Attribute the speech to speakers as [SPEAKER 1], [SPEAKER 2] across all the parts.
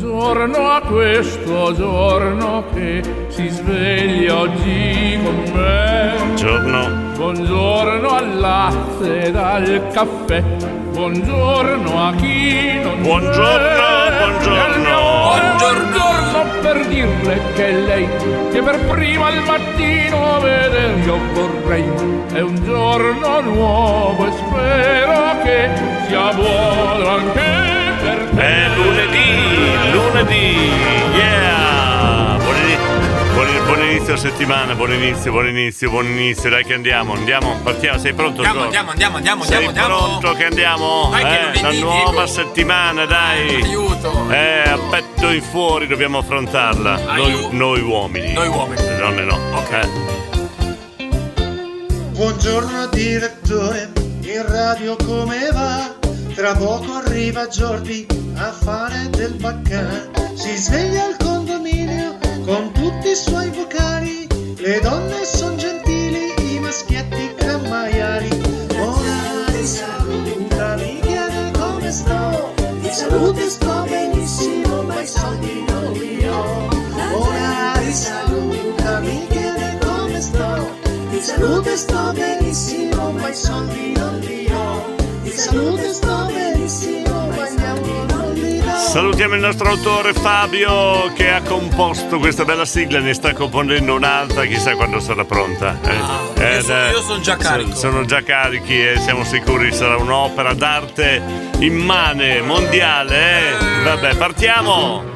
[SPEAKER 1] Buongiorno a questo giorno che si sveglia oggi con me.
[SPEAKER 2] Buongiorno.
[SPEAKER 1] Buongiorno al latte e al caffè. Buongiorno a chi non
[SPEAKER 2] Buongiorno,
[SPEAKER 1] c'è.
[SPEAKER 2] buongiorno.
[SPEAKER 1] E al mio Buongiorno per dirle che lei, che per prima al mattino veder io vorrei, è un giorno nuovo e spero che sia buono anche per te.
[SPEAKER 2] È lunedì, lunedì, yeah! Ah, Buon, ini- buon- buon inizio settimana, buon inizio, buon inizio, buon inizio, dai che andiamo, andiamo, partiamo, sei pronto?
[SPEAKER 3] Andiamo, andiamo,
[SPEAKER 2] Giorgio?
[SPEAKER 3] andiamo, andiamo,
[SPEAKER 2] Sei
[SPEAKER 3] andiamo, andiamo.
[SPEAKER 2] pronto che andiamo?
[SPEAKER 3] Dai che
[SPEAKER 2] eh, la
[SPEAKER 3] lunedì,
[SPEAKER 2] nuova
[SPEAKER 3] Diego.
[SPEAKER 2] settimana, dai!
[SPEAKER 3] Aiuto.
[SPEAKER 2] Eh, a petto in fuori dobbiamo affrontarla, noi,
[SPEAKER 3] Aiuto.
[SPEAKER 2] noi uomini.
[SPEAKER 3] Noi uomini.
[SPEAKER 2] Le donne no.
[SPEAKER 3] Ok.
[SPEAKER 2] Eh.
[SPEAKER 4] Buongiorno direttore, in radio come va? Tra poco arriva Jordi a fare del baccà. Si sveglia al condominio con tutti i suoi vocali. Le donne son gentili, i maschietti cammaiari. Ora ti saluta, mi chiede come sto. Ti saluti sto benissimo, ma i soldi non li ho. Ora ti saluta, mi chiede come sto. Di salute sto benissimo, ma i soldi non li ho. Di salute sto benissimo, ma gli anni non li ho.
[SPEAKER 2] Salutiamo il nostro autore Fabio che ha composto questa bella sigla, ne sta componendo un'altra, chissà quando sarà pronta. eh.
[SPEAKER 3] Ah, io sono- io son già
[SPEAKER 2] so-
[SPEAKER 3] carico.
[SPEAKER 2] sono già carichi e siamo sicuri sarà un'opera d'arte immane, mondiale. eh. Vabbè, partiamo!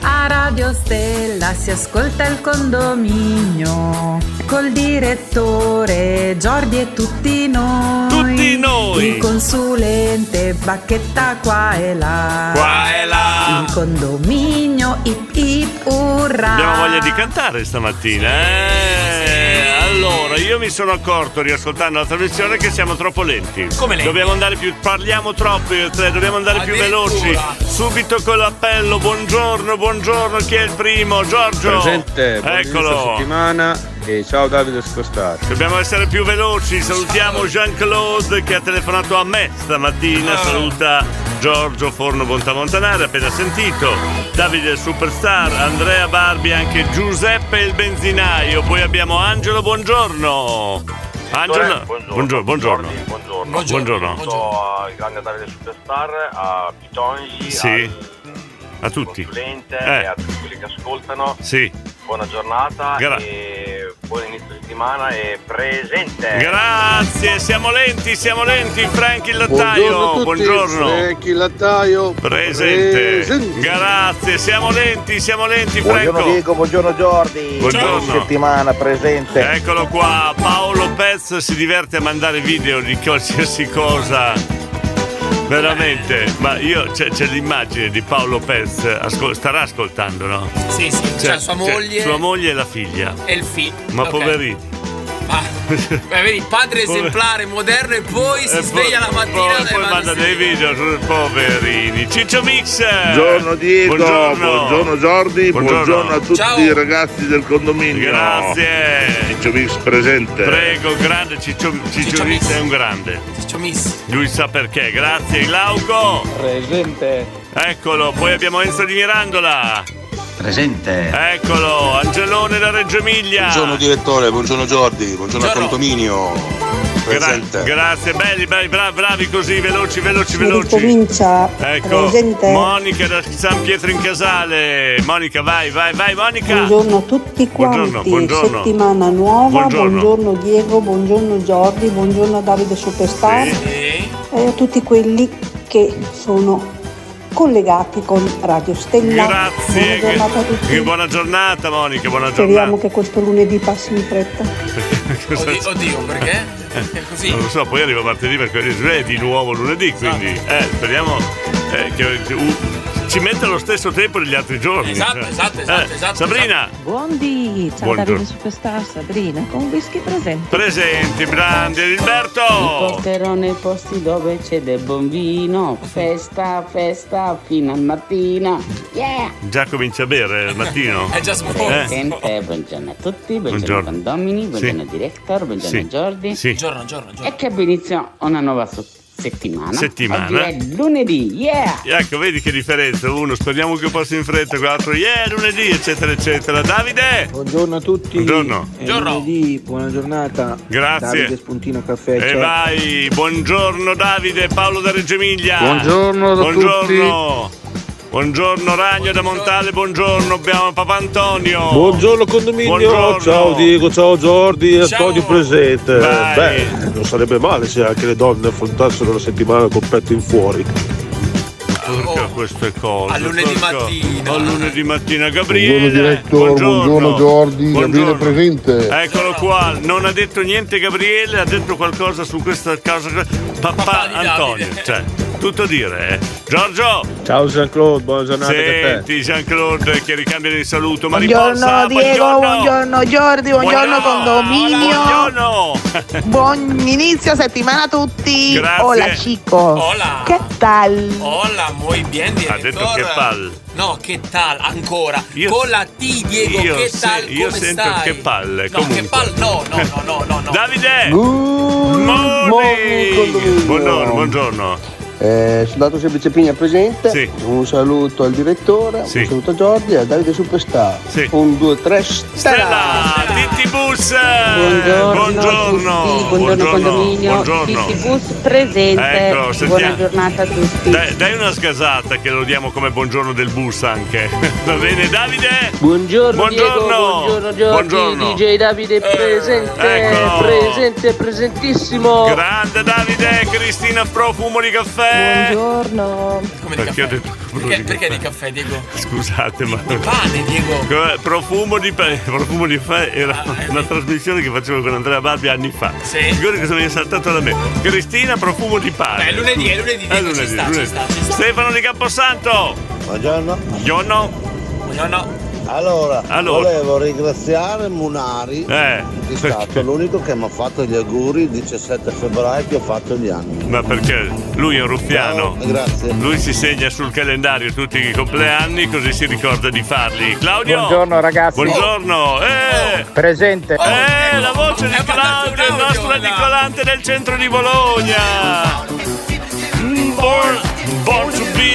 [SPEAKER 5] A Radio Stella si ascolta il condominio col direttore Giordi e tutti noi.
[SPEAKER 2] Tutti noi.
[SPEAKER 5] Il consulente Bacchetta qua e là.
[SPEAKER 2] Qua e là!
[SPEAKER 5] Il condominio ip ip urra.
[SPEAKER 2] Abbiamo
[SPEAKER 3] Ah.
[SPEAKER 2] voglia di cantare stamattina, eh? Allora, io mi sono accorto riascoltando la trasmissione che siamo troppo lenti.
[SPEAKER 3] Come lenti?
[SPEAKER 2] Dobbiamo andare più, parliamo troppo, io e te, dobbiamo andare più
[SPEAKER 3] Addirittura.
[SPEAKER 2] veloci. Subito con l'appello, buongiorno, buongiorno, chi è il primo? Giorgio.
[SPEAKER 6] Presente, buon inizio
[SPEAKER 2] Eccolo.
[SPEAKER 6] settimana e ciao Davide Scostaro.
[SPEAKER 2] Dobbiamo essere più veloci, salutiamo Jean-Claude che ha telefonato a me stamattina, saluta Giorgio Forno Bontamontanare, appena sentito, Davide il Superstar, Andrea Barbi, anche Giuseppe il Benzinaio, poi abbiamo Angelo, buongiorno. Angelo, buongiorno, buongiorno.
[SPEAKER 6] Buongiorno.
[SPEAKER 2] Buongiorno.
[SPEAKER 6] Saluto al grande Davide Superstar, a Pitongi,
[SPEAKER 2] Sì.
[SPEAKER 6] al
[SPEAKER 2] A tutti.
[SPEAKER 6] consulente
[SPEAKER 2] Eh.
[SPEAKER 6] e a tutti quelli che ascoltano.
[SPEAKER 2] Sì,
[SPEAKER 6] Buona giornata
[SPEAKER 2] Gra-
[SPEAKER 6] e buon inizio settimana e presente.
[SPEAKER 2] grazie, siamo lenti, siamo lenti, Frank il Lattaio, buongiorno.
[SPEAKER 7] Eh,
[SPEAKER 4] Chi lattaio?
[SPEAKER 2] Presente. Grazie, siamo lenti, siamo lenti,
[SPEAKER 6] Buongiorno
[SPEAKER 2] Franco.
[SPEAKER 6] Diego, buongiorno Jordi.
[SPEAKER 2] Buongiorno.
[SPEAKER 6] Buona settimana presente.
[SPEAKER 2] Eccolo qua, Paolo Pez si diverte a mandare video di qualsiasi cosa. Veramente, ma io c'è, c'è l'immagine di Paolo Pez, ascol- starà ascoltando, no? Cioè,
[SPEAKER 3] Sì, sì, c'è sua moglie
[SPEAKER 2] sua moglie e la figlia.
[SPEAKER 3] e il figlio.
[SPEAKER 2] Ma poverini.
[SPEAKER 3] vedi, padre
[SPEAKER 2] Pover-
[SPEAKER 3] esemplare, moderno e poi si
[SPEAKER 2] E
[SPEAKER 3] sveglia
[SPEAKER 2] poi-
[SPEAKER 3] la mattina
[SPEAKER 2] poi,
[SPEAKER 3] e
[SPEAKER 2] poi manda dei video su- poverini. Ciccio Mix.
[SPEAKER 6] Buongiorno Diego,
[SPEAKER 2] Buongiorno.
[SPEAKER 6] buongiorno, Jordi,
[SPEAKER 2] Buongiorno.
[SPEAKER 6] buongiorno. a tutti
[SPEAKER 3] Ciao.
[SPEAKER 6] i ragazzi del condominio.
[SPEAKER 2] Grazie.
[SPEAKER 6] Ciccio Mix presente.
[SPEAKER 2] Prego, grande Ciccio, Ciccio,
[SPEAKER 3] Ciccio
[SPEAKER 2] Mix
[SPEAKER 3] Mix.
[SPEAKER 2] è un grande.
[SPEAKER 3] Ciccio Miss.
[SPEAKER 2] Lui sa perché, grazie Glauco! Presente! Eccolo, poi abbiamo Enzo di Mirandola!
[SPEAKER 8] Presente.
[SPEAKER 2] Eccolo, Angelone da Reggio Emilia!
[SPEAKER 6] direttore, buongiorno Jordi, buongiorno,
[SPEAKER 3] al Buongiorno.
[SPEAKER 6] condominio.
[SPEAKER 2] Gra- grazie, belli, belli, bravi, bravi così, veloci, veloci, veloci!
[SPEAKER 5] Ricomincia.
[SPEAKER 2] Ecco, Monica da San Pietro in Casale! Monica, vai, vai, vai, Monica!
[SPEAKER 5] a tutti
[SPEAKER 2] Buongiorno, quanti. buongiorno. Settimana
[SPEAKER 5] nuova.
[SPEAKER 2] Buongiorno. Buongiorno
[SPEAKER 5] Diego, buongiorno Giordi, buongiorno a Davide Superstar.
[SPEAKER 2] Sì.
[SPEAKER 3] Eh?
[SPEAKER 5] e a tutti quelli che sono collegati con Radio Stella.
[SPEAKER 2] Grazie,
[SPEAKER 5] Buona giornata a
[SPEAKER 2] che, che
[SPEAKER 5] tutti.
[SPEAKER 2] buona giornata Monica, buona
[SPEAKER 5] Speriamo
[SPEAKER 2] giornata.
[SPEAKER 5] che questo lunedì passi in fretta.
[SPEAKER 3] Oddio, oddio, perché? È così. Esatto.
[SPEAKER 2] Non lo so, poi arriva martedì perché è di nuovo lunedì, quindi eh, speriamo eh, che- che- uh, ci mette lo stesso tempo degli altri giorni.
[SPEAKER 3] Esatto,
[SPEAKER 2] cioè.
[SPEAKER 3] esatto, esatto,
[SPEAKER 2] Eh,
[SPEAKER 3] esatto,
[SPEAKER 2] Sabrina,
[SPEAKER 9] Buondì, ciao
[SPEAKER 2] Buongiorno.
[SPEAKER 9] Davide Superstar Sabrina, con whisky presente.
[SPEAKER 2] presenti, grande
[SPEAKER 9] Vi
[SPEAKER 2] Alberto.
[SPEAKER 9] porterò nei posti dove c'è del buon vino. Festa, festa, fino a mattina. Yeah!
[SPEAKER 2] Già comincia a bere il mattino.
[SPEAKER 9] È già smosso.
[SPEAKER 2] Eh.
[SPEAKER 9] Buongiorno a tutti, buongiorno,
[SPEAKER 2] Buongiorno.
[SPEAKER 9] Condomini, buongiorno
[SPEAKER 2] Sì.
[SPEAKER 9] Director, buongiorno
[SPEAKER 2] Sì.
[SPEAKER 9] Jordi.
[SPEAKER 2] Sì.
[SPEAKER 9] Buongiorno, giorno, E che abbia inizio una nuova so- settimana.
[SPEAKER 2] Settimana.
[SPEAKER 9] Oggi è lunedì, yeah!
[SPEAKER 2] Ecco, vedi che differenza. Uno, speriamo che passi in fretta, quell'altro, yeah, lunedì, eccetera, eccetera. Davide!
[SPEAKER 10] Buongiorno a tutti.
[SPEAKER 2] Buongiorno.
[SPEAKER 10] È lunedì, buona giornata.
[SPEAKER 2] Grazie.
[SPEAKER 10] Davide Spuntino Caffè. cioè.
[SPEAKER 2] E
[SPEAKER 10] ciao.
[SPEAKER 2] vai, buongiorno Davide, Paolo da Reggio Emilia.
[SPEAKER 10] Buongiorno a
[SPEAKER 2] Buongiorno. Buongiorno Ragno da Montale, buongiorno, abbiamo Papà Antonio.
[SPEAKER 11] Buongiorno condominio,
[SPEAKER 2] Buongiorno.
[SPEAKER 11] ciao Diego, ciao Giordi, Antonio presente.
[SPEAKER 2] Vai.
[SPEAKER 11] Beh, non sarebbe male se anche le donne affrontassero la settimana col petto in fuori.
[SPEAKER 2] Porca queste cose.
[SPEAKER 11] Oh, A lunedì
[SPEAKER 2] mattina. A lunedì mattina,
[SPEAKER 12] Buongiorno
[SPEAKER 2] Gabriele.
[SPEAKER 12] direttore, buongiorno, Giordi,
[SPEAKER 2] Buongiorno. Eh.
[SPEAKER 12] Gabriele presente.
[SPEAKER 2] Eccolo qua, non ha detto niente Gabriele, ha detto qualcosa su questa causa. Papà, Antonio, cioè, tutto dire, eh. Giorgio!
[SPEAKER 11] Ciao Jean-Claude, buona giornata a te.
[SPEAKER 2] Senti Jean-Claude che ricambia il saluto, ma
[SPEAKER 13] Buongiorno
[SPEAKER 2] riposa,
[SPEAKER 13] Diego, buongiorno Giordi, buongiorno
[SPEAKER 2] Buongiorno.
[SPEAKER 13] condominio. Buon inizio settimana a tutti.
[SPEAKER 2] Grazie.
[SPEAKER 13] Hola Chico. Che tal?
[SPEAKER 3] Hola, muy bien,
[SPEAKER 2] Ha
[SPEAKER 3] direttore.
[SPEAKER 2] detto che palle.
[SPEAKER 3] No, che tal, ancora. Con la T, Diego,
[SPEAKER 2] io
[SPEAKER 3] che
[SPEAKER 2] se-
[SPEAKER 3] tal, come
[SPEAKER 2] io sento
[SPEAKER 3] stai?
[SPEAKER 2] che palle,
[SPEAKER 3] No, che
[SPEAKER 2] comunque.
[SPEAKER 3] palle, no, no, no, no, no, no.
[SPEAKER 2] Davide!
[SPEAKER 12] morning, condominio.
[SPEAKER 2] Buongiorno, buongiorno.
[SPEAKER 12] Eh, soldato Semplice Pigna presente, un saluto al direttore, un saluto a Giordi e a Davide Superstar. Un, due, tre, stella!
[SPEAKER 2] Titti Bus!
[SPEAKER 9] Buongiorno,
[SPEAKER 2] Ah, buongiorno.
[SPEAKER 9] tutti, buongiorno,
[SPEAKER 2] Buongiorno,
[SPEAKER 9] condominio,
[SPEAKER 2] buongiorno.
[SPEAKER 9] Titti Bus presente.
[SPEAKER 2] Ecco,
[SPEAKER 9] Buona
[SPEAKER 2] sentiamo.
[SPEAKER 9] giornata a tutti.
[SPEAKER 2] Dai, dai una sgasata che lo diamo come buongiorno del bus anche. Va bene, Davide?
[SPEAKER 14] Buongiorno,
[SPEAKER 2] Buongiorno.
[SPEAKER 14] Diego, buongiorno Giorgi,
[SPEAKER 2] Buongiorno.
[SPEAKER 14] DJ Davide presente,
[SPEAKER 2] Eh, ecco.
[SPEAKER 14] presente, presentissimo.
[SPEAKER 2] Grande Davide, Cristina Profumo di caffè.
[SPEAKER 14] Buongiorno.
[SPEAKER 2] Perché ho detto profumo
[SPEAKER 3] Perché, perché di caffè, Diego?
[SPEAKER 2] Scusate, ma. pane,
[SPEAKER 3] Diego. Ah, eh,
[SPEAKER 2] Profumo di, pe- profumo di caffè era una trasmissione che facevo con Andrea Barbi anni fa. Sì. Ricordi che sono è saltato da me. Cristina, profumo di pane.
[SPEAKER 3] Beh, è lunedì, è lunedì,
[SPEAKER 2] È
[SPEAKER 3] Diego, ci
[SPEAKER 2] lunedì,
[SPEAKER 3] sta, ci
[SPEAKER 2] lunedì.
[SPEAKER 3] sta, ci sta.
[SPEAKER 2] Stefano di Camposanto.
[SPEAKER 15] Buongiorno.
[SPEAKER 2] Buongiorno.
[SPEAKER 15] Allora,
[SPEAKER 2] Allora.
[SPEAKER 15] volevo ringraziare Munari,
[SPEAKER 2] Eh.
[SPEAKER 15] che è stato l'unico che mi ha fatto gli auguri il 17 febbraio che ho fatto gli anni.
[SPEAKER 2] Ma perché lui è un ruffiano. grazie. Lui si segna sul calendario tutti i compleanni così si ricorda di farli. Claudio.
[SPEAKER 16] Buongiorno ragazzi.
[SPEAKER 2] Buongiorno. Eh.
[SPEAKER 16] Presente.
[SPEAKER 2] Eh, la voce di Claudio, il nostro edicolante del centro di Bologna. Mm, Born, born to be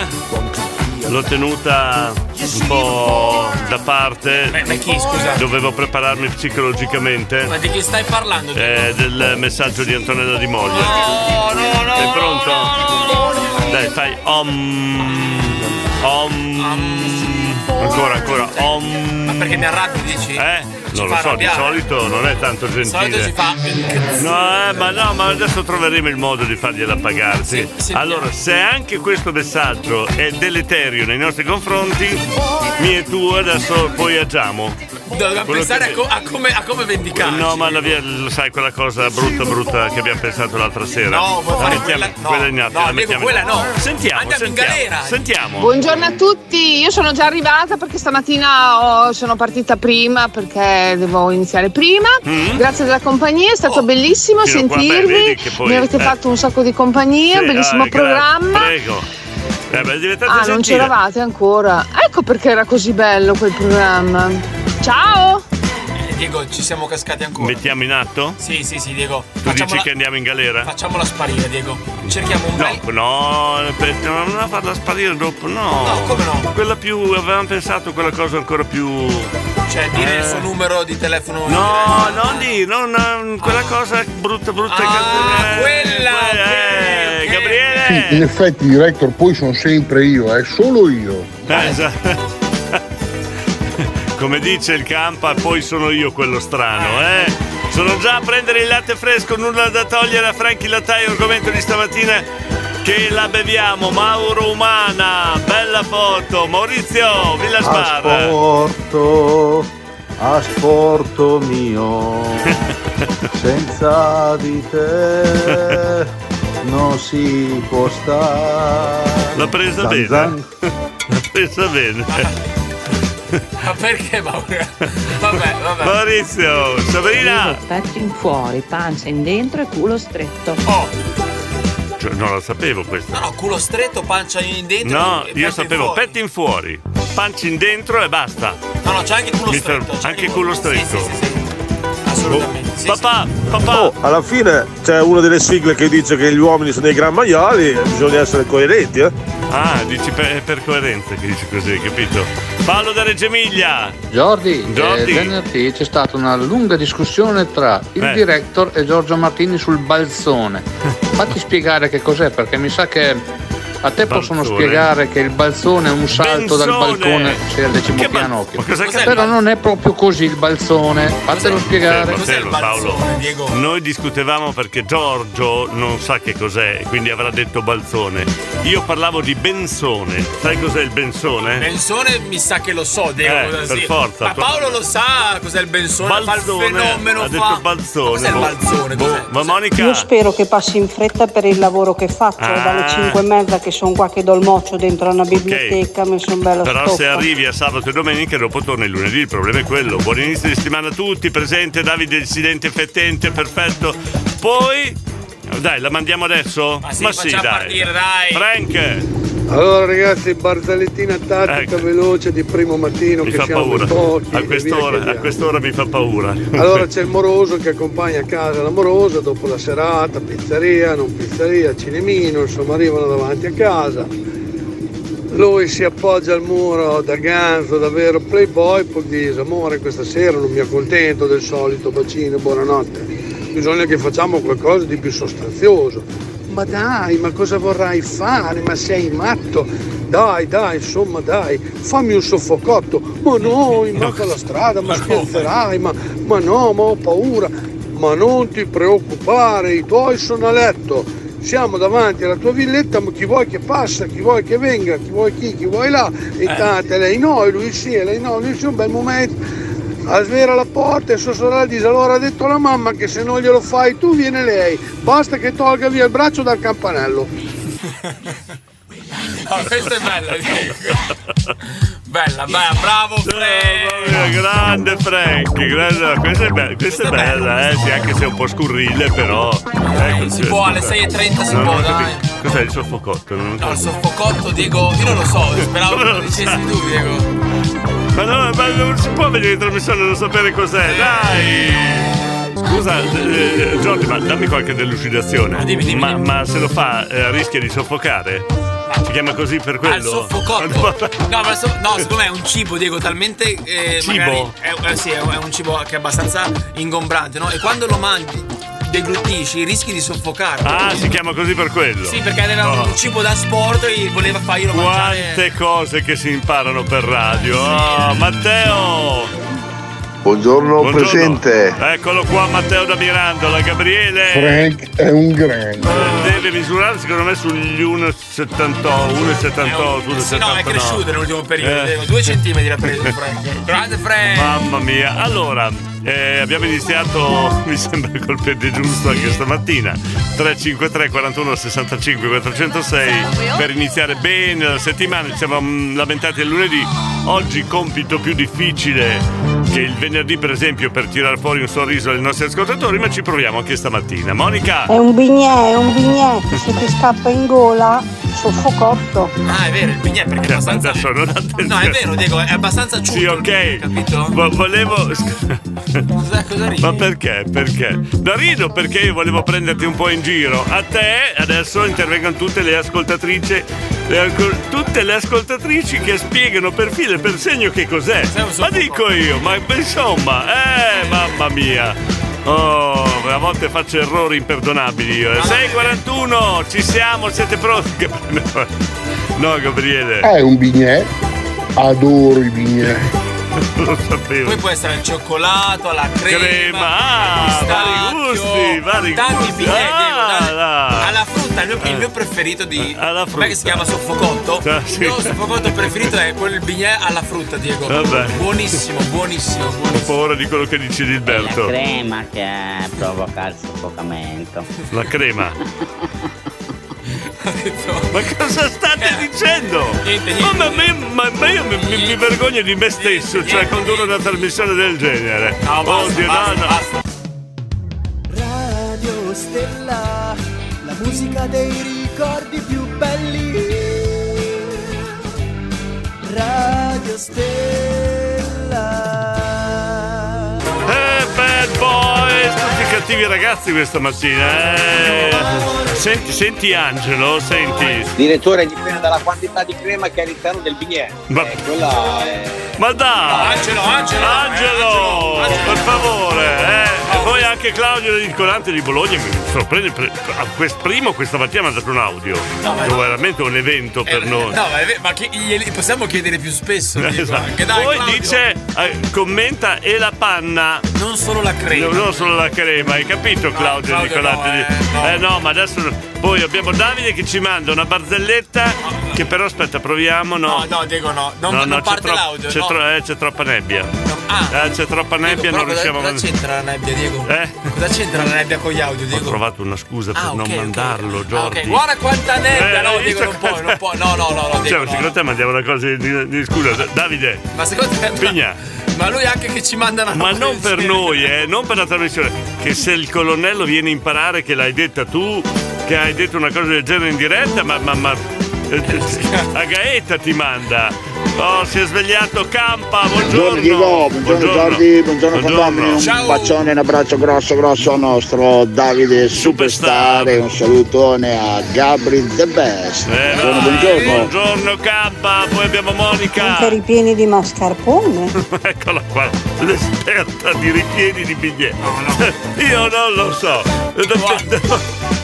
[SPEAKER 2] alive. L'ho tenuta un po' da parte.
[SPEAKER 3] ma chi, scusa?
[SPEAKER 2] Dovevo prepararmi psicologicamente.
[SPEAKER 3] Ma di chi stai parlando?
[SPEAKER 2] Eh, del messaggio di Antonella Di Moglie. Sei pronto? Dai, fai om. Om. Ancora, ancora. Om. Ma
[SPEAKER 3] perché mi arrabbi, dici?
[SPEAKER 2] Eh? Non lo
[SPEAKER 3] fa
[SPEAKER 2] so, di
[SPEAKER 3] arrabbiare.
[SPEAKER 2] solito non è tanto
[SPEAKER 3] solito
[SPEAKER 2] gentile.
[SPEAKER 3] si fa-
[SPEAKER 2] No, eh, ma no, ma adesso troveremo il modo di fargliela pagare. sì. Allora, se anche questo messaggio è deleterio nei nostri confronti, mi e tu adesso poi agiamo.
[SPEAKER 3] Doveva
[SPEAKER 2] Quello
[SPEAKER 3] pensare
[SPEAKER 2] che-
[SPEAKER 3] a, co- a come, a come vendicarci.
[SPEAKER 2] No, ma la via- lo sai quella cosa brutta brutta che abbiamo pensato l'altra sera?
[SPEAKER 3] No, vuoi
[SPEAKER 2] La
[SPEAKER 3] fare
[SPEAKER 2] mettiamo-
[SPEAKER 3] quella- no.
[SPEAKER 2] quella in atto,
[SPEAKER 3] No, Diego,
[SPEAKER 2] la mettiamo
[SPEAKER 3] quella no.
[SPEAKER 2] Sentiamo,
[SPEAKER 3] Andiamo in
[SPEAKER 2] sentiamo.
[SPEAKER 3] galera.
[SPEAKER 2] Sentiamo.
[SPEAKER 17] Buongiorno a tutti, io sono già arrivata perché stamattina ho- sono partita prima perché devo iniziare prima.
[SPEAKER 2] Mm.
[SPEAKER 17] Grazie della compagnia, è stato bellissimo
[SPEAKER 2] fino a qua, beh,
[SPEAKER 17] sentirvi,
[SPEAKER 2] vedi che poi-
[SPEAKER 17] mi avete
[SPEAKER 2] eh.
[SPEAKER 17] fatto un sacco di compagnia,
[SPEAKER 2] Sì,
[SPEAKER 17] bellissimo
[SPEAKER 2] ah, gra-
[SPEAKER 17] programma.
[SPEAKER 2] Prego. Eh, beh, è diventato
[SPEAKER 17] Ah, non
[SPEAKER 2] gentile.
[SPEAKER 17] c'eravate ancora. Ecco perché era così bello quel programma. Ciao!
[SPEAKER 3] Eh, Diego, ci siamo cascati ancora.
[SPEAKER 2] Mettiamo in atto?
[SPEAKER 3] Sì, sì, sì, Diego.
[SPEAKER 2] Tu dici
[SPEAKER 3] Facciamola,
[SPEAKER 2] che andiamo in galera?
[SPEAKER 3] facciamola sparire, Diego. Cerchiamo un bel.
[SPEAKER 2] No, eh, per- non la farla sparire dopo, no. No, come no? Quella più. avevamo pensato quella cosa ancora più.
[SPEAKER 3] Cioè, dire il
[SPEAKER 2] Eh.
[SPEAKER 3] suo numero Ah. di telefono.
[SPEAKER 2] No, non di, non, non- quella cosa brutta, brutta. Ah, quella! eh, Gabriele!
[SPEAKER 12] Sì, in effetti director poi sono sempre io, è solo io.
[SPEAKER 2] Eh, esatto. Come dice il campa, poi sono io quello strano, eh? Sono già a prendere il latte fresco, nulla da togliere a Franchi Lattaio, argomento di stamattina che la beviamo. Mauro Umana, bella foto. Maurizio, Villa
[SPEAKER 18] Ah,
[SPEAKER 2] Spar.
[SPEAKER 4] Asporto, asporto mio, senza di te
[SPEAKER 18] non si può stare.
[SPEAKER 2] L'ha presa
[SPEAKER 18] Zan
[SPEAKER 2] bene.
[SPEAKER 18] zan.
[SPEAKER 2] L'ha presa bene.
[SPEAKER 3] Ma perché Maura? Vabbè, vabbè.
[SPEAKER 2] Maurizio, Sabrina!
[SPEAKER 19] Petto in fuori, pancia in dentro e culo stretto.
[SPEAKER 2] Oh. Cioè, non la sapevo questa.
[SPEAKER 3] No, culo stretto, pancia in dentro. eh,
[SPEAKER 2] No,
[SPEAKER 3] e
[SPEAKER 2] io
[SPEAKER 3] petti
[SPEAKER 2] sapevo
[SPEAKER 3] fuori.
[SPEAKER 2] petti in fuori, panci in dentro e basta.
[SPEAKER 3] No, no, c'è anche culo
[SPEAKER 2] Mi
[SPEAKER 3] stretto.
[SPEAKER 2] fermo. Anche culo stretto. Oh,
[SPEAKER 3] Assolutamente.
[SPEAKER 2] Papà, papà.
[SPEAKER 6] Oh, alla fine c'è una delle sigle che dice che gli uomini sono dei gran maiali, bisogna essere coerenti, eh?
[SPEAKER 2] Ah, dici per, per coerenza che dici così, capito? Paolo da Reggio Emilia.
[SPEAKER 20] Jordi,
[SPEAKER 2] Jordi.
[SPEAKER 20] eh, venerdì c'è stata una lunga discussione tra il
[SPEAKER 2] Eh.
[SPEAKER 20] director e Giorgio Martini sul balzone. Fatti spiegare che cos'è, perché mi sa che a te possono spiegare che il balzone è un salto dal
[SPEAKER 2] Benzone.
[SPEAKER 20] balcone se al decimo piano occhio.
[SPEAKER 2] cos'è
[SPEAKER 20] Però non è proprio così il balzone, fatelo spiegare.
[SPEAKER 2] Fermo, fermo, Paolo. Noi discutevamo perché Giorgio non sa che cos'è, quindi avrà detto balzone. Io parlavo di benzone. Sai cos'è il benzone?
[SPEAKER 3] Benzone mi sa che lo so, devo
[SPEAKER 2] Eh,
[SPEAKER 3] così.
[SPEAKER 2] per forza.
[SPEAKER 3] Ma Paolo lo sa cos'è il benzone, fa
[SPEAKER 2] Balzone,
[SPEAKER 3] il fenomeno,
[SPEAKER 2] ha detto
[SPEAKER 3] fa.
[SPEAKER 2] balzone.
[SPEAKER 3] Cos'è il
[SPEAKER 2] boh.
[SPEAKER 3] balzone?
[SPEAKER 2] Boh, Ma Monica.
[SPEAKER 5] Io spero che passi in fretta per il lavoro che faccio,
[SPEAKER 2] Ah.
[SPEAKER 5] dalle 5 e mezza che sono qua che do il moccio dentro a una biblioteca, mi sono bella
[SPEAKER 2] Però se
[SPEAKER 5] stoffa.
[SPEAKER 2] arrivi a sabato e domenica dopo torni il lunedì, il problema è quello. Buon inizio di settimana a tutti, presente Davide il silente fettente, perfetto. Poi dai, la mandiamo adesso? Ma
[SPEAKER 3] sì,
[SPEAKER 2] dai.
[SPEAKER 3] facciamo partire, dai.
[SPEAKER 2] Frank!
[SPEAKER 7] Allora ragazzi, barzellettina tattica veloce di primo
[SPEAKER 2] Ecco.
[SPEAKER 7] mattino
[SPEAKER 2] Mi
[SPEAKER 7] che
[SPEAKER 2] fa
[SPEAKER 7] siamo
[SPEAKER 2] paura.
[SPEAKER 7] in pochi.
[SPEAKER 2] A
[SPEAKER 7] e via che
[SPEAKER 2] quest'ora, a
[SPEAKER 7] andiamo.
[SPEAKER 2] quest'ora mi fa paura.
[SPEAKER 7] Allora c'è il moroso che accompagna a casa la morosa dopo la serata, pizzeria, non pizzeria, cinemino, insomma arrivano davanti a casa. Lui si appoggia al muro da ganzo, da vero playboy, poi dice amore questa sera non mi accontento del solito bacino, buonanotte, bisogna che facciamo qualcosa di più sostanzioso. Ma dai, ma cosa vorrai fare? Ma sei matto? Dai, dai, insomma, dai, fammi un soffocotto. Ma no, in mezzo alla strada, ma scherzerai, ma, ma no, ma ho paura. Ma non ti preoccupare, i tuoi sono a letto. Siamo davanti alla tua villetta, ma chi vuoi che passa, chi vuoi che venga, chi vuoi chi, chi vuoi là.
[SPEAKER 2] Eh.
[SPEAKER 7] E tante, lei no, e lui sì, e lei no, lui sì, un bel momento. A svera la porta e sua sorella dice allora ha detto la mamma che se non glielo fai tu viene lei, basta che tolga via il braccio dal campanello.
[SPEAKER 3] Ah, questa è bella, dico. Bella, bella, bravo Frank.
[SPEAKER 2] eh, Grande Frank, grande, questa è bella, questa è bella eh, sì, anche se è un po' scurrile, però. Ecco,
[SPEAKER 3] Si
[SPEAKER 2] sì.
[SPEAKER 3] può, alle 6.30 si
[SPEAKER 2] Non
[SPEAKER 3] può,
[SPEAKER 2] ho
[SPEAKER 3] dai.
[SPEAKER 2] capito. Cos'è il soffocotto? Non ho
[SPEAKER 3] No,
[SPEAKER 2] capito.
[SPEAKER 3] il soffocotto, Diego, io non lo so, speravo che lo dicessi tu, Diego.
[SPEAKER 2] Ma no, ma non si può venire in trasmissione e non sapere
[SPEAKER 3] Eh.
[SPEAKER 2] cos'è, dai! Scusa, eh, Giorgio, ma dammi qualche delucidazione. Ma, ma, se lo fa eh, rischia di soffocare? Si chiama così per quello?
[SPEAKER 3] Al soffocotto. No, ma so- no, secondo me è un cibo, Diego, talmente. eh,
[SPEAKER 2] Cibo?
[SPEAKER 3] magari- è, eh, sì, è un, è un cibo che è abbastanza ingombrante, no? E quando lo mangi, deglutisci, rischi di soffocarlo.
[SPEAKER 2] Ah, si chiama così per quello?
[SPEAKER 3] Sì, perché era
[SPEAKER 2] Oh.
[SPEAKER 3] un cibo da sport e voleva farglielo mangiare.
[SPEAKER 2] Quante cose che si imparano per radio. Oh, Matteo!
[SPEAKER 21] Buongiorno, presente.
[SPEAKER 2] Eccolo qua Matteo da Mirandola, Gabriele.
[SPEAKER 21] Frank è un grande.
[SPEAKER 2] Deve misurare secondo me sugli 1,78, 1,78,
[SPEAKER 3] Eh, Sì, no, è
[SPEAKER 2] 1,79.
[SPEAKER 3] cresciuto nell'ultimo periodo,
[SPEAKER 2] Eh.
[SPEAKER 3] Diego, due centimetri l'ha preso Frank. Grande Frank!
[SPEAKER 2] Mamma mia, allora eh, abbiamo iniziato, mi sembra col piede giusto anche stamattina, 353 41 65 406 per iniziare bene la settimana, ci siamo mm, lamentati il lunedì, oggi compito più difficile che il venerdì per esempio per tirare fuori un sorriso ai nostri ascoltatori, ma ci proviamo anche stamattina. Monica!
[SPEAKER 5] È un bignè, è un bignè, se ti scappa in gola, soffocotto.
[SPEAKER 3] Ah, è vero, il bignè perché è abbastanza. no, è vero, Diego, è abbastanza ciuto.
[SPEAKER 2] Sì, ok. Vo- volevo. Ma perché? Perché? No, rido perché io volevo prenderti un po' in giro. A te adesso intervengono tutte le ascoltatrici. le alco- tutte le ascoltatrici che spiegano per filo e per segno che cos'è. Ma dico io, ma insomma, eh, mamma mia. Oh, a volte faccio errori imperdonabili io.
[SPEAKER 3] Ah,
[SPEAKER 2] eh. 6.41, ci siamo, siete pronti? No, Gabriele.
[SPEAKER 21] È un bignè. Adoro i bignè.
[SPEAKER 2] Lo sapevo.
[SPEAKER 3] Poi può essere al cioccolato, alla crema,
[SPEAKER 2] Crema, ah,
[SPEAKER 3] al
[SPEAKER 2] vari gusti, vari
[SPEAKER 3] tanti
[SPEAKER 2] gusti.
[SPEAKER 3] bignè, Diego,
[SPEAKER 2] Ah,
[SPEAKER 3] tanti-
[SPEAKER 2] là.
[SPEAKER 3] alla frutta, il mio, il mio preferito di
[SPEAKER 2] alla Ah,
[SPEAKER 3] com'è che si chiama soffocotto? Il mio soffocotto preferito è quello il bignè alla frutta, Diego.
[SPEAKER 2] Vabbè.
[SPEAKER 3] Buonissimo, buonissimo, buonissimo.
[SPEAKER 2] Ho paura di quello che dice Gilberto.
[SPEAKER 9] crema che provoca il soffocamento.
[SPEAKER 2] La crema. Ma cosa state
[SPEAKER 22] Eh,
[SPEAKER 2] dicendo? Oh, Ma- Ma, me- ma- ma io mi, mi- mi vergogno di me stesso, cioè condurre una trasmissione del genere.
[SPEAKER 22] No, basta,
[SPEAKER 2] Oddio, no,
[SPEAKER 22] basta,
[SPEAKER 2] no.
[SPEAKER 22] Radio Stella, la musica dei ricordi più belli. Radio Stella.
[SPEAKER 2] Eh, bad boys, tutti cattivi ragazzi questa mattina. eh. Senti, senti Angelo, senti.
[SPEAKER 8] Direttore, dipende dalla quantità di crema che è all'interno del bignè.
[SPEAKER 2] Ma,
[SPEAKER 8] Quella è...
[SPEAKER 2] ma dai! Angelo, Angelo!
[SPEAKER 3] eh,
[SPEAKER 2] Angelo, per favore! eh. E poi anche Claudio del Colante di Bologna mi sorprende. per- a quest- primo questa mattina mi ha dato un audio.
[SPEAKER 3] No, ma-
[SPEAKER 2] Dove veramente un evento per noi.
[SPEAKER 3] No, ma, è ver- ma che- glieli possiamo chiedere più spesso. dico,
[SPEAKER 2] Esatto.
[SPEAKER 3] anche dai,
[SPEAKER 2] Poi
[SPEAKER 3] Claudio.
[SPEAKER 2] dice, eh, commenta e la panna.
[SPEAKER 3] Non solo la crema.
[SPEAKER 2] No, non solo la crema, hai capito Claudio,
[SPEAKER 3] Claudio
[SPEAKER 2] Nicolatti?
[SPEAKER 3] no,
[SPEAKER 2] eh, no. ma adesso. Poi abbiamo Davide che ci manda una barzelletta. Che però aspetta, proviamo. No,
[SPEAKER 3] No, Diego, no. Non, non
[SPEAKER 2] c'è
[SPEAKER 3] parte
[SPEAKER 2] tro-
[SPEAKER 3] l'audio.
[SPEAKER 2] C'è,
[SPEAKER 3] no. ah.
[SPEAKER 2] tro- eh, c'è troppa nebbia. Eh, c'è troppa
[SPEAKER 3] Diego,
[SPEAKER 2] nebbia,
[SPEAKER 3] però
[SPEAKER 2] non riusciamo
[SPEAKER 3] cosa,
[SPEAKER 2] a
[SPEAKER 3] cosa c'entra la nebbia, Diego?
[SPEAKER 2] Eh?
[SPEAKER 3] Cosa c'entra la nebbia con gli audio,
[SPEAKER 2] Ho
[SPEAKER 3] Diego?
[SPEAKER 2] trovato una scusa per
[SPEAKER 3] Ah,
[SPEAKER 2] non
[SPEAKER 3] ok, ok,
[SPEAKER 2] mandarlo,
[SPEAKER 3] Ah,
[SPEAKER 2] Jordi.
[SPEAKER 3] ok, guarda quanta nebbia,
[SPEAKER 2] Eh,
[SPEAKER 3] no,
[SPEAKER 2] hai
[SPEAKER 3] Diego,
[SPEAKER 2] visto
[SPEAKER 3] non puoi, non puoi. No, no, no, no, Diego.
[SPEAKER 2] Cioè,
[SPEAKER 3] no.
[SPEAKER 2] secondo te mandiamo una cosa di, di- scusa, da- Davide.
[SPEAKER 3] Ma secondo te.
[SPEAKER 2] Pigna.
[SPEAKER 3] Ma lui anche che ci manda una
[SPEAKER 2] Ma
[SPEAKER 3] roba
[SPEAKER 2] non
[SPEAKER 3] del
[SPEAKER 2] per
[SPEAKER 3] genere.
[SPEAKER 2] noi, eh, non per la trasmissione. Che se il colonnello viene a imparare che l'hai detta tu, che hai detto una cosa del genere in diretta, ma. ma, ma eh, a Gaeta ti manda. Oh, si è svegliato Campa, buongiorno.
[SPEAKER 23] Buongiorno Diego, buongiorno Giordi, buongiorno, condomini, un bacione, un abbraccio grosso grosso al nostro Davide Superstar e un salutone a Gabri The Best.
[SPEAKER 2] Eh,
[SPEAKER 23] buongiorno,
[SPEAKER 2] vai,
[SPEAKER 23] buongiorno.
[SPEAKER 2] buongiorno Campa, poi abbiamo Monica.
[SPEAKER 5] Anche ripieni di mascarpone.
[SPEAKER 2] Eccola qua, l'esperta di ripieni di biglietti. Io non lo so.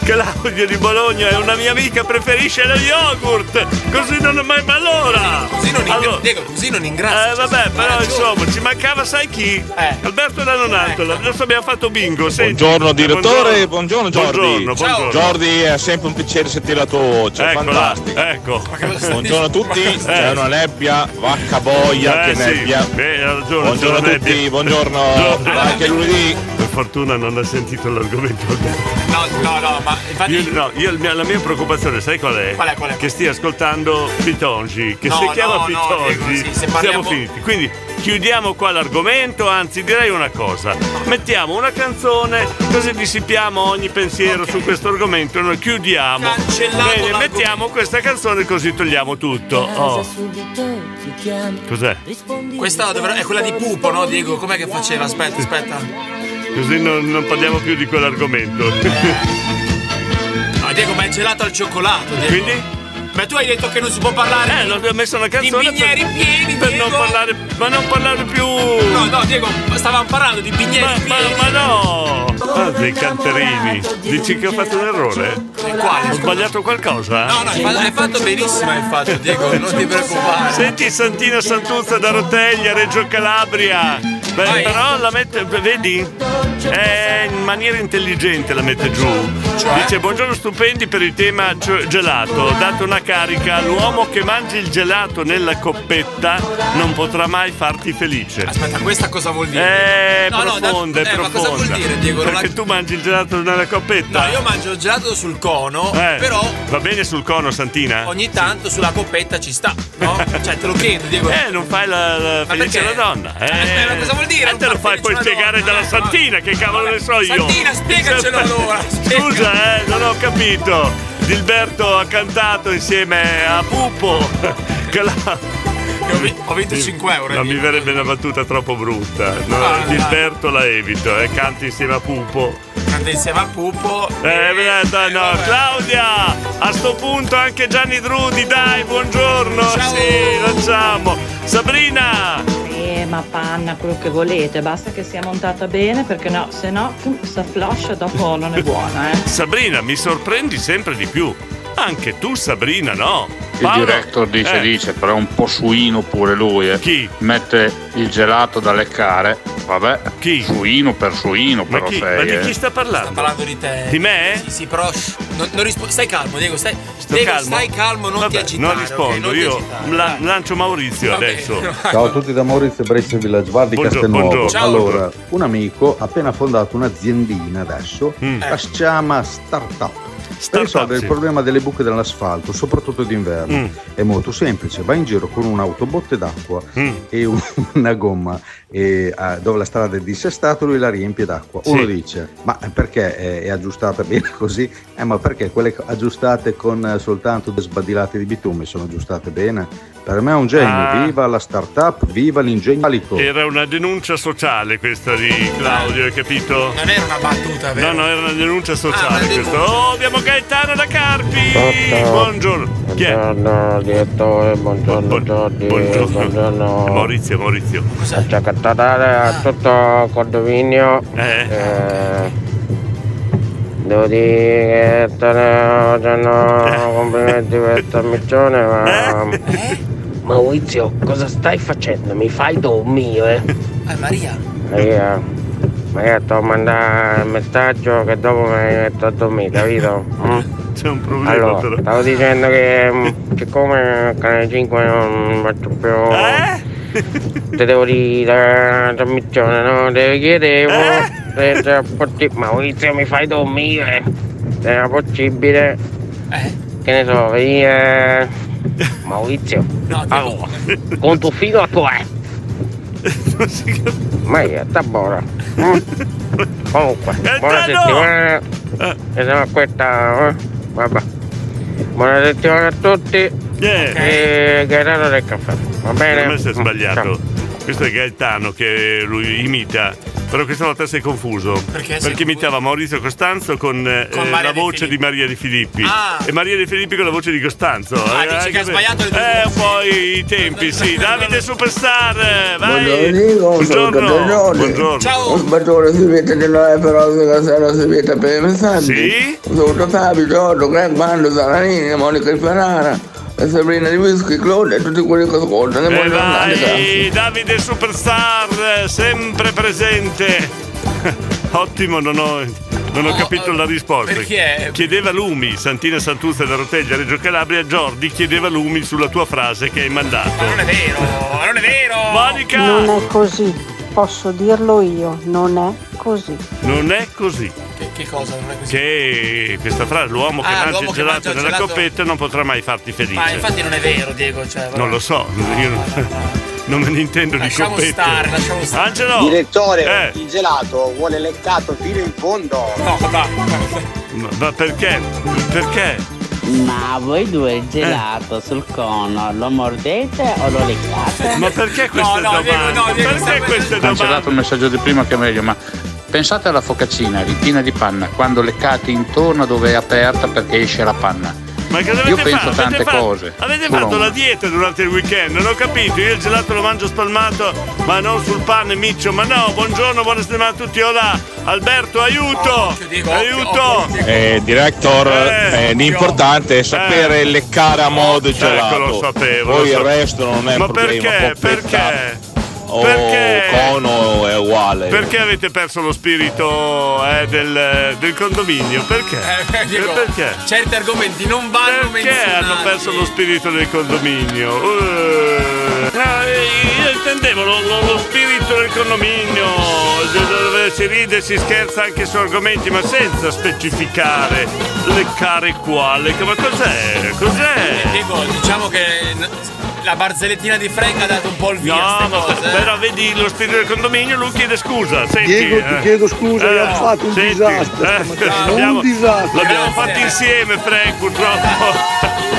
[SPEAKER 2] Claudio di Bologna è una mia amica, preferisce lo yogurt. Così non è mai ma allora.
[SPEAKER 3] Così non, ingra-
[SPEAKER 2] Allora-
[SPEAKER 3] Diego, così non ingrassa.
[SPEAKER 2] Eh vabbè, però insomma, ci mancava sai chi?
[SPEAKER 3] Eh.
[SPEAKER 2] Alberto
[SPEAKER 3] Ecco.
[SPEAKER 2] Danonantola. Adesso abbiamo fatto bingo. senti.
[SPEAKER 24] Buongiorno
[SPEAKER 2] Eh,
[SPEAKER 24] direttore, buongiorno Giordi.
[SPEAKER 2] Buongiorno, buongiorno.
[SPEAKER 24] Giordi, è sempre un piacere sentire la tua voce,
[SPEAKER 2] Eccola,
[SPEAKER 24] fantastica.
[SPEAKER 2] Ecco.
[SPEAKER 24] Buongiorno a tutti, c'è
[SPEAKER 2] Eh.
[SPEAKER 24] una nebbia, vacca boia,
[SPEAKER 2] Eh,
[SPEAKER 24] che
[SPEAKER 2] sì.
[SPEAKER 24] nebbia.
[SPEAKER 2] Eh, ha ragione,
[SPEAKER 24] Buongiorno a
[SPEAKER 2] c'è una
[SPEAKER 24] tutti,
[SPEAKER 2] nebbia.
[SPEAKER 24] buongiorno.
[SPEAKER 2] Buongiorno.
[SPEAKER 24] Anche lunedì.
[SPEAKER 2] Per fortuna non ha sentito l'argomento Alberto.
[SPEAKER 3] No, no, no, ma infatti.
[SPEAKER 2] Io, no, io- il mia- la mia preoccupazione, sai qual è?
[SPEAKER 3] Qual è, qual è?
[SPEAKER 2] Che stia ascoltando Pitongi, che
[SPEAKER 3] No,
[SPEAKER 2] si
[SPEAKER 3] no,
[SPEAKER 2] chiama
[SPEAKER 3] no,
[SPEAKER 2] Pitongi.
[SPEAKER 3] Diego, sì, se
[SPEAKER 2] siamo
[SPEAKER 3] parliamo-
[SPEAKER 2] finiti. Quindi chiudiamo qua l'argomento, anzi direi una cosa. Mettiamo una canzone, così dissipiamo ogni pensiero su questo argomento, noi chiudiamo.
[SPEAKER 22] Cancellato
[SPEAKER 2] Bene,
[SPEAKER 22] l'argomento.
[SPEAKER 2] mettiamo questa canzone così togliamo tutto.
[SPEAKER 22] Casa
[SPEAKER 2] Oh,
[SPEAKER 22] subito ti chiamo.
[SPEAKER 2] cos'è?
[SPEAKER 3] Questa dovrà- è quella di Pupo, no, Diego? Com'è che faceva? Aspetta, aspetta.
[SPEAKER 2] Così non, non parliamo più di quell'argomento.
[SPEAKER 3] No, Ah, Diego, ma è gelato al cioccolato, Diego.
[SPEAKER 2] Quindi?
[SPEAKER 3] Ma tu hai detto che non si può parlare.
[SPEAKER 2] Eh, l'ho messo una canzone
[SPEAKER 3] Di bigneri
[SPEAKER 2] per-
[SPEAKER 3] pieni,
[SPEAKER 2] per
[SPEAKER 3] Diego.
[SPEAKER 2] non parlare. Ma non parlare più.
[SPEAKER 3] No, no, Diego, stavamo parlando di bigneri pieni.
[SPEAKER 2] Ma no! Ah, dei canterini. Dici che ho fatto un errore?
[SPEAKER 3] quale?
[SPEAKER 2] Ho sbagliato qualcosa?
[SPEAKER 3] No, no, hai fa- hai fatto benissimo, hai fatto, Diego, non ti preoccupare.
[SPEAKER 2] Senti Santina Santuzza da Roteglia, Reggio Calabria. Beh, però la mette, vedi? È in maniera intelligente la mette giù.
[SPEAKER 3] Cioè?
[SPEAKER 2] Dice buongiorno stupendi per il tema cio- gelato. Date una carica all'uomo che mangi il gelato nella coppetta non potrà mai farti felice.
[SPEAKER 3] Aspetta, questa cosa vuol dire?
[SPEAKER 2] È
[SPEAKER 3] No, no, da-
[SPEAKER 2] profonda, è
[SPEAKER 3] eh, ma
[SPEAKER 2] profonda.
[SPEAKER 3] cosa vuol dire, Diego? Non la-
[SPEAKER 2] Perché tu mangi il gelato nella coppetta?
[SPEAKER 3] No, io mangio il gelato sul cono,
[SPEAKER 2] Eh,
[SPEAKER 3] però
[SPEAKER 2] Va bene sul cono, Santina?
[SPEAKER 3] ogni tanto sulla coppetta ci sta, no? Cioè, te lo chiedo, Diego.
[SPEAKER 2] Eh, non fai la, la felice
[SPEAKER 3] perché?
[SPEAKER 2] la donna. Eh,
[SPEAKER 3] ma cosa vuol dire?
[SPEAKER 2] Eh, te lo fai poi spiegare dalla Santina, che cavolo ne so io. Esatto.
[SPEAKER 3] Santina, spiegacelo allora,
[SPEAKER 2] Scusa, eh, non ho capito. Dilberto ha cantato insieme a Pupo. Che la-
[SPEAKER 3] Ho vinto 5 euro. eh,
[SPEAKER 2] Non mi verrebbe una battuta troppo brutta. No,
[SPEAKER 3] Ah,
[SPEAKER 2] Dilberto la evito, eh, canti insieme a Pupo.
[SPEAKER 3] Canta insieme a Pupo.
[SPEAKER 2] Eh, beh, dai, no, Claudia! A sto punto anche Gianni Drudi, dai, buongiorno! Sì, lanciamo! Sabrina!
[SPEAKER 16] Crema, Eh, panna, quello che volete, basta che sia montata bene perché no, se no si floscia dopo non è buona, eh.
[SPEAKER 2] Sabrina, mi sorprendi sempre di più. Anche tu, Sabrina, no?
[SPEAKER 24] Il director dice,
[SPEAKER 2] eh,
[SPEAKER 24] dice, però è un po' suino pure lui. Eh.
[SPEAKER 2] Chi?
[SPEAKER 24] Mette il gelato da leccare. Vabbè,
[SPEAKER 2] chi?
[SPEAKER 24] suino per suino,
[SPEAKER 2] Ma,
[SPEAKER 24] però
[SPEAKER 2] chi-
[SPEAKER 24] sei.
[SPEAKER 2] ma di
[SPEAKER 24] eh.
[SPEAKER 2] chi sta parlando?
[SPEAKER 3] Sta parlando di te.
[SPEAKER 2] Di me?
[SPEAKER 3] Sì, sì, però. shh, Non, non rispo- stai calmo, Diego, stai. Diego,
[SPEAKER 2] calmo?
[SPEAKER 3] stai calmo, non ti
[SPEAKER 2] Vabbè,
[SPEAKER 3] agitare.
[SPEAKER 2] non rispondo,
[SPEAKER 3] ok? Non ti
[SPEAKER 2] io
[SPEAKER 3] agitare.
[SPEAKER 2] la- lancio Maurizio adesso.
[SPEAKER 6] Ciao a tutti da Maurizio Breccia Village Bar di
[SPEAKER 2] Buongiorno,
[SPEAKER 6] Castelnuovo.
[SPEAKER 2] buongiorno. Ciao.
[SPEAKER 6] Allora, un amico ha appena fondato un'aziendina adesso, la si chiama Startup. Per risolvere il problema delle buche dell'asfalto, soprattutto d'inverno,
[SPEAKER 25] Mm.
[SPEAKER 6] è molto semplice. Vai in giro con un'autobotte d'acqua e un- una gomma e, ah, dove la strada è dissestata, lui la riempie d'acqua.
[SPEAKER 26] Sì.
[SPEAKER 6] Uno dice: Ma perché è, è aggiustata bene così? Eh, ma perché quelle co- aggiustate con eh, soltanto due sbadilate di bitume sono aggiustate bene? Per me è un genio.
[SPEAKER 2] Ah. Eh.
[SPEAKER 6] Viva la startup, viva l'ingegnalico.
[SPEAKER 2] Era una denuncia sociale questa di Claudio, hai capito? Non era una battuta, vero? No, no, era una denuncia sociale questa. Oh, abbiamo Gaetano da Carpi! Buongiorno.
[SPEAKER 27] Buongiorno direttore, buongiorno Giordi, buongiorno,
[SPEAKER 2] Maurizio, Maurizio.
[SPEAKER 27] Faccio cantare a tutto il condominio. Eh, Devo dire che te ne oggi no, complimenti per il tormicione, ma... Maurizio, cosa stai facendo? Mi fai dormire?
[SPEAKER 3] Eh, Maria.
[SPEAKER 27] Maria, Maria, ti ho mandato il messaggio che dopo mi metto a dormire, capito? Mm?
[SPEAKER 2] C'è un problema
[SPEAKER 27] Allora,
[SPEAKER 2] però.
[SPEAKER 27] stavo dicendo che mm, siccome al Canale 5 non faccio più...
[SPEAKER 2] Eh?
[SPEAKER 27] Ti devo dire la trasmissione, no? eh, Te
[SPEAKER 2] Eh?
[SPEAKER 27] chiedevo se era possibile... Maurizio, mi fai dormire? Se era possibile...
[SPEAKER 2] Eh?
[SPEAKER 27] Che ne so, venire... Maurizio, allora, con tuo figlio a tua ma io sta buona. Mm. Comunque,
[SPEAKER 2] Eh,
[SPEAKER 27] buona settimana. E sono questa. eh, Vabbè. Buona settimana a tutti. E Gaetano del caffè. Va bene?
[SPEAKER 2] Per me si è
[SPEAKER 27] Mm,
[SPEAKER 2] sbagliato.
[SPEAKER 27] ciao.
[SPEAKER 2] Questo è Gaetano che lui imita. Però questa volta sei confuso. Perché? imitava Maurizio Costanzo con, eh, la voce di Maria Di Filippi. Ah. E Maria Di Filippi con la voce di Costanzo.
[SPEAKER 3] Ah,
[SPEAKER 2] Eh,
[SPEAKER 3] dici che ha
[SPEAKER 2] anche-
[SPEAKER 3] sbagliato le due
[SPEAKER 2] Eh, poi i tempi, sì. Davide Superstar, eh, vai.
[SPEAKER 28] Buongiorno, sono Catagnoli. Un bacione si vede che non è però se la sera si vede per i messaggi.
[SPEAKER 2] Sì.
[SPEAKER 28] Un saluto a Fabio, Giorgio, Gran Bando, Saranini, Monica di Ferrara, e Sabrina di Whisky, Claude e tutti quelli che ascoltano. E
[SPEAKER 2] E
[SPEAKER 28] vogliono andare, grazie.
[SPEAKER 2] Eh, vai, Davide Superstar, eh, sempre presente. Ottimo, non ho, non ho capito la risposta.
[SPEAKER 3] perché?
[SPEAKER 2] Chiedeva Lumi, Santina Santuzza da Roteggia, Reggio Calabria, Giordi chiedeva Lumi sulla tua frase che hai mandato. Ma non è vero, non è vero! Monica!
[SPEAKER 5] Non è così, posso dirlo io, non è così.
[SPEAKER 2] Non è così.
[SPEAKER 3] Che, che cosa? Non è così.
[SPEAKER 2] Che questa frase, l'uomo che
[SPEAKER 3] Ah,
[SPEAKER 2] mangia
[SPEAKER 3] l'uomo
[SPEAKER 2] il
[SPEAKER 3] che
[SPEAKER 2] gelato
[SPEAKER 3] mangia il
[SPEAKER 2] nella
[SPEAKER 3] gelato-
[SPEAKER 2] coppetta non potrà mai farti felice.
[SPEAKER 3] Ma infatti non è vero, Diego. Cioè, vabbè.
[SPEAKER 2] Non lo so, io non- non me ne intendo
[SPEAKER 3] Lasciamo
[SPEAKER 2] di coppette.
[SPEAKER 3] stare, lasciamo stare.
[SPEAKER 2] Angelo!
[SPEAKER 8] Direttore,
[SPEAKER 2] Eh.
[SPEAKER 8] il gelato vuole leccato fino in fondo. No,
[SPEAKER 2] Ma, ma perché? Perché? Eh.
[SPEAKER 9] Ma voi due il gelato sul cono lo mordete o lo leccate?
[SPEAKER 2] Ma perché queste
[SPEAKER 9] no, Diego,
[SPEAKER 2] domande?
[SPEAKER 9] no, Diego,
[SPEAKER 2] perché queste
[SPEAKER 24] Ho
[SPEAKER 2] domande?
[SPEAKER 24] dato il messaggio di prima che è meglio, ma pensate alla focaccina ripiena di panna, quando leccate intorno dove è aperta perché esce la panna.
[SPEAKER 2] Ma cosa avete
[SPEAKER 24] Io penso
[SPEAKER 2] fatto?
[SPEAKER 24] a tante
[SPEAKER 2] avete fatto-
[SPEAKER 24] cose.
[SPEAKER 2] avete
[SPEAKER 24] solo
[SPEAKER 2] fatto
[SPEAKER 24] una.
[SPEAKER 2] la dieta durante il weekend, non ho capito. Io il gelato lo mangio spalmato, ma non sul pane, miccio. Ma no, buongiorno, buona settimana a tutti. Olà, Alberto, aiuto! aiuto!
[SPEAKER 10] Eh, director, eh, l'importante è sapere leccare a modo il
[SPEAKER 2] Eh. Ecco,
[SPEAKER 10] gelato.
[SPEAKER 2] lo sapevo,
[SPEAKER 10] Poi
[SPEAKER 2] lo
[SPEAKER 10] il
[SPEAKER 2] sapevo.
[SPEAKER 10] resto non è
[SPEAKER 2] Ma
[SPEAKER 10] un problema.
[SPEAKER 2] perché?
[SPEAKER 10] coppetta O
[SPEAKER 2] Perché?
[SPEAKER 10] cono è uguale.
[SPEAKER 2] Perché avete perso lo spirito eh, del, del condominio? Perché?
[SPEAKER 3] Eh, Diego,
[SPEAKER 2] perché?
[SPEAKER 3] Certi argomenti non vanno
[SPEAKER 2] Perché
[SPEAKER 3] menzionati.
[SPEAKER 2] hanno perso lo spirito del condominio? Eh, no, eh, io intendevo lo, lo- lo spirito del condominio, d- dove si ride e si scherza anche su argomenti, ma senza specificare leccare quale. Ma cos'è? Cos'è?
[SPEAKER 3] Diego, diciamo che n- la barzellettina di Frank ha dato un po' il via a
[SPEAKER 2] No,
[SPEAKER 3] ste
[SPEAKER 2] ma
[SPEAKER 3] cose. eh.
[SPEAKER 2] però vedi lo spirito del condominio, lui chiede scusa. Senti,
[SPEAKER 10] Diego, ti
[SPEAKER 2] eh.
[SPEAKER 10] chiedo scusa,
[SPEAKER 2] Eh,
[SPEAKER 10] hai fatto un
[SPEAKER 2] senti,
[SPEAKER 10] disastro
[SPEAKER 2] eh,
[SPEAKER 10] stamattina, un
[SPEAKER 2] l'abbiamo-
[SPEAKER 10] disastro.
[SPEAKER 2] L'abbiamo
[SPEAKER 10] Grazie.
[SPEAKER 2] fatto insieme, Frank, purtroppo.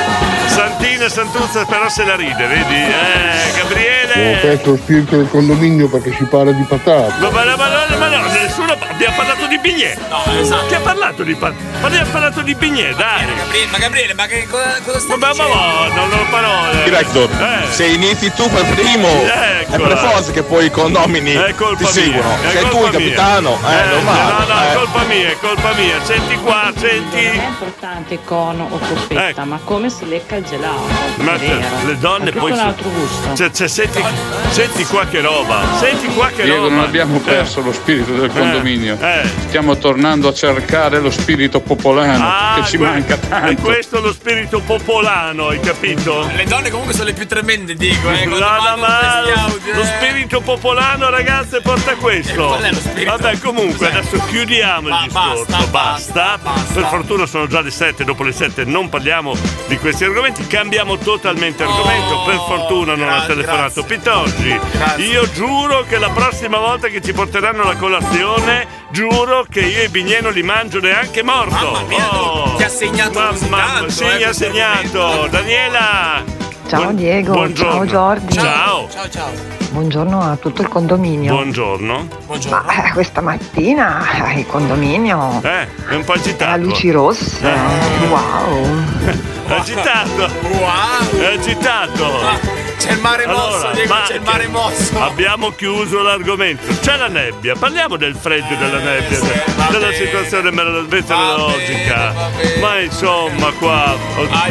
[SPEAKER 2] Santina e Santuzza però se la ride, vedi? Eh,
[SPEAKER 21] Ho
[SPEAKER 2] Gabriele!
[SPEAKER 21] perso lo spirito del condominio perché si parla di patate.
[SPEAKER 2] Ma, ma, ma- ma- ma no, nessuno abbiamo parlato di biglietti. No,
[SPEAKER 3] esatto.
[SPEAKER 2] Chi ha parlato di pa- Ma abbiamo parlato di biglietti, dai.
[SPEAKER 3] Gabriele, ma Gabriele, ma che cosa, cosa stai
[SPEAKER 2] Ma, ma, ma, non ho parole.
[SPEAKER 10] Director,
[SPEAKER 2] Eh.
[SPEAKER 10] se inizi tu per primo, è
[SPEAKER 2] Eccola.
[SPEAKER 10] per forza che poi i condomini
[SPEAKER 2] È
[SPEAKER 10] ti
[SPEAKER 2] colpa mia.
[SPEAKER 10] seguono.
[SPEAKER 2] è
[SPEAKER 10] Sei tu
[SPEAKER 2] colpa
[SPEAKER 10] il
[SPEAKER 2] mia.
[SPEAKER 10] capitano, eh,
[SPEAKER 2] Eh,
[SPEAKER 10] normale.
[SPEAKER 2] No, no, è
[SPEAKER 10] eh.
[SPEAKER 2] colpa mia, è colpa mia. Senti qua, senti.
[SPEAKER 16] Non è importante cono o coppetta,
[SPEAKER 2] Ecco.
[SPEAKER 16] ma come si lecca il gelato.
[SPEAKER 2] Ma cioè,
[SPEAKER 16] è vero.
[SPEAKER 2] le donne
[SPEAKER 16] Ha
[SPEAKER 2] poi.
[SPEAKER 16] tutto un altro gusto.
[SPEAKER 2] Cioè, cioè, senti, senti qua che roba. Senti qua che
[SPEAKER 20] Diego,
[SPEAKER 2] roba.
[SPEAKER 20] non abbiamo perso lo spirito
[SPEAKER 2] Eh.
[SPEAKER 20] del condominio. Stiamo tornando a cercare lo spirito popolano che ci manca
[SPEAKER 2] Ah, E
[SPEAKER 20] tanto.
[SPEAKER 2] questo è lo spirito popolano, hai capito?
[SPEAKER 3] Le donne comunque sono le più tremende, Diego, eh.
[SPEAKER 2] No, no, ma lo Lo spirito popolano, ragazze, porta
[SPEAKER 3] Eh,
[SPEAKER 2] questo. Vabbè, comunque, adesso chiudiamo il discorso. basta, Per fortuna sono già le 7. Dopo le 7 non parliamo di questi argomenti. Cambiamo totalmente argomento. Per fortuna non ha telefonato Pitoggi. Io giuro che la prossima volta che ci porteranno la colazione, giuro che io e Bignè non li mangio neanche morto. Mamma mia, ti ha segnato eh, Mamma, sì, mi ha segnato. Daniela.
[SPEAKER 11] Ciao
[SPEAKER 2] Buon-
[SPEAKER 11] Diego,
[SPEAKER 2] buongiorno.
[SPEAKER 11] ciao Giordi.
[SPEAKER 2] Ciao.
[SPEAKER 3] Ciao, ciao.
[SPEAKER 11] Buongiorno a tutto il condominio.
[SPEAKER 2] Buongiorno.
[SPEAKER 11] Ma eh, questa mattina eh, il condominio
[SPEAKER 2] Eh, è un po' agitato.
[SPEAKER 11] a luci rosse. Wow.
[SPEAKER 2] agitato. Wow. agitato.
[SPEAKER 3] c'è il mare mosso, Diego, c'è il mare mosso.
[SPEAKER 2] Abbiamo chiuso l'argomento. C'è la nebbia, parliamo del freddo e
[SPEAKER 3] Eh,
[SPEAKER 2] della nebbia, de- della situazione mer- meteorologica. Ma insomma, qua. ho-
[SPEAKER 3] Ah,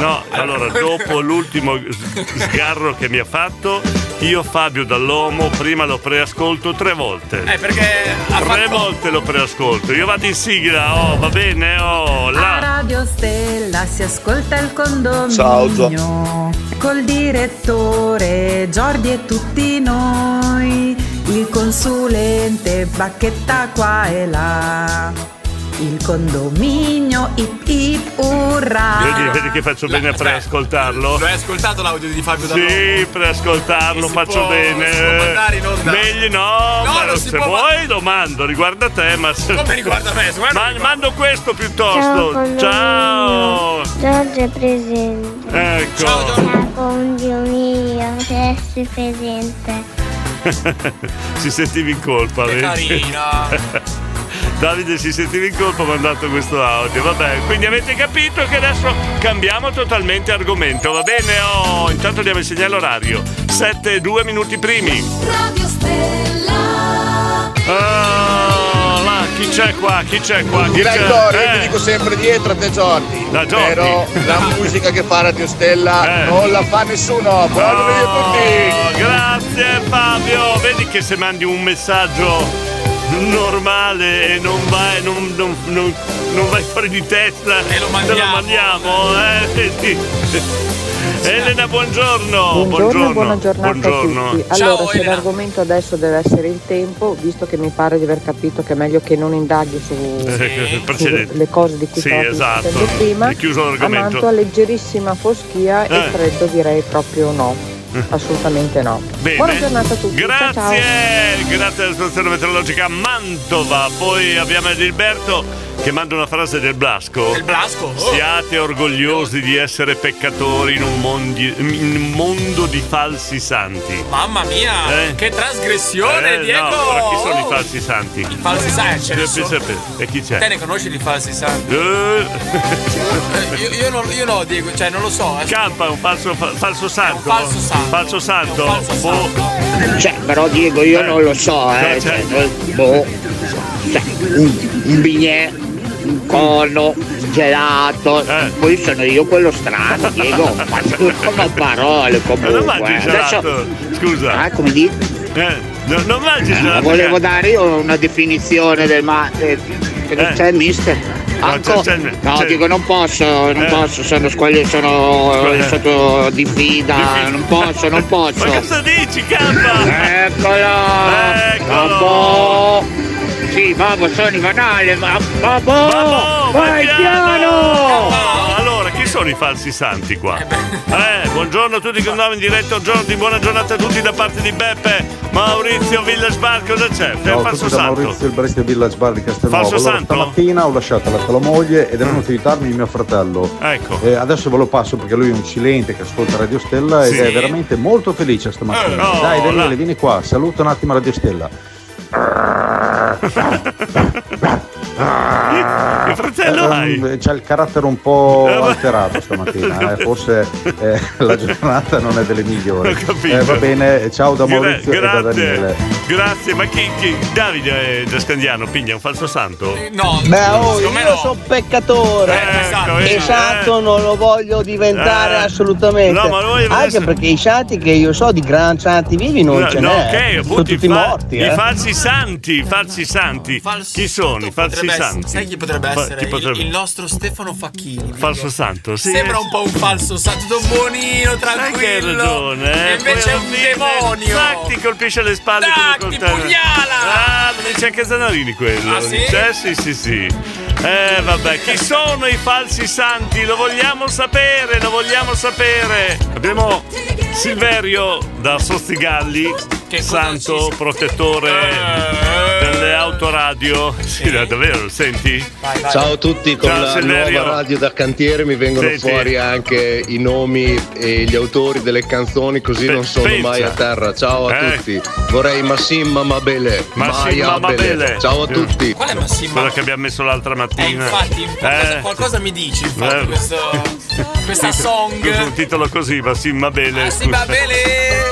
[SPEAKER 2] no, allora, dopo l'ultimo s- sgarro che mi ha fatto, io Fabio Dall'Omo prima lo preascolto tre volte.
[SPEAKER 3] Eh, perché ha
[SPEAKER 2] Tre
[SPEAKER 3] fatto.
[SPEAKER 2] volte lo preascolto, io vado in sigla, oh va bene, oh
[SPEAKER 5] A
[SPEAKER 2] là.
[SPEAKER 5] Radio Stella si ascolta il condominio col direttore Giordi e tutti noi, il consulente Bacchetta qua e là. Il condominio ip
[SPEAKER 2] Vedi,
[SPEAKER 5] ip
[SPEAKER 3] Ah.
[SPEAKER 5] urra.
[SPEAKER 2] vedi che faccio bene a preascoltarlo?
[SPEAKER 3] Hai ascoltato l'audio di Fabio Dall'Omo?
[SPEAKER 2] Sì, preascoltarlo,
[SPEAKER 3] Si
[SPEAKER 2] faccio
[SPEAKER 3] può-
[SPEAKER 2] bene.
[SPEAKER 3] si può mandare in onda?
[SPEAKER 2] Meglio no,
[SPEAKER 3] No,
[SPEAKER 2] ma
[SPEAKER 3] non si
[SPEAKER 2] se
[SPEAKER 3] può
[SPEAKER 2] vuoi lo mando, riguarda te, ma se...
[SPEAKER 3] Come riguarda me? Se vuoi
[SPEAKER 2] Ma- mando questo
[SPEAKER 1] Ciao,
[SPEAKER 2] piuttosto.
[SPEAKER 1] condominio.
[SPEAKER 2] Ciao.
[SPEAKER 1] Giorgio è presente.
[SPEAKER 2] Ecco.
[SPEAKER 1] Ciao condominio, se sei presente.
[SPEAKER 2] si sentiva in colpa, vedi?
[SPEAKER 1] carina.
[SPEAKER 2] Davide si sentiva in colpa, ha mandato questo audio. Vabbè, quindi avete capito che adesso cambiamo totalmente argomento, va bene? Oh, intanto diamo il segnale orario. 7 e 2 minuti primi.
[SPEAKER 29] Radio Stella.
[SPEAKER 2] Oh, là, chi c'è qua? Chi c'è qua? Chi
[SPEAKER 1] Direttore,
[SPEAKER 2] c'è? Eh.
[SPEAKER 1] io ti dico sempre dietro a te Giordi.
[SPEAKER 2] Da Eh. Giordi.
[SPEAKER 1] Però la musica che fa Radio Stella non la fa nessuno. Buon lunedì a tutti.
[SPEAKER 2] Oh, grazie Fabio, vedi che se mandi un messaggio normale e non vai, non, non- non- non vai fuori di testa e lo mandiamo, lo mandiamo eh, vedi? Elena Oh, buongiorno
[SPEAKER 14] Buongiorno, e buona giornata
[SPEAKER 2] Buongiorno.
[SPEAKER 14] a tutti. Allora, se l'argomento adesso deve essere il tempo, visto che mi pare di aver capito che è meglio che non indaghi su,
[SPEAKER 2] Eh,
[SPEAKER 14] sulle
[SPEAKER 2] precedente.
[SPEAKER 14] cose di cui
[SPEAKER 2] sì,
[SPEAKER 14] stavate
[SPEAKER 2] esatto.
[SPEAKER 14] discutendo prima,
[SPEAKER 2] È chiuso
[SPEAKER 14] a Mantua
[SPEAKER 2] l'argomento.
[SPEAKER 14] leggerissima foschia
[SPEAKER 2] Eh.
[SPEAKER 14] e freddo direi proprio no, assolutamente no.
[SPEAKER 2] Bene.
[SPEAKER 14] Buona giornata a tutti. ciao, ciao.
[SPEAKER 2] Grazie, grazie alla situazione meteorologica a Mantova. Poi abbiamo Edilberto che manda una frase del Blasco.
[SPEAKER 3] Il Blasco? Oh.
[SPEAKER 2] Siate orgogliosi di essere peccatori in un, mondi- in un mondo di falsi santi.
[SPEAKER 3] Mamma mia,
[SPEAKER 2] Eh?
[SPEAKER 3] che trasgressione,
[SPEAKER 2] Eh,
[SPEAKER 3] Diego! Oh.
[SPEAKER 2] No, ora chi sono i falsi santi? I
[SPEAKER 3] falsi santi, ce ne sono.
[SPEAKER 2] E chi c'è?
[SPEAKER 3] cioè. Te ne conosci di falsi santi?
[SPEAKER 2] Eh.
[SPEAKER 3] Eh, Io, io non, io no, Diego, cioè non lo so. eh.
[SPEAKER 2] K, un falso, fa- falso santo.
[SPEAKER 3] falso santo.
[SPEAKER 2] Falso santo. Boh.
[SPEAKER 4] Cioè, però Diego io non lo so, eh. Cioè, no- boh. Cioè, un, un bignè, un corno, un Eh, gelato.
[SPEAKER 2] Eh.
[SPEAKER 4] Poi sono io quello strano, Diego. Ma tu non ho parole
[SPEAKER 2] Ma non
[SPEAKER 4] comunque.
[SPEAKER 2] mangi il
[SPEAKER 4] eh. Adesso,
[SPEAKER 2] gelato? Scusa.
[SPEAKER 4] ah, come dici?
[SPEAKER 2] Eh, no- non mangi il
[SPEAKER 4] Eh,
[SPEAKER 2] gelato?
[SPEAKER 4] volevo dare io una definizione del ma. eh, perché
[SPEAKER 2] Eh.
[SPEAKER 4] c'è il mister? Ecco. Anco-
[SPEAKER 2] c'è il-
[SPEAKER 4] no,
[SPEAKER 2] c'è-
[SPEAKER 4] dico non posso, non
[SPEAKER 2] Eh.
[SPEAKER 4] posso, sono squagli, sono
[SPEAKER 2] Squagli-
[SPEAKER 4] sotto di fida, non posso, non posso.
[SPEAKER 2] Ma cosa dici, K?
[SPEAKER 4] Eccolo! Eccolo! Sì, babbo, sono i banale, ma babbo!
[SPEAKER 2] Babbo,
[SPEAKER 4] vai
[SPEAKER 2] vai
[SPEAKER 4] piano!
[SPEAKER 2] Allora, chi sono i falsi santi qua? Eh, buongiorno a tutti che andavano in diretta Giordi, buona giornata a tutti da parte di Beppe, Maurizio Villasbar, cosa c'è? È
[SPEAKER 6] Ciao
[SPEAKER 2] un
[SPEAKER 6] a
[SPEAKER 2] falso
[SPEAKER 6] tutti da
[SPEAKER 2] santo.
[SPEAKER 6] Maurizio il barista di Village Bar di Castelnuovo.
[SPEAKER 2] Falso
[SPEAKER 6] Allora,
[SPEAKER 2] santo? Mm.
[SPEAKER 6] stamattina ho lasciato la tua moglie ed è venuto a aiutarmi mio fratello.
[SPEAKER 2] Ecco.
[SPEAKER 6] Eh, adesso ve lo passo perché lui è un cilente che ascolta Radio Stella
[SPEAKER 2] Sì.
[SPEAKER 6] ed è veramente molto felice stamattina.
[SPEAKER 2] Eh, no,
[SPEAKER 6] Dai Daniele,
[SPEAKER 2] là.
[SPEAKER 6] vieni qua, saluta un attimo Radio Stella.
[SPEAKER 2] Che fratello hai?
[SPEAKER 6] C'ha Eh, il carattere un po'
[SPEAKER 2] Eh, ma-
[SPEAKER 6] alterato stamattina, eh, forse eh, la giornata non è delle migliori.
[SPEAKER 2] Ho capito.
[SPEAKER 6] Eh, va bene, ciao da
[SPEAKER 2] Gra-
[SPEAKER 6] Maurizio e da
[SPEAKER 2] grazie.
[SPEAKER 6] Daniele.
[SPEAKER 2] Grazie, ma chi, chi? Davide eh, Giascandiano piglia un falso santo?
[SPEAKER 3] Eh, No,
[SPEAKER 22] Beh, oh, io sono peccatore.
[SPEAKER 2] Ecco,
[SPEAKER 22] e
[SPEAKER 2] vedi,
[SPEAKER 22] santo non lo voglio diventare
[SPEAKER 2] Eh.
[SPEAKER 22] assolutamente.
[SPEAKER 2] No, ma voi
[SPEAKER 22] Anche
[SPEAKER 2] adesso-
[SPEAKER 22] perché i santi che io so di gran santi vivi non
[SPEAKER 2] no,
[SPEAKER 22] ce
[SPEAKER 2] no,
[SPEAKER 22] n'è.
[SPEAKER 2] ok,
[SPEAKER 22] sono
[SPEAKER 2] appunto i,
[SPEAKER 22] tutti
[SPEAKER 2] fa-
[SPEAKER 22] morti.
[SPEAKER 2] i
[SPEAKER 22] eh.
[SPEAKER 2] falsi santi, i falsi santi. chi sono i falsi
[SPEAKER 3] Potrebbe essere-
[SPEAKER 2] santi?
[SPEAKER 3] sai chi potrebbe
[SPEAKER 2] Fa-
[SPEAKER 3] essere?
[SPEAKER 2] chi
[SPEAKER 3] Il-
[SPEAKER 2] potrebbe-
[SPEAKER 3] Il, nostro Stefano Facchini.
[SPEAKER 2] Falso santo, sì.
[SPEAKER 3] Sembra un po' un falso santo, tutto buonino,
[SPEAKER 2] Sai che hai
[SPEAKER 3] tranquillo.
[SPEAKER 2] ragione, eh?
[SPEAKER 3] E invece è un demonio.
[SPEAKER 2] Zac, ti colpisce le spalle
[SPEAKER 3] Zac,
[SPEAKER 2] con
[SPEAKER 3] ti
[SPEAKER 2] coltello.
[SPEAKER 3] pugnala!
[SPEAKER 2] Ah, lo dice anche Zanarini quello.
[SPEAKER 3] Ah, sì?
[SPEAKER 2] Eh, sì, sì, sì. Eh, vabbè, chi sono i falsi santi? Lo vogliamo sapere, lo vogliamo sapere. Abbiamo Silverio da Sostigalli, santo protettore
[SPEAKER 3] Eh,
[SPEAKER 2] delle autoradio. Sì, davvero, senti?
[SPEAKER 30] Ciao a tutti, con
[SPEAKER 2] Ciao,
[SPEAKER 30] la
[SPEAKER 2] Silverio.
[SPEAKER 30] nuova radio da cantiere mi vengono
[SPEAKER 2] Sì, sì.
[SPEAKER 30] fuori anche i nomi e gli autori delle canzoni così non sono
[SPEAKER 2] pensa.
[SPEAKER 30] mai a terra. Ciao a
[SPEAKER 2] Eh.
[SPEAKER 30] tutti. Vorrei Massim Mamabele.
[SPEAKER 2] Massim
[SPEAKER 30] Maya
[SPEAKER 2] Mamabele.
[SPEAKER 30] Bele. Ciao a
[SPEAKER 2] Sì.
[SPEAKER 30] tutti.
[SPEAKER 3] Qual è Massim
[SPEAKER 2] Quello che abbiamo messo l'altra mattina.
[SPEAKER 3] Infatti, qualcosa, qualcosa mi dici, infatti,
[SPEAKER 2] Eh.
[SPEAKER 3] questo, questa
[SPEAKER 2] Scusa, un
[SPEAKER 3] song.
[SPEAKER 2] titolo così, ma sì, va bene.
[SPEAKER 3] Ah, sì, va bene.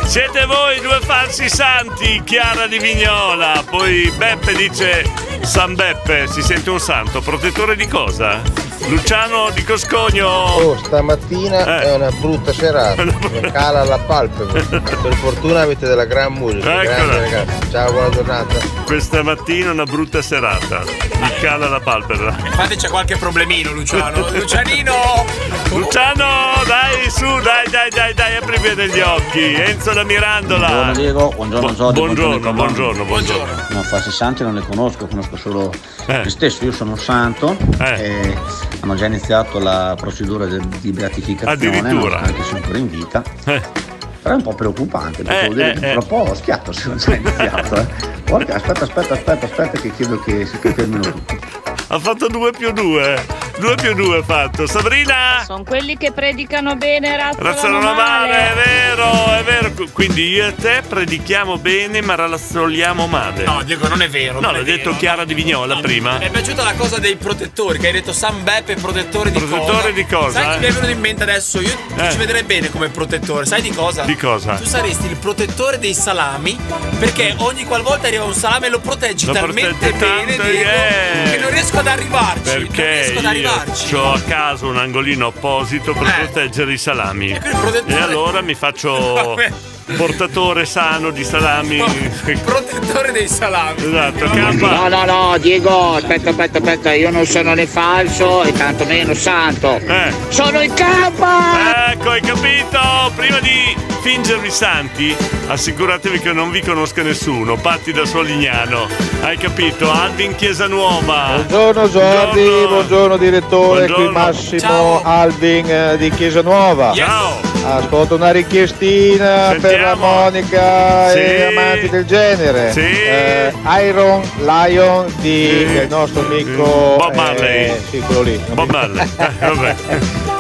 [SPEAKER 2] Siete voi due falsi santi, Chiara di Vignola. Poi Beppe dice San Beppe, si sente un santo, protettore di cosa? Luciano di Coscogno.
[SPEAKER 6] Oh, stamattina
[SPEAKER 2] Eh.
[SPEAKER 6] è una brutta serata, mi cala la palpebra. Per fortuna avete della gran musica.
[SPEAKER 2] Eccola.
[SPEAKER 6] Grande ragazzi, ciao, buona giornata.
[SPEAKER 2] Questa mattina una brutta serata. Mi cala la palpebra.
[SPEAKER 3] Infatti c'è qualche problemino, Luciano. Lucianino!
[SPEAKER 2] Luciano, dai, su, dai, dai, dai, dai, apri bene gli occhi. Enzo da Mirandola.
[SPEAKER 6] Buongiorno Diego, buongiorno
[SPEAKER 2] Bu-
[SPEAKER 6] Zodi,
[SPEAKER 2] buongiorno, buongiorno, buongiorno.
[SPEAKER 6] No, falsi santi non li conosco, conosco solo
[SPEAKER 2] Eh.
[SPEAKER 6] me stesso, io sono un santo e hanno già iniziato la procedura de- di beatificazione,
[SPEAKER 2] Addirittura.
[SPEAKER 6] anche sono ancora in vita. Però è un po' preoccupante, perché
[SPEAKER 2] Eh,
[SPEAKER 6] vuol dire
[SPEAKER 2] eh,
[SPEAKER 6] che purtroppo ho schiatto se non c'è iniziato. eh. Guarda, aspetta, aspetta, aspetta, aspetta che chiedo che si fermino tutti.
[SPEAKER 2] Ha fatto 2 più 2. 2 più 2 ha fatto. Sabrina!
[SPEAKER 5] Sono quelli che predicano bene, razzano,
[SPEAKER 2] Razzano la male, è vero, è vero. Qu- Quindi io e te predichiamo bene ma razzoliamo male.
[SPEAKER 3] No, Diego, non è vero.
[SPEAKER 2] No,
[SPEAKER 3] non è
[SPEAKER 2] l'ha detto
[SPEAKER 3] vero.
[SPEAKER 2] Chiara di Vignola prima.
[SPEAKER 3] Mi è piaciuta la cosa dei protettori, che hai detto San Beppe protettore di cosa?
[SPEAKER 2] Protettore di cosa,
[SPEAKER 3] Sai
[SPEAKER 2] eh?
[SPEAKER 3] che mi è venuto in mente adesso? Io ti ci vedrei bene come protettore, sai di cosa?
[SPEAKER 2] Di cosa?
[SPEAKER 3] Tu saresti il protettore dei salami, perché ogni qualvolta arriva un salame lo proteggi
[SPEAKER 2] Lo
[SPEAKER 3] talmente
[SPEAKER 2] proteggi
[SPEAKER 3] bene,
[SPEAKER 2] tanto,
[SPEAKER 3] Diego,
[SPEAKER 2] yeah.
[SPEAKER 3] che non riesco ad arrivarci. non
[SPEAKER 2] Perché
[SPEAKER 3] riesco ad
[SPEAKER 2] io
[SPEAKER 3] arrivarci. Eh.
[SPEAKER 2] ho a caso un angolino apposito per proteggere i salami. E allora mi faccio
[SPEAKER 3] Vabbè.
[SPEAKER 2] portatore sano di salami.
[SPEAKER 3] Protettore dei salami. Ecco.
[SPEAKER 2] Esatto,
[SPEAKER 16] No,
[SPEAKER 2] campa.
[SPEAKER 16] no, no, Diego, aspetta, aspetta, aspetta, io non sono né falso e tantomeno santo.
[SPEAKER 2] Eh,
[SPEAKER 16] Sono in campo!
[SPEAKER 2] Ecco, hai capito? Prima di fingervi santi, assicuratevi che non vi conosca nessuno. Patti da Solignano. Hai capito? Alvin Chiesa Nuova.
[SPEAKER 6] Buongiorno Jordi, buongiorno, direttore,
[SPEAKER 2] Buongiorno.
[SPEAKER 6] qui Massimo Alvin eh, di Chiesa Nuova.
[SPEAKER 2] Ciao.
[SPEAKER 6] Ascolto una richiestina per la Monica e amanti del genere.
[SPEAKER 2] Sì.
[SPEAKER 6] Eh, Iron Lion di del nostro amico
[SPEAKER 2] Bob Marley.
[SPEAKER 6] eh, sì, quello lì.
[SPEAKER 2] Bob Marley. Eh, Vabbè.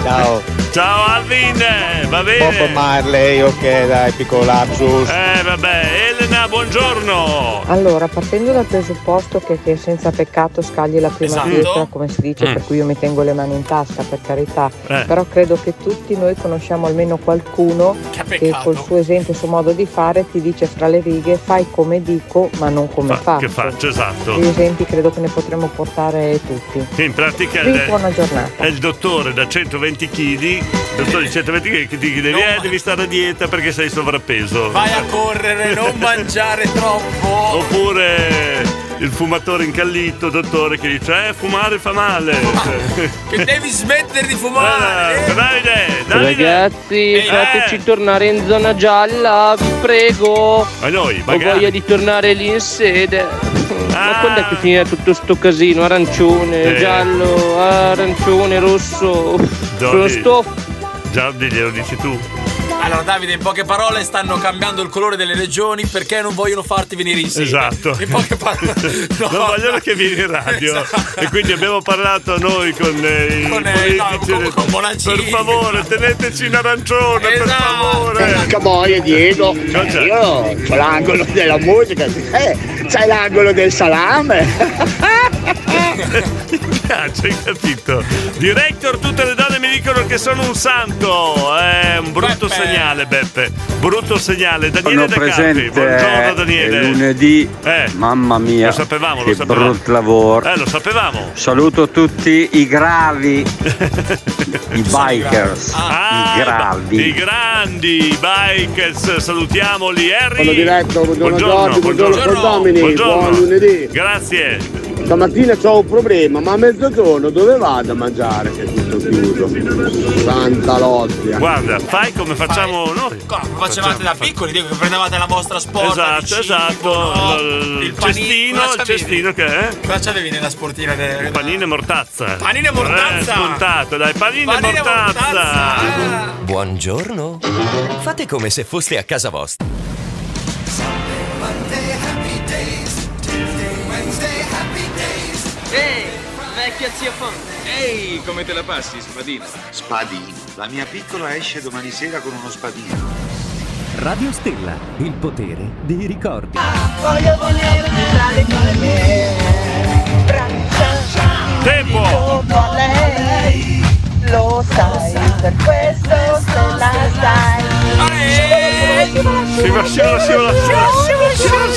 [SPEAKER 6] Ciao.
[SPEAKER 2] Ciao Alvin, Eh, va bene?
[SPEAKER 6] Bob Marley, ok, dai, piccolo lapsus.
[SPEAKER 2] Eh vabbè, Elena, buongiorno!
[SPEAKER 14] Allora, partendo dal presupposto che, che senza peccato scagli la prima
[SPEAKER 2] Esatto.
[SPEAKER 14] pietra, come si dice,
[SPEAKER 2] Mm.
[SPEAKER 14] per cui io mi tengo le mani in tasca, per carità,
[SPEAKER 2] Eh.
[SPEAKER 14] però credo che tutti noi conosciamo almeno qualcuno che, col suo esempio, il suo modo di fare ti dice fra le righe fai come dico ma non come
[SPEAKER 2] Fa-
[SPEAKER 14] fa.
[SPEAKER 2] che faccio, esatto.
[SPEAKER 14] Gli esempi credo che ne potremmo portare tutti.
[SPEAKER 2] Che in pratica
[SPEAKER 14] Vi
[SPEAKER 2] è,
[SPEAKER 14] buona giornata.
[SPEAKER 2] è il dottore da 120 kg, dottore di 120 kg che ti chiede, eh, devi stare a dieta perché sei sovrappeso.
[SPEAKER 3] Vai a correre, non mangiare troppo.
[SPEAKER 2] Oppure il fumatore incallito, dottore, che dice, eh, fumare fa male. Eh,
[SPEAKER 3] Che devi smettere di fumare!
[SPEAKER 2] Davide, Eh.
[SPEAKER 27] Ragazzi, fateci tornare in zona gialla, vi prego.
[SPEAKER 2] Ma noi,
[SPEAKER 27] Ho
[SPEAKER 2] Eh, magari. Ah.
[SPEAKER 27] voglia di tornare lì in sede. Ma quando è che finirà tutto sto casino? Arancione,
[SPEAKER 2] Eh.
[SPEAKER 27] giallo, arancione, rosso. Sono
[SPEAKER 2] Dodi.
[SPEAKER 27] stofo.
[SPEAKER 2] Giardi glielo dici tu.
[SPEAKER 3] Allora Davide, in poche parole stanno cambiando il colore delle regioni perché non vogliono farti venire in sede.
[SPEAKER 2] Esatto.
[SPEAKER 3] In poche parole. No.
[SPEAKER 2] Non vogliono che vieni in radio. E quindi abbiamo parlato noi Esatto. con eh, i politici. per favore, teneteci in arancione, per favore.
[SPEAKER 16] Porca boia Diego,
[SPEAKER 2] c'è?
[SPEAKER 16] Eh, io ho l'angolo della musica, eh, c'hai l'angolo del salame.
[SPEAKER 2] Mi piace, hai capito? Director, tutte le donne mi dicono che sono un santo. È un brutto segnale, Beppe. Brutto segnale. Daniele
[SPEAKER 6] Sono
[SPEAKER 2] De Campi.
[SPEAKER 6] presente
[SPEAKER 2] Buongiorno Daniele. Eh.
[SPEAKER 6] eh, lunedì, mamma mia,
[SPEAKER 2] Lo sapevamo, lo
[SPEAKER 6] che
[SPEAKER 2] sapevamo.
[SPEAKER 6] brutto lavoro.
[SPEAKER 2] Eh, lo sapevamo.
[SPEAKER 6] Saluto tutti i gravi, i bikers,
[SPEAKER 2] Ah,
[SPEAKER 6] i gravi.
[SPEAKER 2] I grandi i bikers, salutiamoli. Harry.
[SPEAKER 8] Buongiorno diretto, buongiorno Giorgio, buongiorno condomini, buon
[SPEAKER 2] Buongiorno.
[SPEAKER 8] lunedì.
[SPEAKER 2] Grazie.
[SPEAKER 8] Stamattina ho un problema, ma a mezzogiorno dove vado a mangiare che è tutto chiuso? Santa Lozia.
[SPEAKER 2] Guarda, fai come facciamo noi.
[SPEAKER 3] Come facevate da piccoli, dico che prendevate la vostra sporta.
[SPEAKER 2] Esatto, esatto. Il, il cestino, il cestino che è?
[SPEAKER 3] Cosa c'avevi nella sportiva? Del...
[SPEAKER 2] Panino e mortazza.
[SPEAKER 3] Panino e mortazza!
[SPEAKER 2] Eh, scontato, dai, panino,
[SPEAKER 3] Panino
[SPEAKER 2] e
[SPEAKER 3] e
[SPEAKER 2] mortazza.
[SPEAKER 27] Buongiorno. Fate come se foste a casa vostra.
[SPEAKER 5] Ehi, vecchia zia Fon. Ehi, come te la passi, Spadino? Spadino? La mia piccola esce domani sera con uno spadino.
[SPEAKER 27] Radio Stella, il potere dei ricordi.
[SPEAKER 22] Voglio volermi tra le
[SPEAKER 2] Tempo!
[SPEAKER 22] lei, lo sai, per questo se la dai.
[SPEAKER 2] Scivola, scivola, scivola, scivola, scivola, scivola,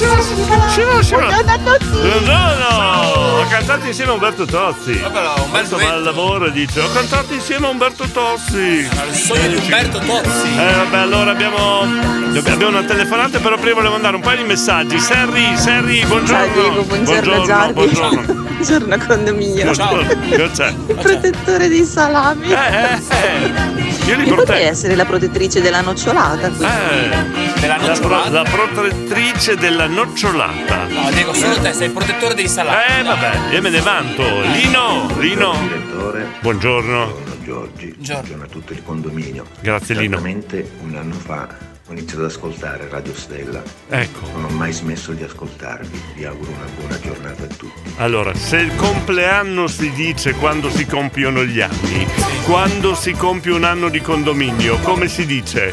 [SPEAKER 2] scivola, scivola, scivola.
[SPEAKER 22] Buongiorno a tutti.
[SPEAKER 2] Buongiorno! Ho cantato insieme a Umberto Tozzi. Questo va al lavoro e dice: Ho cantato insieme a Umberto Tozzi. Il sogno di Umberto Tozzi. Eh, vabbè, allora abbiamo, abbiamo una telefonata, però prima volevo mandare un paio di messaggi. Serri, Serri, buongiorno.
[SPEAKER 28] Ciao Diego, buongiorno,
[SPEAKER 2] buongiorno,
[SPEAKER 28] Giorgio.
[SPEAKER 2] buongiorno.
[SPEAKER 28] Buongiorno condominio.
[SPEAKER 2] Buongiorno. C'è.
[SPEAKER 28] Il protettore dei
[SPEAKER 2] Eh,
[SPEAKER 28] salami.
[SPEAKER 2] Io li
[SPEAKER 28] Io potrei
[SPEAKER 2] proteggo.
[SPEAKER 28] essere la protettrice della nocciolata. quindi.
[SPEAKER 2] Eh,
[SPEAKER 28] Della
[SPEAKER 2] la, pro- la protettrice della nocciolata.
[SPEAKER 3] No, Diego, solo te, sei il protettore dei salati.
[SPEAKER 2] Eh, vabbè, io me ne vanto. Lino, Lino. Buongiorno.
[SPEAKER 31] Giorgi, buongiorno a tutto il condominio.
[SPEAKER 2] Grazie Lino.
[SPEAKER 31] Esattamente un anno fa ho iniziato ad ascoltare Radio Stella.
[SPEAKER 2] Ecco.
[SPEAKER 31] Non ho mai smesso di ascoltarvi. Vi auguro una buona giornata a tutti.
[SPEAKER 2] Allora, se il compleanno si dice quando si compiono gli anni, quando si compie un anno di condominio, come si dice?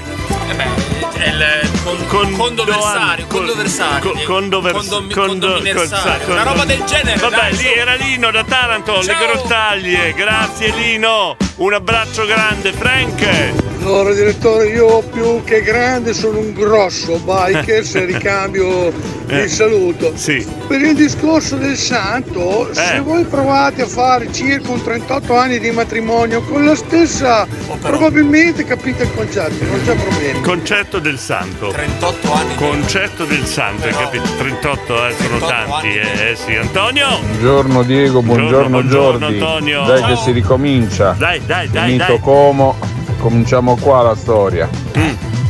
[SPEAKER 3] Eh beh, è il con, condoversario, condoversario.
[SPEAKER 2] Co- condovers-
[SPEAKER 3] Condomi-
[SPEAKER 2] condo-
[SPEAKER 3] condominersario,
[SPEAKER 2] con-
[SPEAKER 3] una roba del genere,
[SPEAKER 2] Vabbè,
[SPEAKER 3] dai,
[SPEAKER 2] lì
[SPEAKER 3] su.
[SPEAKER 2] era Lino da Taranto, le
[SPEAKER 3] Ciao.
[SPEAKER 2] grottaglie. Grazie Lino. Un abbraccio grande, Frank.
[SPEAKER 7] Allora direttore io più che grande sono un grosso biker se ricambio
[SPEAKER 2] Eh.
[SPEAKER 7] il saluto.
[SPEAKER 2] Sì.
[SPEAKER 7] Per il discorso del santo, se voi provate a fare circa un 38 anni di matrimonio con la stessa, probabilmente capite il concetto, non c'è problema.
[SPEAKER 2] Concetto del santo.
[SPEAKER 3] 38 anni.
[SPEAKER 2] Concetto del santo, hai capito? 38 eh, sono tanti, eh, eh sì. Antonio?
[SPEAKER 32] Buongiorno Diego, buongiorno,
[SPEAKER 2] buongiorno,
[SPEAKER 32] Giordi.
[SPEAKER 2] Antonio.
[SPEAKER 32] Dai
[SPEAKER 2] Ciao.
[SPEAKER 32] che si ricomincia.
[SPEAKER 2] Dai, dai, dai,
[SPEAKER 32] Finito
[SPEAKER 2] dai. Mm.
[SPEAKER 32] Como, cominciamo qua la storia.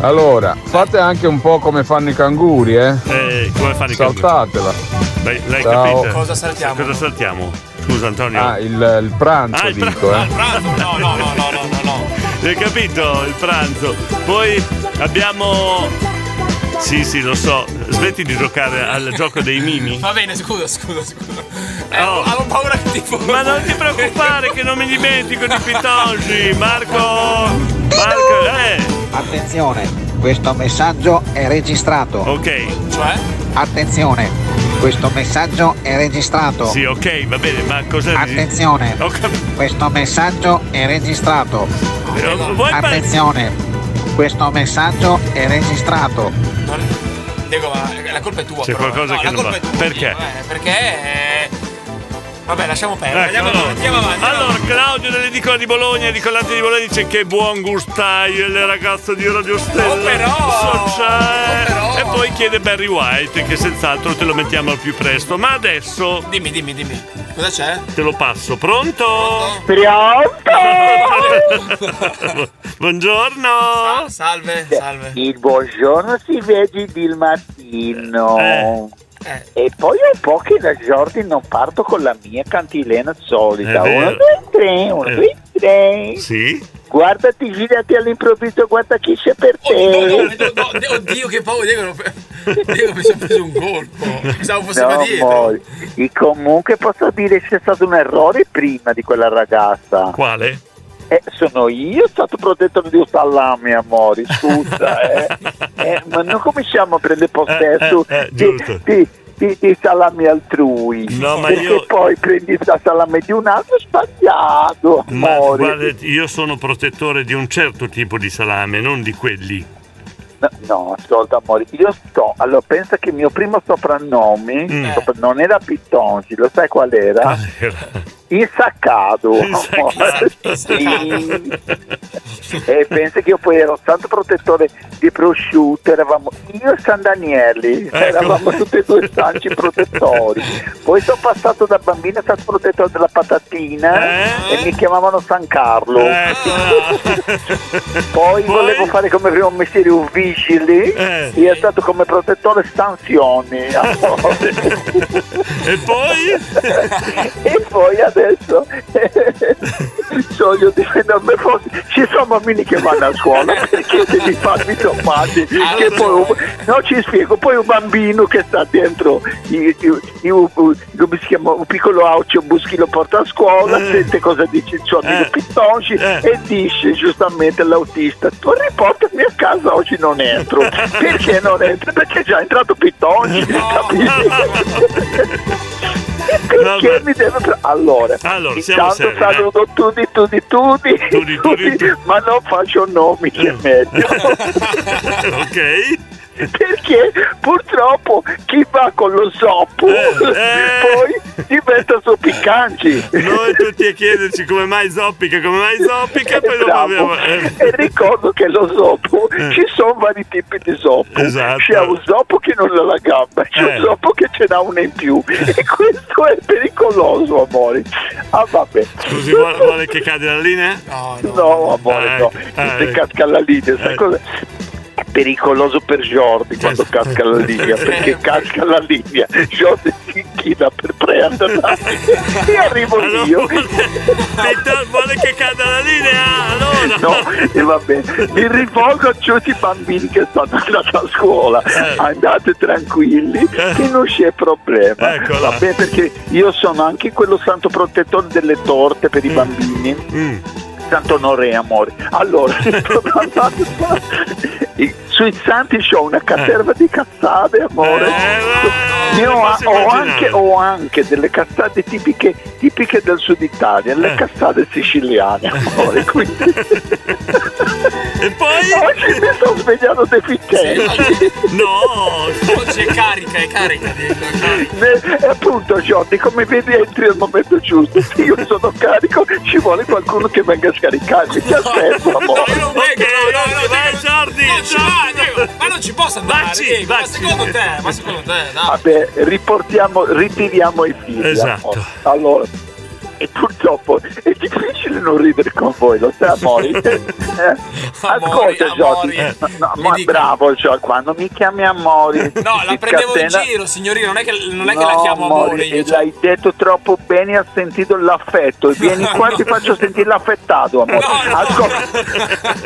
[SPEAKER 32] Allora, fate anche un po' come fanno i canguri, eh?
[SPEAKER 2] Eh, come fanno i canguri?
[SPEAKER 32] Saltatela.
[SPEAKER 2] Beh, l'hai
[SPEAKER 32] Ciao.
[SPEAKER 2] capita?
[SPEAKER 32] Cosa
[SPEAKER 2] saltiamo? Cosa saltiamo? Scusa Antonio.
[SPEAKER 32] Ah, il, il pranzo
[SPEAKER 2] Ah, il
[SPEAKER 32] dico,
[SPEAKER 2] pranzo,
[SPEAKER 32] eh.
[SPEAKER 2] ah, il pranzo, no, no, no, no, no, no, no. Hai capito? Il pranzo. Poi abbiamo. Sì, sì, lo so. Smetti di giocare al gioco dei mimi. Oh.
[SPEAKER 3] Va bene, scusa, scusa, scusa. Eh, Avevo paura che ti fosse.
[SPEAKER 2] Ma non ti preoccupare che non mi dimentico di Pitongi, Marco. Marco, eh!
[SPEAKER 7] Attenzione, questo messaggio è registrato.
[SPEAKER 2] Ok. Cioè?
[SPEAKER 7] Attenzione, questo messaggio è registrato.
[SPEAKER 2] Sì, ok, va bene, ma cos'è?
[SPEAKER 7] Attenzione,
[SPEAKER 2] Ho capito.
[SPEAKER 7] questo messaggio è registrato.
[SPEAKER 2] Eh, vuoi par-
[SPEAKER 7] Attenzione, questo messaggio è registrato.
[SPEAKER 3] Diego, ma la colpa è tua.
[SPEAKER 2] C'è
[SPEAKER 3] però.
[SPEAKER 2] qualcosa
[SPEAKER 3] No,
[SPEAKER 2] che
[SPEAKER 3] la
[SPEAKER 2] non
[SPEAKER 3] colpa
[SPEAKER 2] va.
[SPEAKER 3] è tua.
[SPEAKER 2] Perché?
[SPEAKER 3] Eh, perché? eh, Vabbè, lasciamo perdere.
[SPEAKER 2] Ecco,
[SPEAKER 3] Eh, andiamo avanti, andiamo avanti.
[SPEAKER 2] Allora, Claudio dell'edicola di Bologna, edicolante di Bologna, dice che buon gustaio le ragazze di Radio Stella.
[SPEAKER 3] Oh,
[SPEAKER 2] Social. E poi chiede Barry White, che senz'altro te lo mettiamo al più presto. Ma adesso.
[SPEAKER 3] Dimmi, dimmi, dimmi. Cosa c'è?
[SPEAKER 2] Te lo passo, pronto? Buongiorno.
[SPEAKER 3] salve, salve.
[SPEAKER 32] Il buongiorno si vede del mattino.
[SPEAKER 3] Eh.
[SPEAKER 32] E poi è un po' che da Jordi non parto con la mia cantilena solita. È Uno, vero. due, tre, uno, Eh. due, tre.
[SPEAKER 2] Sì.
[SPEAKER 32] Guardati, girati all'improvviso, guarda chi c'è per
[SPEAKER 3] Oh,
[SPEAKER 32] te.
[SPEAKER 3] Oddio, che paura, Diego. non- Diego, mi sono preso un colpo. Pensavo fosse qua
[SPEAKER 32] No,
[SPEAKER 3] dietro.
[SPEAKER 32] amore. E comunque posso dire c'è stato un errore prima di quella ragazza.
[SPEAKER 2] Quale?
[SPEAKER 32] Eh, sono io stato protettore di un salame, amore, scusa, eh. Eh, ma non cominciamo a prendere possesso
[SPEAKER 2] Eh, eh, eh,
[SPEAKER 32] di,
[SPEAKER 2] giusto.
[SPEAKER 32] di- di, di salame altrui.
[SPEAKER 2] No, ma
[SPEAKER 32] perché
[SPEAKER 2] io-
[SPEAKER 32] poi prendi la salame di un altro sbagliato.
[SPEAKER 2] Ma
[SPEAKER 32] amore.
[SPEAKER 2] guarda, io sono protettore di un certo tipo di salame, non di quelli.
[SPEAKER 32] No, No, ascolta amore, io sto, allora pensa che il mio primo soprannome,
[SPEAKER 2] Mm.
[SPEAKER 32] sopra- non era Pittongi, lo sai qual era?
[SPEAKER 2] Ah,
[SPEAKER 32] Insaccato. Sì. e pensa che io poi ero tanto protettore di prosciutto, eravamo io e San Danieli, eravamo tutti e due stanci protettori. Poi sono passato da bambino, sono stato protettore della patatina e mi chiamavano San Carlo.
[SPEAKER 2] Eh,
[SPEAKER 4] Eh,
[SPEAKER 32] Poi volevo fare come primo mestiere un vigile
[SPEAKER 2] Eh,
[SPEAKER 32] e è stato come protettore stanzioni.
[SPEAKER 2] e poi?
[SPEAKER 32] e poi adesso voglio difendermi forse. Ci sono bambini che vanno a scuola perché devi farmi domande. Che poi, un- no, ci spiego. Poi un bambino che sta dentro i- i- i- u- u- come si chiama, un piccolo autobus che lo porta a scuola, sente cosa dice il suo amico Pittonci e dice giustamente all'autista tu riportami a casa oggi non entro perché non entro? perché è già entrato Pittonci capisci? Perché mi deve tra- Allora,
[SPEAKER 2] allora
[SPEAKER 32] intanto
[SPEAKER 2] seri,
[SPEAKER 32] saluto tutti, tutti, tutti, tutti, ma non faccio nomi che è meglio.
[SPEAKER 2] Eh. ok.
[SPEAKER 32] Perché purtroppo chi va con lo zoppo
[SPEAKER 2] Eh,
[SPEAKER 32] poi diventa zoppicanci.
[SPEAKER 2] Noi tutti a chiederci come mai zoppica, come mai zoppica, poi dopo abbiamo... eh,
[SPEAKER 32] E ricordo che lo zoppo ci sono vari tipi di zoppo.
[SPEAKER 2] Esatto.
[SPEAKER 32] C'è un zoppo che non ha la gamba, c'è
[SPEAKER 2] Eh.
[SPEAKER 32] un zoppo che ce n'ha una in più. E questo è pericoloso, amore. Ah, vabbè.
[SPEAKER 2] Scusi, vuole, vuole che cade la linea? No,
[SPEAKER 32] no, amore, no.
[SPEAKER 2] ah,
[SPEAKER 32] Se
[SPEAKER 2] ecco.
[SPEAKER 32] casca la linea, sai cosa? È pericoloso per Jordi quando casca la linea, perché casca la linea. Jordi si inchina per prenderla e arrivo io.
[SPEAKER 2] vuole che cada la linea? Allora.
[SPEAKER 32] No, e va bene.
[SPEAKER 2] Eh.
[SPEAKER 32] Mi rivolgo a tutti i bambini che stanno andando a scuola.
[SPEAKER 2] Eh.
[SPEAKER 32] Andate tranquilli che non c'è problema.
[SPEAKER 2] Eccola.
[SPEAKER 32] Va bene perché io sono anche quello santo protettore delle torte per i
[SPEAKER 2] Mm.
[SPEAKER 32] bambini. Santo onore, amore. Allora, sui santi c'ho una caserva
[SPEAKER 2] Eh.
[SPEAKER 32] di cazzate, amore. Io ho,
[SPEAKER 2] posso
[SPEAKER 32] ho
[SPEAKER 2] immaginare.
[SPEAKER 32] anche, ho anche delle cazzate tipiche, tipiche del sud Italia,
[SPEAKER 2] Eh.
[SPEAKER 32] le cazzate siciliane, amore. Quindi...
[SPEAKER 2] e poi?
[SPEAKER 32] Oggi mi sono svegliato deficiente.
[SPEAKER 2] No!
[SPEAKER 3] Oggi è carica, è carica.
[SPEAKER 32] Ne- E appunto Johnny, come vedi entri al momento giusto. Se io sono carico, ci vuole qualcuno che venga a scaricarmi. Ti aspetto, amore.
[SPEAKER 2] vai Jordi!
[SPEAKER 3] Ma non ci posso andare! Diego, ma secondo te? Ma secondo te? No.
[SPEAKER 32] Vabbè, riportiamo, ritiriamo i figli.
[SPEAKER 2] Esatto.
[SPEAKER 32] amore. Allora, e purtroppo è difficile non ridere con voi, lo sai, amore. Eh? Ascolta, Johnny. No, no, ma bravo, Johnny, quando mi chiami amore.
[SPEAKER 3] No, la
[SPEAKER 32] si
[SPEAKER 3] prendevo in
[SPEAKER 32] scatena-
[SPEAKER 3] giro, signorina, non è che, non è che
[SPEAKER 32] No,
[SPEAKER 3] la chiamo amore.
[SPEAKER 32] amore,
[SPEAKER 3] Io cioè.
[SPEAKER 32] e l'hai detto troppo bene, ha sentito l'affetto. Vieni qua, ti faccio sentire l'affettato, amore. Ascolta.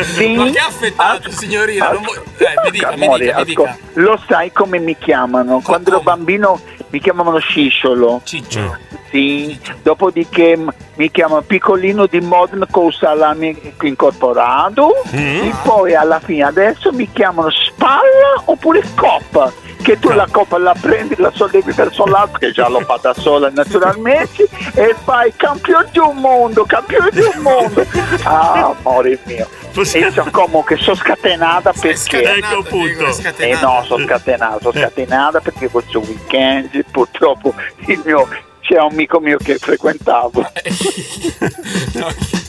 [SPEAKER 32] Sì?
[SPEAKER 3] Ma che affettato, signorina? Non vuoi- Eh, mi dica, mi
[SPEAKER 32] Amore,
[SPEAKER 3] dica, mi dica.
[SPEAKER 32] ascol- lo sai come mi chiamano? Quando ero bambino mi chiamavano Scisciolo.
[SPEAKER 2] Cioè.
[SPEAKER 3] Ciccio.
[SPEAKER 32] Sì, dopodiché m- mi chiamano Piccolino di Modena con salame incorporato e poi alla fine adesso mi chiamano Spalla oppure Coppa che tu la coppa la prendi, la sollevi verso l'alto, che già l'ho fatta sola naturalmente, e fai campione di un mondo, campione di un mondo. Ah, amore mio. E so come che sono scatenata perché...
[SPEAKER 2] Ecco appunto.
[SPEAKER 32] Eh no, sono scatenato, sono scatenata perché questo weekend purtroppo il mio, c'è un amico mio che frequentavo.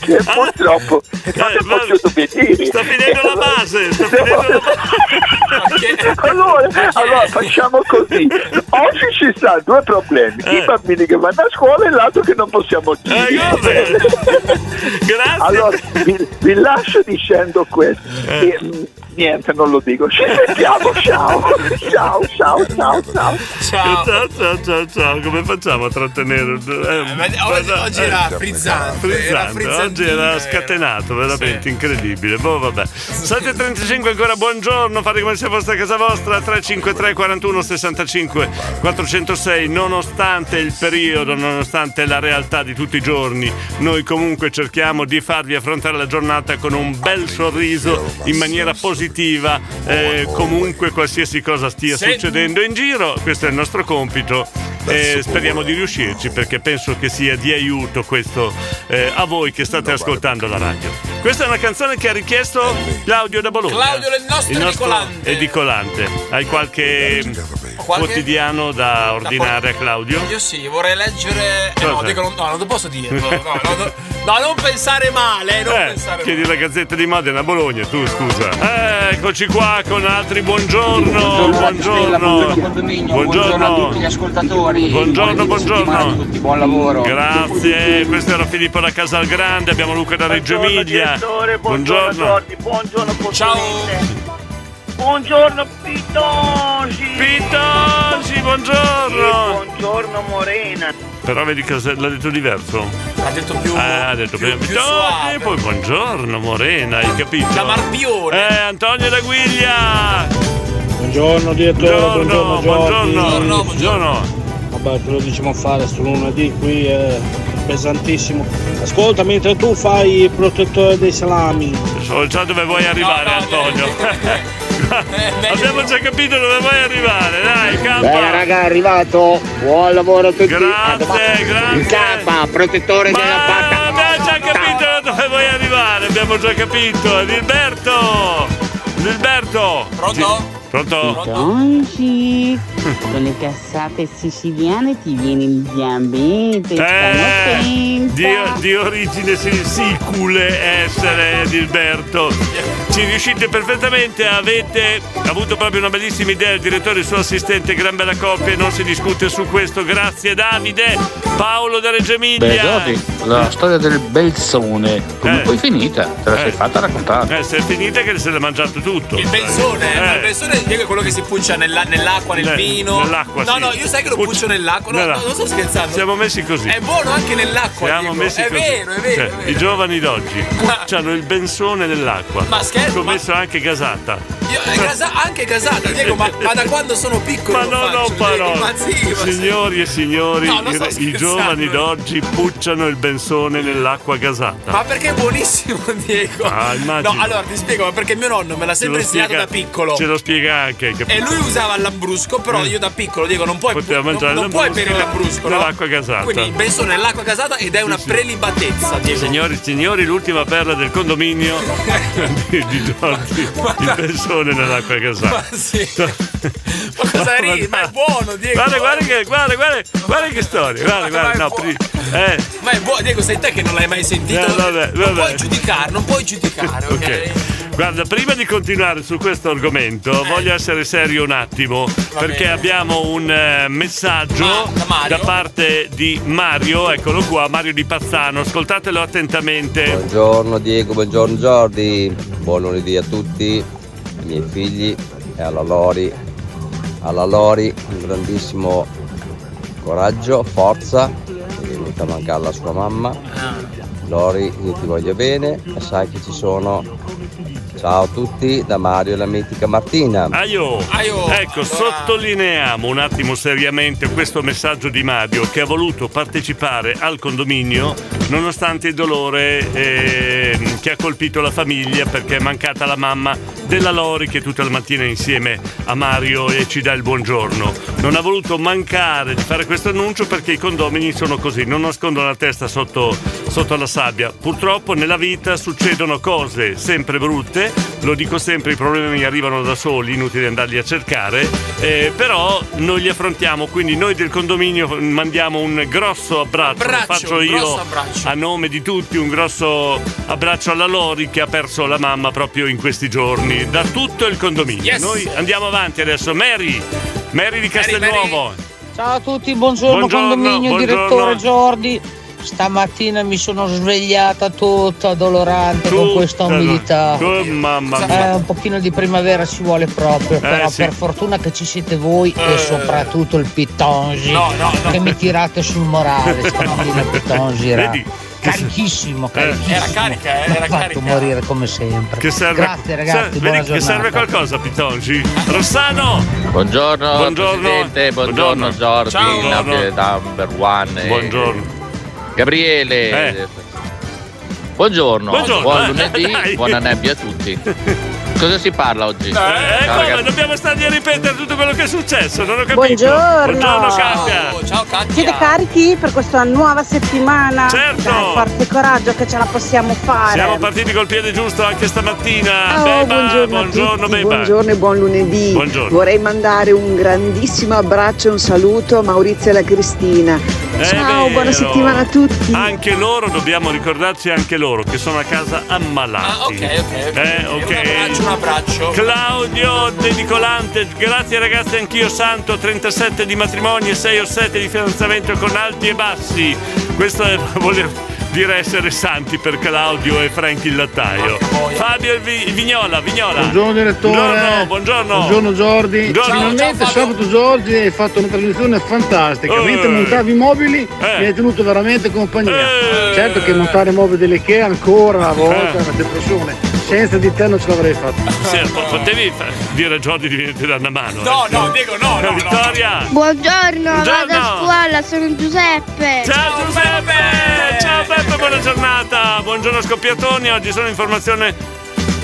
[SPEAKER 32] che purtroppo non è potuto venire.
[SPEAKER 2] Ah, Sta finendo la base, sta finendo la
[SPEAKER 32] allora, allora facciamo così. Oggi ci saranno due problemi. I bambini che vanno a scuola e l'altro che non possiamo dire.
[SPEAKER 2] Grazie.
[SPEAKER 32] Allora, vi, vi lascio dicendo questo. E, mh, niente, non lo dico. Ci sentiamo, ciao. Ciao, ciao, ciao, ciao.
[SPEAKER 2] Ciao. ciao, ciao, ciao, come facciamo a trattenere? Eh,
[SPEAKER 3] ma oggi- oggi era
[SPEAKER 2] eh,
[SPEAKER 3] frizzante, era
[SPEAKER 2] frizzante, oggi
[SPEAKER 3] frizzantino,
[SPEAKER 2] era
[SPEAKER 3] era.
[SPEAKER 2] scatenato, veramente incredibile. Boh, vabbè. 7.35 ancora, buongiorno, fate come se fosse a casa vostra, 353 41 65 406, nonostante il periodo, nonostante la realtà di tutti i giorni, noi comunque cerchiamo di farvi affrontare la giornata con un bel sorriso in maniera positiva, eh, comunque qualsiasi cosa stia
[SPEAKER 25] Se-
[SPEAKER 2] succedendo in giro, questo è il nostro compito. e speriamo di riuscirci perché penso che sia di aiuto questo eh, a voi che state ascoltando la radio. Questa è una canzone che ha richiesto Claudio da Bologna.
[SPEAKER 3] Claudio è il nostro edicolante.
[SPEAKER 2] edicolante. Hai qualche,
[SPEAKER 3] Qualche-
[SPEAKER 2] quotidiano da ordinare a Claudio?
[SPEAKER 3] Io sì, vorrei leggere. eh, no,
[SPEAKER 2] Cosa?
[SPEAKER 3] dico, non- no, non lo posso dirlo. No, no, no, no, non pensare male, non
[SPEAKER 2] Eh,
[SPEAKER 3] pensare male.
[SPEAKER 2] chiedi la Gazzetta di Modena, Bologna, tu scusa. Eh, Eccoci qua con altri buongiorno, buongiorno.
[SPEAKER 24] buongiorno a
[SPEAKER 2] Buongiorno.
[SPEAKER 24] tutti gli ascoltatori.
[SPEAKER 2] Buongiorno,
[SPEAKER 24] Buona settimana a
[SPEAKER 2] buongiorno.
[SPEAKER 24] tutti, buon lavoro.
[SPEAKER 2] Grazie, questo era Filippo da Casalgrande, abbiamo Luca da Reggio Emilia. Buongiorno.
[SPEAKER 9] buongiorno, buongiorno. Ciao. Buongiorno Pitongi.
[SPEAKER 2] Pitongi, buongiorno.
[SPEAKER 9] buongiorno Morena.
[SPEAKER 2] Però vedi che se- l'ha detto diverso. Ah,
[SPEAKER 3] Ha detto più.
[SPEAKER 2] ha detto prima
[SPEAKER 3] più
[SPEAKER 2] Pitongi,
[SPEAKER 3] suave.
[SPEAKER 2] poi buongiorno Morena, hai capito?
[SPEAKER 3] Da Marpione.
[SPEAKER 2] Eh, Antonio da Guiglia.
[SPEAKER 10] Buongiorno direttore, buongiorno Giorgi.
[SPEAKER 2] buongiorno, buongiorno.
[SPEAKER 10] Vabbè, te lo diciamo a fare sto lunedì qui è pesantissimo. Ascolta, mentre tu fai il protettore dei salami.
[SPEAKER 2] So già dove vuoi arrivare, Antonio. Abbiamo già capito dove vuoi arrivare, dai, campa.
[SPEAKER 23] Beh raga è arrivato, buon lavoro a tutti
[SPEAKER 2] Grazie,
[SPEAKER 23] A domani.
[SPEAKER 2] grazie.
[SPEAKER 23] Il K, protettore della patta
[SPEAKER 2] Ah, Abbiamo già capito dove vuoi arrivare, abbiamo già capito. Gilberto! Gilberto! Pronto? Pronto?
[SPEAKER 16] Tonci, con le cassate siciliane ti viene il diabete.
[SPEAKER 2] Eh, di, di origine si- sicule essere Gilberto. Ci riuscite perfettamente, avete avuto proprio una bellissima idea, il direttore e il suo assistente, gran bella coppia, non si discute su questo. Grazie Davide, Paolo da Reggio Emilia.
[SPEAKER 9] Beh, Giorgi, la storia del Belzone, come
[SPEAKER 2] Eh.
[SPEAKER 9] poi finita? Te la sei fatta raccontare.
[SPEAKER 2] Eh, se è finita che se l'è mangiato tutto.
[SPEAKER 3] Il benzone, eh, ma il benzone Diego, è quello che si puccia nella- nell'acqua, nel
[SPEAKER 2] Ne-
[SPEAKER 3] vino.
[SPEAKER 2] Eh, nell'acqua,
[SPEAKER 3] no,
[SPEAKER 2] sì.
[SPEAKER 3] no, io sai che lo puccio nell'acqua. No,
[SPEAKER 2] Nella-
[SPEAKER 3] no, non sto scherzando.
[SPEAKER 2] Siamo messi così.
[SPEAKER 3] È buono anche nell'acqua.
[SPEAKER 2] Siamo
[SPEAKER 3] Diego.
[SPEAKER 2] messi
[SPEAKER 3] è
[SPEAKER 2] così.
[SPEAKER 3] vero, è vero,
[SPEAKER 2] Cioè,
[SPEAKER 3] è vero.
[SPEAKER 2] I giovani d'oggi hanno il benzone nell'acqua.
[SPEAKER 3] Ma scherzo,
[SPEAKER 2] Ci ho messo anche gasata.
[SPEAKER 3] Io- è casa- anche casata, Diego, ma, ma da quando sono piccolo.
[SPEAKER 2] Ma
[SPEAKER 3] lo
[SPEAKER 2] no, no,
[SPEAKER 3] faccio, Diego,
[SPEAKER 2] parola.
[SPEAKER 3] ma sì, ma sì.
[SPEAKER 2] Signori e signori,
[SPEAKER 3] No, non sto
[SPEAKER 2] i, i
[SPEAKER 3] scherzando.
[SPEAKER 2] giovani d'oggi pucciano il benzone nell'acqua gasata.
[SPEAKER 3] Ma perché è buonissimo, Diego?
[SPEAKER 2] Ah, immagino.
[SPEAKER 3] No, allora ti spiego, ma perché mio nonno me l'ha
[SPEAKER 2] Ce lo
[SPEAKER 3] sempre insegnato
[SPEAKER 2] spiega-
[SPEAKER 3] da piccolo.
[SPEAKER 2] Ce lo spiega anche. capito?
[SPEAKER 3] E lui usava il lambrusco, però io da piccolo dico non puoi,
[SPEAKER 2] Poteva
[SPEAKER 3] non,
[SPEAKER 2] mangiare il
[SPEAKER 3] non puoi bere il
[SPEAKER 2] lambrusco
[SPEAKER 3] lambrusco, no?
[SPEAKER 2] nell'acqua gasata.
[SPEAKER 3] Quindi ecco. il benzone è l'acqua casata ed è una prelibatezza, Diego.
[SPEAKER 2] Signori e signori, l'ultima perla del condominio di, di Giorgi, il benzone nell'acqua gasata.
[SPEAKER 3] Ma sì. Ma cosa ridi? Ma è buono, Diego. eh.
[SPEAKER 2] Guarda, guarda che, guarda, guarda, guarda che storia. Guarda, guarda, no, pri- eh,
[SPEAKER 3] Ma è buono, Diego, sei te che non l'hai mai sentito.
[SPEAKER 2] Eh, vabbè,
[SPEAKER 3] Non
[SPEAKER 2] vabbè.
[SPEAKER 3] puoi giudicare, non puoi giudicare, ok?
[SPEAKER 2] ok. Eh. Guarda, prima di continuare su questo argomento, voglio essere serio un attimo, perché abbiamo un eh, messaggio da parte di Mario, eccolo qua, Mario di Pazzano, ascoltatelo attentamente.
[SPEAKER 10] Buongiorno Diego, buongiorno Giordi, buon lunedì a tutti, ai miei figli e alla Lori. Alla Lori un grandissimo coraggio, forza, è venuta a mancare la sua mamma.
[SPEAKER 16] Ah.
[SPEAKER 10] Lori, io ti voglio bene e sai che ci sono. Ciao a tutti da Mario e la mitica Martina.
[SPEAKER 2] Aio. Ecco, sottolineiamo un attimo seriamente questo messaggio di Mario che ha voluto partecipare al condominio nonostante il dolore ehm, che ha colpito la famiglia perché è mancata la mamma della Lori che tutta la mattina è insieme a Mario e ci dà il buongiorno. Non ha voluto mancare di fare questo annuncio perché i condomini sono così, non nascondono la testa sotto, sotto la sabbia. Purtroppo nella vita succedono cose sempre brutte, lo dico sempre, i problemi arrivano da soli, inutile andarli a cercare, eh, però noi li affrontiamo, quindi noi del condominio mandiamo un grosso abbraccio, lo
[SPEAKER 3] Abbraccio,
[SPEAKER 2] faccio
[SPEAKER 3] un
[SPEAKER 2] io
[SPEAKER 3] grosso abbraccio.
[SPEAKER 2] a nome di tutti, un grosso abbraccio alla Lori che ha perso la mamma proprio in questi giorni, da tutto il condominio.
[SPEAKER 16] Yes.
[SPEAKER 2] Noi andiamo avanti adesso, Mary, Mary di Castelnuovo.
[SPEAKER 16] Ciao a tutti, buongiorno,
[SPEAKER 2] Buongiorno,
[SPEAKER 16] condominio,
[SPEAKER 2] buongiorno.
[SPEAKER 16] direttore Giordi. Stamattina mi sono svegliata tutta dolorante con questa
[SPEAKER 2] Tutta,
[SPEAKER 16] umidità.
[SPEAKER 2] oh, mamma
[SPEAKER 16] Eh,
[SPEAKER 2] mia. Eh,
[SPEAKER 16] un pochino di primavera ci vuole proprio, però
[SPEAKER 2] sì. Eh.
[SPEAKER 16] per fortuna che ci siete voi e soprattutto il Pitongi
[SPEAKER 2] No, no, no.
[SPEAKER 16] che mi tirate sul
[SPEAKER 23] Ah,
[SPEAKER 16] morale stamattina Pitongi era
[SPEAKER 2] Vedi? Eh.
[SPEAKER 16] carichissimo, carichissimo.
[SPEAKER 2] Era carica, eh,
[SPEAKER 16] Mi ha
[SPEAKER 2] era
[SPEAKER 16] fatto
[SPEAKER 2] carica.
[SPEAKER 16] morire come sempre.
[SPEAKER 2] Che serve,
[SPEAKER 16] Grazie ragazzi,
[SPEAKER 2] ser-
[SPEAKER 16] buona
[SPEAKER 2] vedi che
[SPEAKER 16] giornata.
[SPEAKER 2] serve qualcosa Pitongi? Rossano!
[SPEAKER 9] Buongiorno,
[SPEAKER 2] Buongiorno.
[SPEAKER 9] Presidente, buongiorno,
[SPEAKER 2] Buongiorno.
[SPEAKER 9] Giorgi,
[SPEAKER 2] Ciao.
[SPEAKER 9] Davide number one. eh,
[SPEAKER 2] Buongiorno.
[SPEAKER 9] Gabriele. Buongiorno,
[SPEAKER 2] Eh. Buongiorno,
[SPEAKER 9] buon
[SPEAKER 2] eh,
[SPEAKER 9] lunedì,
[SPEAKER 2] dai.
[SPEAKER 9] buona nebbia a tutti.
[SPEAKER 20] Cosa si parla oggi?
[SPEAKER 2] Eh,
[SPEAKER 20] Ciao,
[SPEAKER 2] come?
[SPEAKER 20] ragazzi.
[SPEAKER 2] Dobbiamo stargli a ripetere tutto quello che è successo, non ho capito.
[SPEAKER 33] Buongiorno.
[SPEAKER 2] Buongiorno Katia.
[SPEAKER 3] ciao Katia.
[SPEAKER 33] Siete carichi per questa nuova settimana?
[SPEAKER 2] Certo.
[SPEAKER 33] Dai, forza e coraggio che ce la possiamo fare.
[SPEAKER 2] Siamo partiti col piede giusto anche stamattina.
[SPEAKER 33] Ciao,
[SPEAKER 2] Beba,
[SPEAKER 33] Ah, oh, buongiorno a
[SPEAKER 2] buongiorno
[SPEAKER 33] tutti,
[SPEAKER 2] Beba.
[SPEAKER 33] buongiorno e buon lunedì.
[SPEAKER 2] Buongiorno.
[SPEAKER 33] Vorrei mandare un grandissimo abbraccio e un saluto a Maurizio e alla Cristina.
[SPEAKER 2] È
[SPEAKER 33] Ciao,
[SPEAKER 2] Eh, vero.
[SPEAKER 33] buona settimana a tutti.
[SPEAKER 2] Anche loro, dobbiamo ricordarci anche loro che sono a casa ammalati.
[SPEAKER 3] Ah, ok, ok, ok.
[SPEAKER 2] Eh, ok.
[SPEAKER 3] Un abbraccio.
[SPEAKER 2] Claudio De Nicolante, grazie ragazzi, anch'io santo, 37 di matrimonio e 6 o 7 di fidanzamento con alti e bassi. Questo è voler dire essere santi per Claudio e Frank il lattaio. Fabio il Vi- Vignola, Vignola.
[SPEAKER 7] Buongiorno direttore.
[SPEAKER 2] Buongiorno, buongiorno.
[SPEAKER 7] Buongiorno Giordi.
[SPEAKER 2] Buongiorno.
[SPEAKER 7] Finalmente
[SPEAKER 2] Ciao,
[SPEAKER 7] sabato Giordi hai fatto una trasmissione fantastica.
[SPEAKER 2] Eh.
[SPEAKER 7] Mentre montavi i mobili
[SPEAKER 2] Eh.
[SPEAKER 7] mi hai tenuto veramente compagnia. Certo che montare i mobili dell'Ikea ancora una volta è una depressione. Senza di te non ce l'avrei fatta.
[SPEAKER 2] Sì, po- potevi fa- dire a Giordi di venire a dare una mano.
[SPEAKER 7] No,
[SPEAKER 2] no, Diego, no, no. Vittoria.
[SPEAKER 4] Buongiorno, vado a
[SPEAKER 2] Buongiorno.
[SPEAKER 4] scuola, sono Giuseppe.
[SPEAKER 2] Ciao Giuseppe! Ciao Beppe, buona giornata! Buongiorno Scoppiatoni, oggi sono in formazione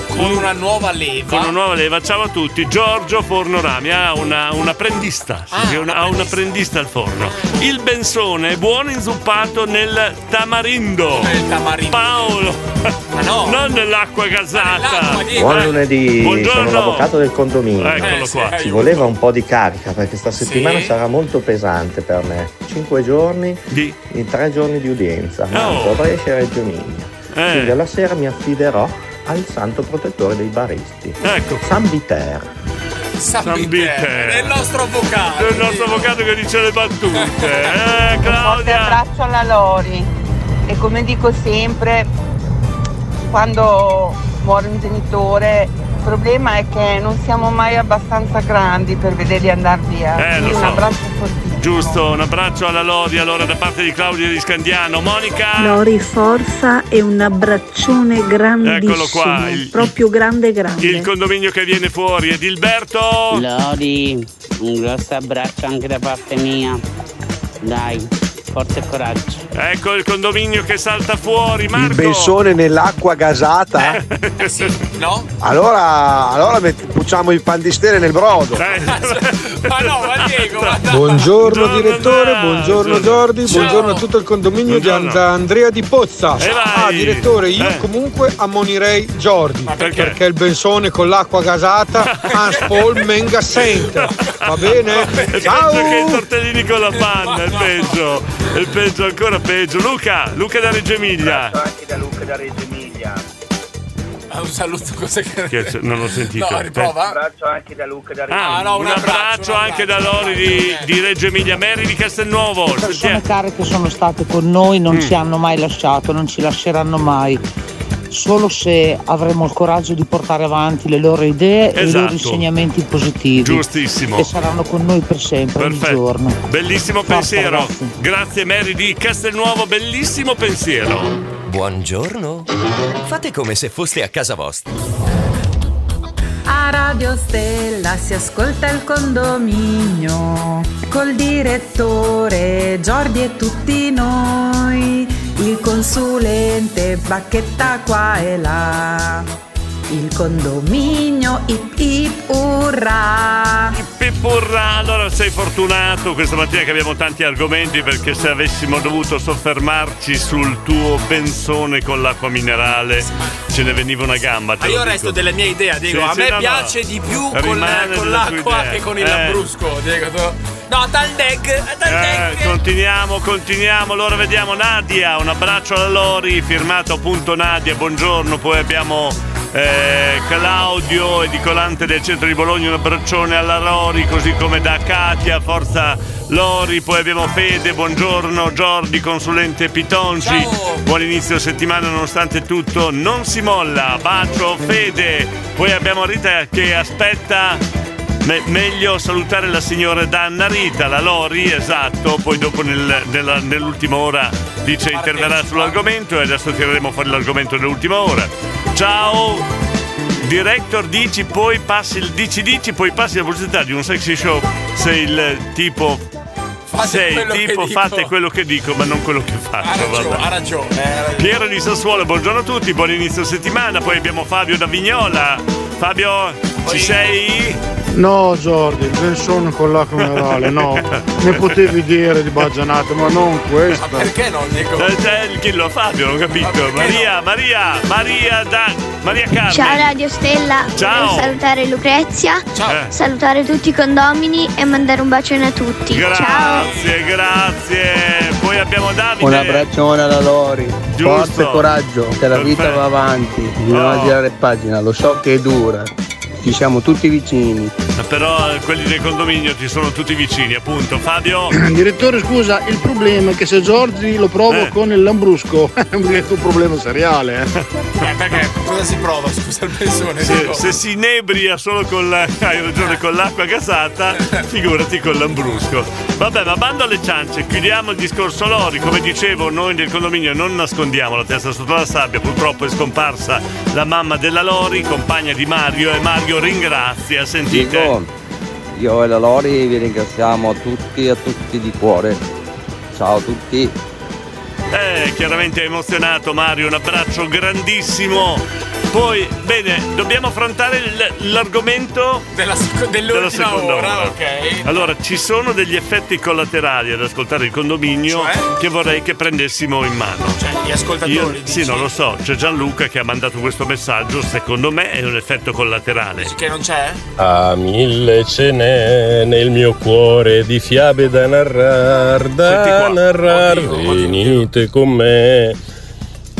[SPEAKER 2] con una nuova leva. Con una nuova leva, ciao a tutti. Giorgio Fornorami ha una, un apprendista, sì, una- ha un apprendista al forno. Il bensone è buono inzuppato nel tamarindo. Nel tamarindo. Paolo! Non nell'acqua gasata!
[SPEAKER 6] Buon lunedì,
[SPEAKER 2] eh. Buongiorno.
[SPEAKER 6] sono l'avvocato del condominio.
[SPEAKER 2] Eccolo Eh, sì, qua.
[SPEAKER 6] Ci voleva un po' di carica perché sta settimana sarà molto pesante per me. Cinque giorni in tre giorni di
[SPEAKER 2] Oh.
[SPEAKER 6] udienza. Manco, Brescia e Reggio Emilia.
[SPEAKER 2] Eh.
[SPEAKER 6] Quindi alla sera mi affiderò al santo protettore dei baristi.
[SPEAKER 2] Ecco.
[SPEAKER 6] San Viter.
[SPEAKER 3] San,
[SPEAKER 6] San
[SPEAKER 2] Viter.
[SPEAKER 3] È il nostro avvocato.
[SPEAKER 2] Il nostro avvocato che dice le battute. Eh,
[SPEAKER 34] forte
[SPEAKER 2] Claudia!
[SPEAKER 34] abbraccio alla Lori e come dico sempre quando muore un genitore il problema è che non siamo mai abbastanza grandi per vederli andare via
[SPEAKER 2] Eh, lo
[SPEAKER 34] Quindi un
[SPEAKER 2] so.
[SPEAKER 34] abbraccio
[SPEAKER 2] Giusto, un abbraccio alla Lori, allora da parte di Claudio di Scandiano. Monica!
[SPEAKER 13] Lori, forza e un abbraccione grandissimo.
[SPEAKER 2] Eccolo qua, il-
[SPEAKER 13] proprio grande grande.
[SPEAKER 2] Il condominio che viene fuori ed Ilberto.
[SPEAKER 9] Lodi, un grosso abbraccio anche da parte mia. Dai, forza e coraggio.
[SPEAKER 2] Ecco il condominio che salta fuori, Marco. Eh.
[SPEAKER 35] Il bensone nell'acqua gasata?
[SPEAKER 2] no?
[SPEAKER 35] Allora, allora met- pucciamo il pandistere nel brodo.
[SPEAKER 2] Eh.
[SPEAKER 3] Ma Ah, no, eh. ma Diego, ma dai.
[SPEAKER 23] Buongiorno direttore, buongiorno Jordi, buongiorno a tutto il condominio di
[SPEAKER 2] Buongiorno.
[SPEAKER 23] An- Andrea di Pozza.
[SPEAKER 2] E vai.
[SPEAKER 23] Ah, direttore, io
[SPEAKER 2] Eh.
[SPEAKER 23] comunque ammonirei Jordi
[SPEAKER 2] perché?
[SPEAKER 23] il bensone con l'acqua gasata Hans Paul Menga Center. Va bene?
[SPEAKER 2] Ciao! Peggio che i
[SPEAKER 23] Ciao!
[SPEAKER 2] tortellini con la panna, il peggio. Il peggio, ancora peggio. Luca, Luca da Reggio Emilia.
[SPEAKER 22] da Luca da Reggio Emilia.
[SPEAKER 3] Ah, Un saluto, cosa che.
[SPEAKER 2] Che c'è- non ho sentito.
[SPEAKER 3] No, riprova.
[SPEAKER 22] Un abbraccio anche da Luca da Reggio
[SPEAKER 2] Ah,
[SPEAKER 22] Emilia.
[SPEAKER 2] un, abbraccio, anche da Lori di, di Reggio Emilia. Mary di Castelnuovo.
[SPEAKER 13] Le persone care che sono state con noi non
[SPEAKER 2] Mm.
[SPEAKER 13] ci hanno mai lasciato, non ci lasceranno mai. Solo se avremo il coraggio di portare avanti le loro idee e i
[SPEAKER 2] Esatto.
[SPEAKER 13] loro insegnamenti positivi.
[SPEAKER 2] Giustissimo.
[SPEAKER 13] E saranno con noi per sempre, ogni giorno.
[SPEAKER 2] Bellissimo pensiero. Grazie Mary di Castelnuovo, bellissimo pensiero.
[SPEAKER 36] Buongiorno. Fate come se foste a casa vostra.
[SPEAKER 5] A Radio Stella si ascolta il condominio col direttore Giordi e tutti noi, il consulente Bacchetta qua e là. Il condominio ip ip urrà.
[SPEAKER 2] Pippurra, allora sei fortunato questa mattina che abbiamo tanti argomenti perché se avessimo dovuto soffermarci sul tuo benzone con l'acqua minerale ce ne veniva una gamba.
[SPEAKER 3] Ma
[SPEAKER 2] te lo
[SPEAKER 3] Ah, io
[SPEAKER 2] dico.
[SPEAKER 3] resto della mia idea, Diego.
[SPEAKER 2] Sì,
[SPEAKER 3] a
[SPEAKER 2] sì,
[SPEAKER 3] me
[SPEAKER 2] no, no.
[SPEAKER 3] piace di più con,
[SPEAKER 2] Rimane
[SPEAKER 3] con
[SPEAKER 2] della tua
[SPEAKER 3] l'acqua
[SPEAKER 2] idea.
[SPEAKER 3] che con il
[SPEAKER 2] Eh.
[SPEAKER 3] lambrusco, Diego. tu- No, tal deck, tal
[SPEAKER 2] Eh,
[SPEAKER 3] deck.
[SPEAKER 2] continuiamo, continuiamo. Allora vediamo Nadia. Un abbraccio alla Lori, firmato appunto Nadia. Buongiorno. Poi abbiamo eh, Claudio, edicolante del centro di Bologna. Un abbraccione alla Lori, così come da Katia. Forza Lori. Poi abbiamo Fede. Buongiorno, Giordi, consulente Pitonci. Buon inizio settimana, nonostante tutto. Non si molla. Bacio, Fede. Poi abbiamo Rita che aspetta. Me- meglio salutare la signora Danna Rita, la Lori, esatto, poi dopo nel- nella- nell'ultima ora dice interverrà sull'argomento e adesso tireremo fuori l'argomento dell'ultima ora. Ciao! Director dici, poi passi il dici dici, poi passi la pubblicità di un sexy show se il tipo...
[SPEAKER 3] Fate
[SPEAKER 2] sei
[SPEAKER 3] quello che
[SPEAKER 2] tipo
[SPEAKER 3] dico.
[SPEAKER 2] fate quello che dico ma non quello che faccio.
[SPEAKER 3] Ha ragione,
[SPEAKER 2] vabbè.
[SPEAKER 3] ha ragione. eh, ha ragione.
[SPEAKER 2] Piero di Sassuolo, buongiorno a tutti, buon inizio settimana, poi abbiamo Fabio da Vignola, Fabio, ci sei?
[SPEAKER 6] No Jordi, il ben sonno con l'acqua minerale, no. Ne potevi dire di baggianate, ma non questa.
[SPEAKER 2] no, Diego? Dillo a Fabio, non ho capito. Maria, Maria, Maria da. Maria Carmen.
[SPEAKER 37] Ciao Radio Stella,
[SPEAKER 2] Ciao.
[SPEAKER 37] Volevo salutare Lucrezia,
[SPEAKER 2] Ciao. Eh.
[SPEAKER 37] salutare tutti i condomini e mandare un bacione a tutti. Ciao!
[SPEAKER 2] Grazie, grazie. Poi abbiamo Davide.
[SPEAKER 22] Un abbraccione alla Lori.
[SPEAKER 2] Giusto.
[SPEAKER 22] Forza e coraggio, che la vita
[SPEAKER 2] Perfetto.
[SPEAKER 22] va avanti. Bisogna
[SPEAKER 2] Oh.
[SPEAKER 22] girare pagina, lo so che è dura. Ci siamo tutti vicini.
[SPEAKER 2] Però eh, quelli del condominio ti sono tutti vicini, appunto. Fabio.
[SPEAKER 6] Direttore, scusa, il problema è che se Giorgi lo provo
[SPEAKER 2] Eh.
[SPEAKER 6] con il Lambrusco è un problema seriale. eh.
[SPEAKER 27] Eh, perché cosa si prova? Scusa il pensone.
[SPEAKER 2] Se,
[SPEAKER 27] Diego.
[SPEAKER 2] se si inebria solo con la, hai ragione, con l'acqua gasata, figurati con l'ambrusco. Vabbè, ma bando alle ciance, chiudiamo il discorso Lori. Come dicevo, noi del condominio non nascondiamo la testa sotto la sabbia. Purtroppo è scomparsa la mamma della Lori, compagna di Mario, e Mario ringrazia. Sentite.
[SPEAKER 10] Diego, io e la Lori vi ringraziamo a tutti e a tutti di cuore. Ciao a tutti.
[SPEAKER 2] Eh, chiaramente è emozionato Mario, un abbraccio grandissimo. Poi, bene, dobbiamo affrontare il- l'argomento
[SPEAKER 27] Della sec- dell'ultima ora, ok.
[SPEAKER 2] Allora, ci sono degli effetti collaterali ad ascoltare il condominio che vorrei che prendessimo in mano.
[SPEAKER 27] Cioè, gli ascoltatori.
[SPEAKER 2] Io- sì, non lo so, c'è Gianluca che ha mandato questo messaggio, secondo me è un effetto collaterale.
[SPEAKER 27] Che non c'è?
[SPEAKER 3] A mille ce n'è nel mio cuore di fiabe da narrar, da narrar, venite con me.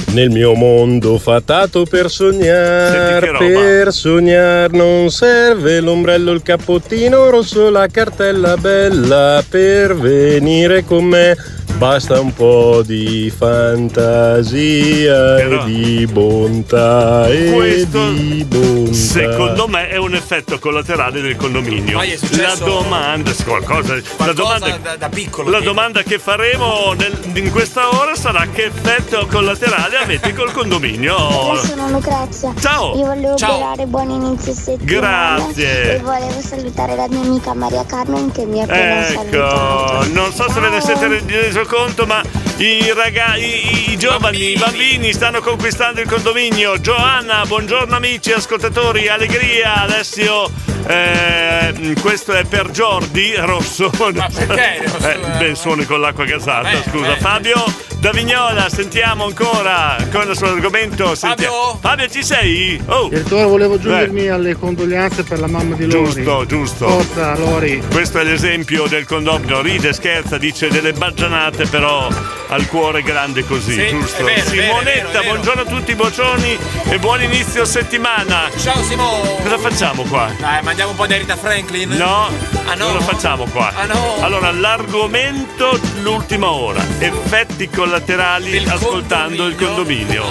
[SPEAKER 3] Nel mio mondo fatato per
[SPEAKER 38] Senti che
[SPEAKER 3] sognar,
[SPEAKER 38] roba.
[SPEAKER 3] per sognar non serve l'ombrello, il cappottino rosso, la cartella bella per venire con me. Basta un po' di fantasia e di bontà e
[SPEAKER 2] Questo,
[SPEAKER 3] di bontà.
[SPEAKER 2] Secondo me è un effetto collaterale del condominio.
[SPEAKER 3] Ma gli è successo-
[SPEAKER 2] la domanda, sì, qualcosa, la domanda,
[SPEAKER 27] da, da piccolo.
[SPEAKER 2] la
[SPEAKER 27] Diego.
[SPEAKER 2] domanda che faremo nel- in questa ora sarà che effetto collaterale avete col
[SPEAKER 3] Io
[SPEAKER 2] condominio.
[SPEAKER 3] sono Lucrezia.
[SPEAKER 2] Ciao.
[SPEAKER 3] Io volevo
[SPEAKER 2] Ciao.
[SPEAKER 3] augurare buon inizio settimana.
[SPEAKER 2] Grazie.
[SPEAKER 3] E volevo salutare la mia amica Maria Carmen che mi ha
[SPEAKER 2] Eh,
[SPEAKER 3] appena
[SPEAKER 2] Ecco, non so se ve ne siete re- reso conto, ma i ragazzi, i, i giovani, i bambini stanno conquistando il condominio. Giovanna, buongiorno amici, ascoltatori, allegria, Alessio. eh, mh, questo è per Jordi Rosso. Ma
[SPEAKER 27] perché Rosso?
[SPEAKER 2] bensone con l'acqua gasata, scusa.
[SPEAKER 27] vabbè.
[SPEAKER 2] Fabio da Vignola, sentiamo ancora cosa sull'argomento. Fabio? Fabio, ci sei? Oh.
[SPEAKER 6] Direttore, volevo aggiungermi alle condoglianze per la mamma di Lori.
[SPEAKER 2] Giusto, giusto.
[SPEAKER 6] Forza, Lori.
[SPEAKER 2] Esatto. Questo è l'esempio del condomino. Ride, scherza, dice delle baggianate, però al cuore grande così,
[SPEAKER 27] Sì,
[SPEAKER 2] giusto?
[SPEAKER 27] Eh, è vero, è vero,
[SPEAKER 2] Simonetta,
[SPEAKER 27] è vero, è vero.
[SPEAKER 2] buongiorno a tutti, bocioni e buon inizio settimana.
[SPEAKER 27] Ciao Simone!
[SPEAKER 2] Cosa facciamo qua?
[SPEAKER 27] Dai, mandiamo un po' di Rita Franklin.
[SPEAKER 2] No, non lo facciamo qua.
[SPEAKER 27] Ah, no?
[SPEAKER 2] Allora, l'argomento l'ultima ora. Effetti collaterali ascoltando il condominio.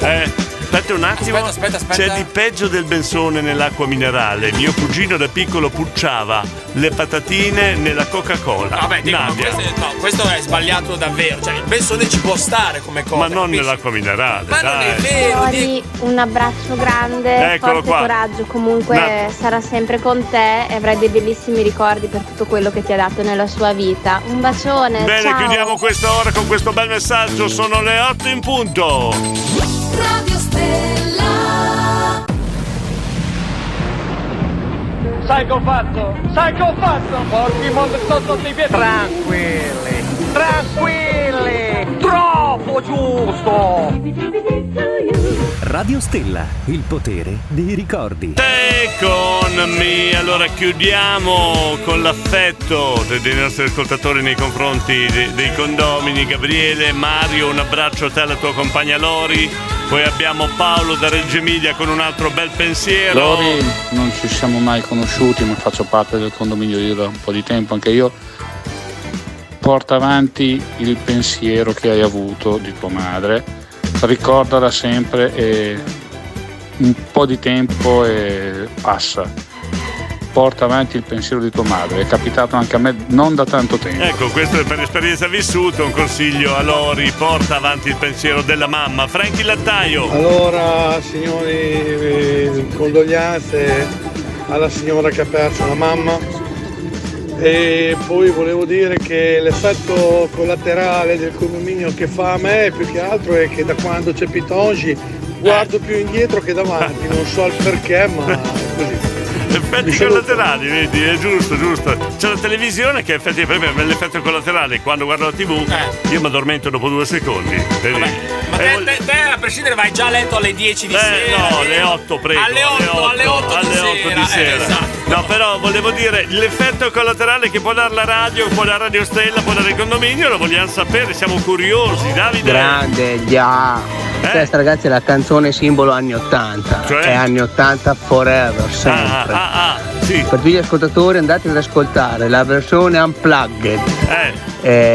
[SPEAKER 2] Eh, aspetta un attimo.
[SPEAKER 27] Aspetta, aspetta, aspetta.
[SPEAKER 2] C'è di peggio del benzone nell'acqua minerale. Mio cugino da piccolo pucciava le patatine nella Coca-Cola.
[SPEAKER 27] Vabbè, Diego, ma
[SPEAKER 2] Nadia.
[SPEAKER 27] questo, è- no, questo è sbagliato davvero. Cioè, il bensone ci può stare come cosa.
[SPEAKER 2] Ma non
[SPEAKER 27] capisci?
[SPEAKER 2] nell'acqua minerale.
[SPEAKER 27] Ma non è
[SPEAKER 2] dai.
[SPEAKER 25] Lori, un abbraccio grande,
[SPEAKER 2] Eccolo
[SPEAKER 25] forte
[SPEAKER 2] qua.
[SPEAKER 25] coraggio, comunque
[SPEAKER 2] Na-
[SPEAKER 25] sarà sempre con te e avrai dei bellissimi ricordi per tutto quello che ti ha dato nella sua vita. Un bacione,
[SPEAKER 2] Bene,
[SPEAKER 25] ciao!
[SPEAKER 2] chiudiamo questa ora con questo bel messaggio. Sono le 8 in punto.
[SPEAKER 4] Radio Stella. Sai che ho fatto? Sai che ho fatto? Porti mondo sotto i piedi. Tranquilli, tranquilli, troppo giusto.
[SPEAKER 36] Radio Stella, il potere dei ricordi.
[SPEAKER 2] E con me, allora chiudiamo con l'affetto de- dei nostri ascoltatori nei confronti de- dei condomini. Gabriele, Mario, un abbraccio a te e alla tua compagna Lori. Poi abbiamo Paolo da Reggio Emilia con un altro bel pensiero.
[SPEAKER 20] Lori non ci siamo mai conosciuti, ma faccio parte del condominio io da un po' di tempo, anche io. Porta avanti il pensiero che hai avuto di tua madre, ricordala sempre e un po' di tempo e passa. Porta avanti il pensiero di tua madre, è capitato anche a me non da tanto tempo.
[SPEAKER 2] Ecco, questo è per esperienza vissuta, un consiglio a Lori, porta avanti il pensiero della mamma. Franchi Lattaio.
[SPEAKER 7] Allora, signori, eh, condoglianze alla signora che ha perso la mamma. E poi volevo dire che l'effetto collaterale del condominio che fa a me più che altro è che da quando c'è Pitongi
[SPEAKER 2] Eh.
[SPEAKER 7] Guardo più indietro che davanti, non so il perché, ma
[SPEAKER 2] Effetti collaterali, vedi, è giusto, giusto. C'è la televisione che effetti, per me l'effetto collaterale quando guardo la tv io mi addormento dopo due secondi. Vedi?
[SPEAKER 3] Ma te, te- te, a prescindere vai già a letto alle 10 di sera.
[SPEAKER 2] Eh, no,
[SPEAKER 3] eh?
[SPEAKER 2] alle 8 prego.
[SPEAKER 3] Alle 8, alle 8,
[SPEAKER 2] alle 8 di sera. No, però volevo dire l'effetto collaterale che può dare la radio, può dare Radio Stella, può dare il condominio, lo vogliamo sapere, siamo curiosi, Davide.
[SPEAKER 22] Grande, già. Questa ragazzi è la canzone simbolo anni 80.
[SPEAKER 2] Eh? Cioè?
[SPEAKER 22] È anni 80 forever, sempre.
[SPEAKER 2] Ah, ah, ah, sì.
[SPEAKER 22] Per tutti gli ascoltatori andate ad ascoltare la versione unplugged
[SPEAKER 2] Eh.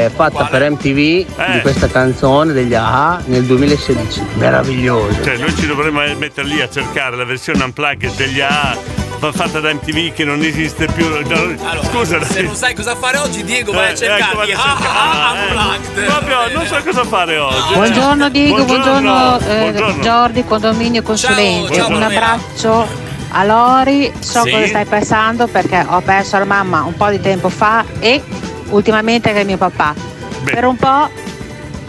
[SPEAKER 22] eh, fatta per MTV di questa canzone degli AA nel 2016. Meravigliosa.
[SPEAKER 2] Cioè, noi ci dovremmo mettere lì a cercare la versione unplugged degli A fa- fatta da MTV che non esiste più. No, scusa,
[SPEAKER 3] Se non sai cosa fare oggi, Diego, vai a
[SPEAKER 2] Eh,
[SPEAKER 3] cercarti.
[SPEAKER 2] ecco, vado a
[SPEAKER 3] Ah, ah, ah,
[SPEAKER 2] cercare,
[SPEAKER 3] unplugged.
[SPEAKER 2] eh. Proprio non so cosa fare oggi. Cioè,
[SPEAKER 25] Buongiorno Diego, buongiorno, eh, Giordi, condominio consulente.
[SPEAKER 2] ciao,
[SPEAKER 25] un
[SPEAKER 2] Manuela.
[SPEAKER 25] abbraccio a Lori, so
[SPEAKER 39] Sì.
[SPEAKER 25] cosa stai pensando perché ho perso la mamma un po' di tempo fa e ultimamente anche mio papà. Per un po'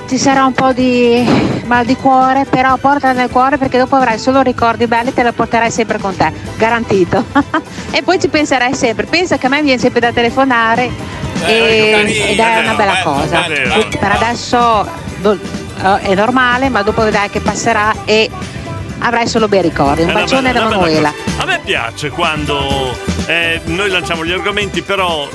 [SPEAKER 25] ci sarà un po' di mal di cuore, però portala nel cuore perché dopo avrai solo ricordi belli e te la porterai sempre con te, garantito. e poi ci penserai sempre. Pensa che a me viene sempre da telefonare e- ed è una bella cosa.
[SPEAKER 2] bello.
[SPEAKER 25] Esatto. Per adesso do- eh, è normale, ma dopo vedrai che passerà e avrai solo bei ricordi. Un
[SPEAKER 2] È una
[SPEAKER 25] bacione
[SPEAKER 2] bella-
[SPEAKER 25] da
[SPEAKER 2] una bella
[SPEAKER 25] Manuela.
[SPEAKER 2] cosa. A me piace quando eh, noi lanciamo gli argomenti, però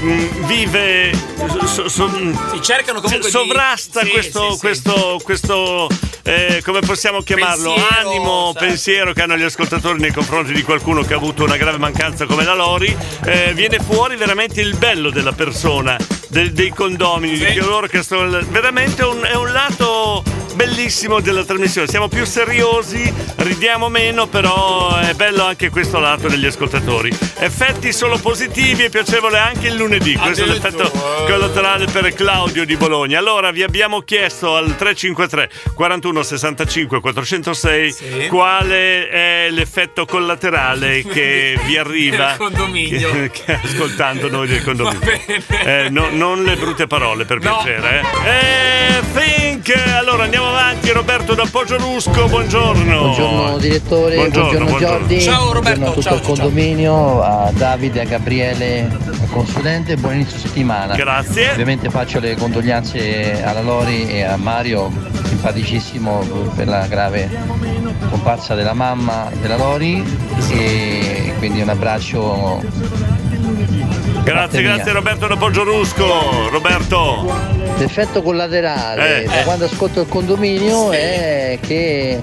[SPEAKER 2] mh, vive. So, so- mh,
[SPEAKER 3] cercano comunque
[SPEAKER 2] so- sovrasta questo, questo, questo eh, come possiamo chiamarlo?
[SPEAKER 3] Pensiero,
[SPEAKER 2] animo, pensiero che hanno gli ascoltatori nei confronti di qualcuno che ha avuto una grave mancanza come la Lori. eh, viene fuori veramente il bello della persona, del- dei condomini, di coloro che sono. Veramente un- è un lato bellissimo della trasmissione. Siamo più seriosi, ridiamo meno, però è bello anche questo lato degli ascoltatori. Effetti solo positivi e piacevole anche il lunedì. Questo è l'effetto collaterale per Claudio di Bologna. Allora vi abbiamo chiesto al 353 41 65 406 quale è l'effetto collaterale che vi arriva
[SPEAKER 3] Del condominio.
[SPEAKER 2] che- che- ascoltando noi del condominio. Eh, no- non le brutte parole per piacere. eh. Eh, think! Allora andiamo avanti, Roberto da Poggiorusco, buongiorno.
[SPEAKER 15] Buongiorno direttore, buongiorno, Giordi, buongiorno a tutto il condominio, a Davide, a Gabriele, al consulente, buon inizio settimana.
[SPEAKER 2] Grazie.
[SPEAKER 15] Ovviamente faccio le condoglianze alla Lori e a Mario, simpaticissimo per la grave comparsa della mamma della Lori e quindi un abbraccio.
[SPEAKER 2] Grazie, grazie Roberto da Poggiorusco. Roberto.
[SPEAKER 15] L'effetto collaterale
[SPEAKER 2] Eh,
[SPEAKER 15] da
[SPEAKER 2] eh.
[SPEAKER 15] quando ascolto il condominio è che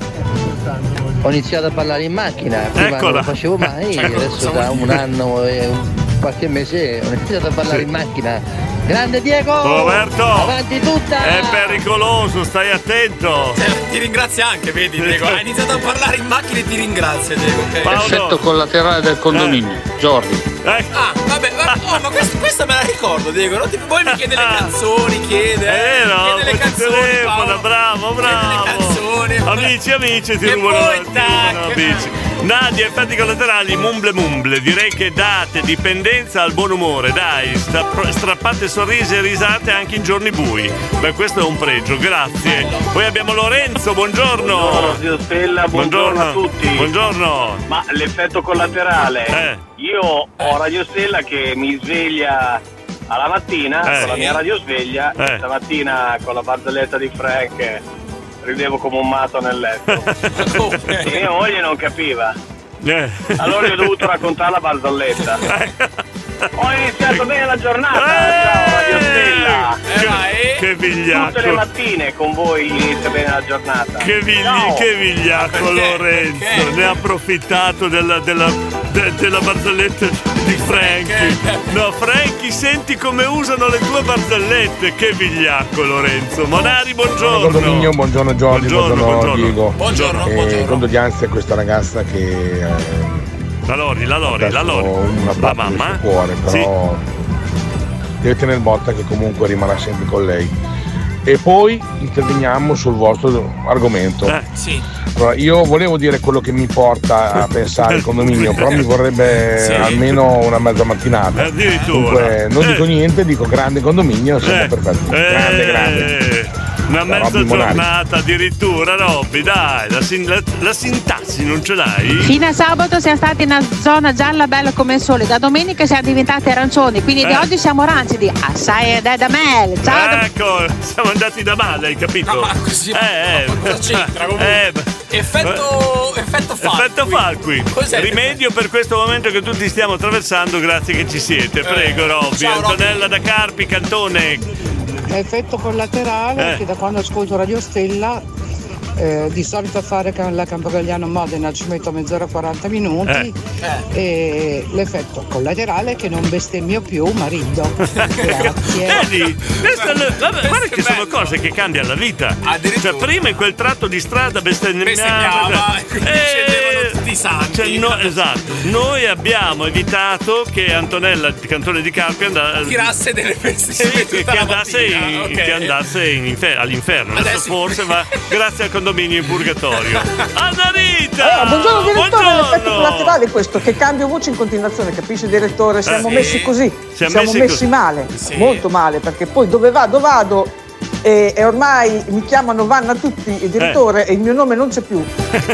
[SPEAKER 15] ho iniziato a parlare in macchina, prima non
[SPEAKER 2] Eccola.
[SPEAKER 15] lo facevo mai,
[SPEAKER 2] Ecco,
[SPEAKER 15] adesso
[SPEAKER 2] stavo
[SPEAKER 15] da un
[SPEAKER 2] dicendo.
[SPEAKER 15] anno e un- qualche mese ho iniziato a parlare
[SPEAKER 2] Sì.
[SPEAKER 15] in macchina. Grande Diego!
[SPEAKER 2] Roberto!
[SPEAKER 15] Avanti tutta!
[SPEAKER 2] È pericoloso, stai attento.
[SPEAKER 3] Eh, Ti ringrazia anche, vedi, Diego. Hai iniziato a parlare in macchina e ti ringrazia, Diego. ok?
[SPEAKER 20] Effetto collaterale del condominio, Giordi.
[SPEAKER 2] ecco.
[SPEAKER 3] Ah, vabbè, ma, oh, ma questo- questa me la ricordo, Diego. No? Tipo, poi mi chiede le canzoni, chiede.
[SPEAKER 2] Ah. Eh, no,
[SPEAKER 3] chiede le canzoni. Paolo.
[SPEAKER 2] bravo, bravo. Amici, amici, ti rubano la- ti rubano la bici. Nadia, effetti collaterali, mumble mumble. Direi che date dipendenza al buon umore, dai. sta- strappate sorrisi e risate anche in giorni bui. Beh, questo è un pregio, grazie. Poi abbiamo Lorenzo, buongiorno.
[SPEAKER 4] Buongiorno, zio Stella, buongiorno a tutti.
[SPEAKER 2] Buongiorno.
[SPEAKER 4] Ma l'effetto collaterale,
[SPEAKER 2] Eh.
[SPEAKER 4] io ho Radio Stella che mi sveglia alla mattina
[SPEAKER 2] Eh.
[SPEAKER 4] con la mia
[SPEAKER 2] Sì.
[SPEAKER 4] radio sveglia
[SPEAKER 2] Eh.
[SPEAKER 4] e stamattina con la barzelletta di Frank eh, ridevo come un mato nel letto. e mia moglie non capiva.
[SPEAKER 2] Eh.
[SPEAKER 4] Allora io ho dovuto raccontare la barzelletta. Ho iniziato bene la giornata, ciao Radio Stella.
[SPEAKER 2] che vigliacco.
[SPEAKER 4] Tutte le mattine con voi inizia bene la giornata.
[SPEAKER 2] Che, vigli-
[SPEAKER 4] Ciao.
[SPEAKER 2] che vigliacco Lorenzo, ne ha approfittato della, della, de- della barzelletta di Franky. No, Franky, senti come usano le tue barzellette, che vigliacco Lorenzo. Monari,
[SPEAKER 24] Buongiorno
[SPEAKER 2] buongiorno.
[SPEAKER 24] Condominio, buongiorno Giorgio,
[SPEAKER 2] Buongiorno,
[SPEAKER 24] buongiorno,
[SPEAKER 2] buongiorno.
[SPEAKER 24] Diego.
[SPEAKER 2] Buongiorno,
[SPEAKER 24] e
[SPEAKER 2] buongiorno.
[SPEAKER 24] Condoglianze a questa ragazza che eh,
[SPEAKER 2] La Lori, la Lori,
[SPEAKER 24] adesso
[SPEAKER 2] la Lori.
[SPEAKER 24] una
[SPEAKER 2] La
[SPEAKER 24] parte
[SPEAKER 2] mamma?
[SPEAKER 24] del suo cuore,
[SPEAKER 2] Sì.
[SPEAKER 24] però deve tenere botta che comunque rimarrà sempre con lei. E poi interveniamo sul vostro argomento.
[SPEAKER 2] Eh.
[SPEAKER 24] Allora, io volevo dire quello che mi porta a pensare al condominio, però mi vorrebbe
[SPEAKER 2] Sì.
[SPEAKER 24] almeno una mezza mattinata.
[SPEAKER 2] Addirittura.
[SPEAKER 24] Dunque, non
[SPEAKER 2] Eh.
[SPEAKER 24] dico niente, dico grande condominio, siamo perfetti.
[SPEAKER 2] Grande, grande. Eh, Una
[SPEAKER 9] Da
[SPEAKER 2] mezza
[SPEAKER 9] Robby Monari.
[SPEAKER 2] giornata addirittura, Robby, dai, la, sin- la- la sintassi non ce l'hai?
[SPEAKER 25] Fino a sabato siamo stati in una zona gialla bella come il sole, da domenica siamo diventati arancioni, quindi di
[SPEAKER 2] Eh.
[SPEAKER 25] oggi siamo arancidi. Assai ed è da me. Ciao da-
[SPEAKER 2] Ecco, siamo andati da male, hai capito? ma così. Eh, eh. cosa c'entra comunque?
[SPEAKER 3] Effetto- effetto Falqui.
[SPEAKER 2] Effetto Falqui.
[SPEAKER 3] Cos'è?
[SPEAKER 2] Rimedio per questo momento che tutti stiamo attraversando, grazie che ci
[SPEAKER 3] Eh.
[SPEAKER 2] siete. Prego, Robby.
[SPEAKER 13] ciao, Robby.
[SPEAKER 2] Antonella da Carpi, Cantone.
[SPEAKER 13] Effetto collaterale
[SPEAKER 2] Eh.
[SPEAKER 13] che da quando ascolto Radio Stella eh, di solito a fare can- la Campogalliano Modena ci metto mezz'ora 40 minuti
[SPEAKER 2] Eh.
[SPEAKER 13] e l'effetto collaterale è che non bestemmio più marito.
[SPEAKER 3] Eh,
[SPEAKER 2] Vedi? Questa è la- vabbè, guarda che sono cose che cambiano la vita. Cioè, prima in quel tratto di strada bestemmiava. eh,
[SPEAKER 3] Bestemmiava, quindi scendevano tutti i santi.
[SPEAKER 2] Cioè, no, esatto, noi abbiamo evitato che Antonella, il cantone di Carpi, andasse
[SPEAKER 3] Tirasse delle bestemmie
[SPEAKER 2] che,
[SPEAKER 3] tutta
[SPEAKER 2] che
[SPEAKER 3] la
[SPEAKER 2] andasse,
[SPEAKER 3] mattina,
[SPEAKER 2] in-
[SPEAKER 3] ok.
[SPEAKER 2] che andasse in infer- all'inferno. Adesso,
[SPEAKER 3] Adesso-
[SPEAKER 2] forse va grazie al condominio in purgatorio. Andarita!
[SPEAKER 23] Allora, buongiorno direttore,
[SPEAKER 2] Buongiorno!
[SPEAKER 23] l'effetto collaterale è questo, che cambio voce in continuazione, capisci direttore? Siamo
[SPEAKER 2] sì.
[SPEAKER 23] messi così,
[SPEAKER 2] Siamo
[SPEAKER 23] Eh, siamo,
[SPEAKER 2] messi
[SPEAKER 23] messi,
[SPEAKER 2] così.
[SPEAKER 23] male, molto male, perché poi dove vado vado e, e ormai mi chiamano Vanna tutti, il direttore, e il mio nome non c'è più.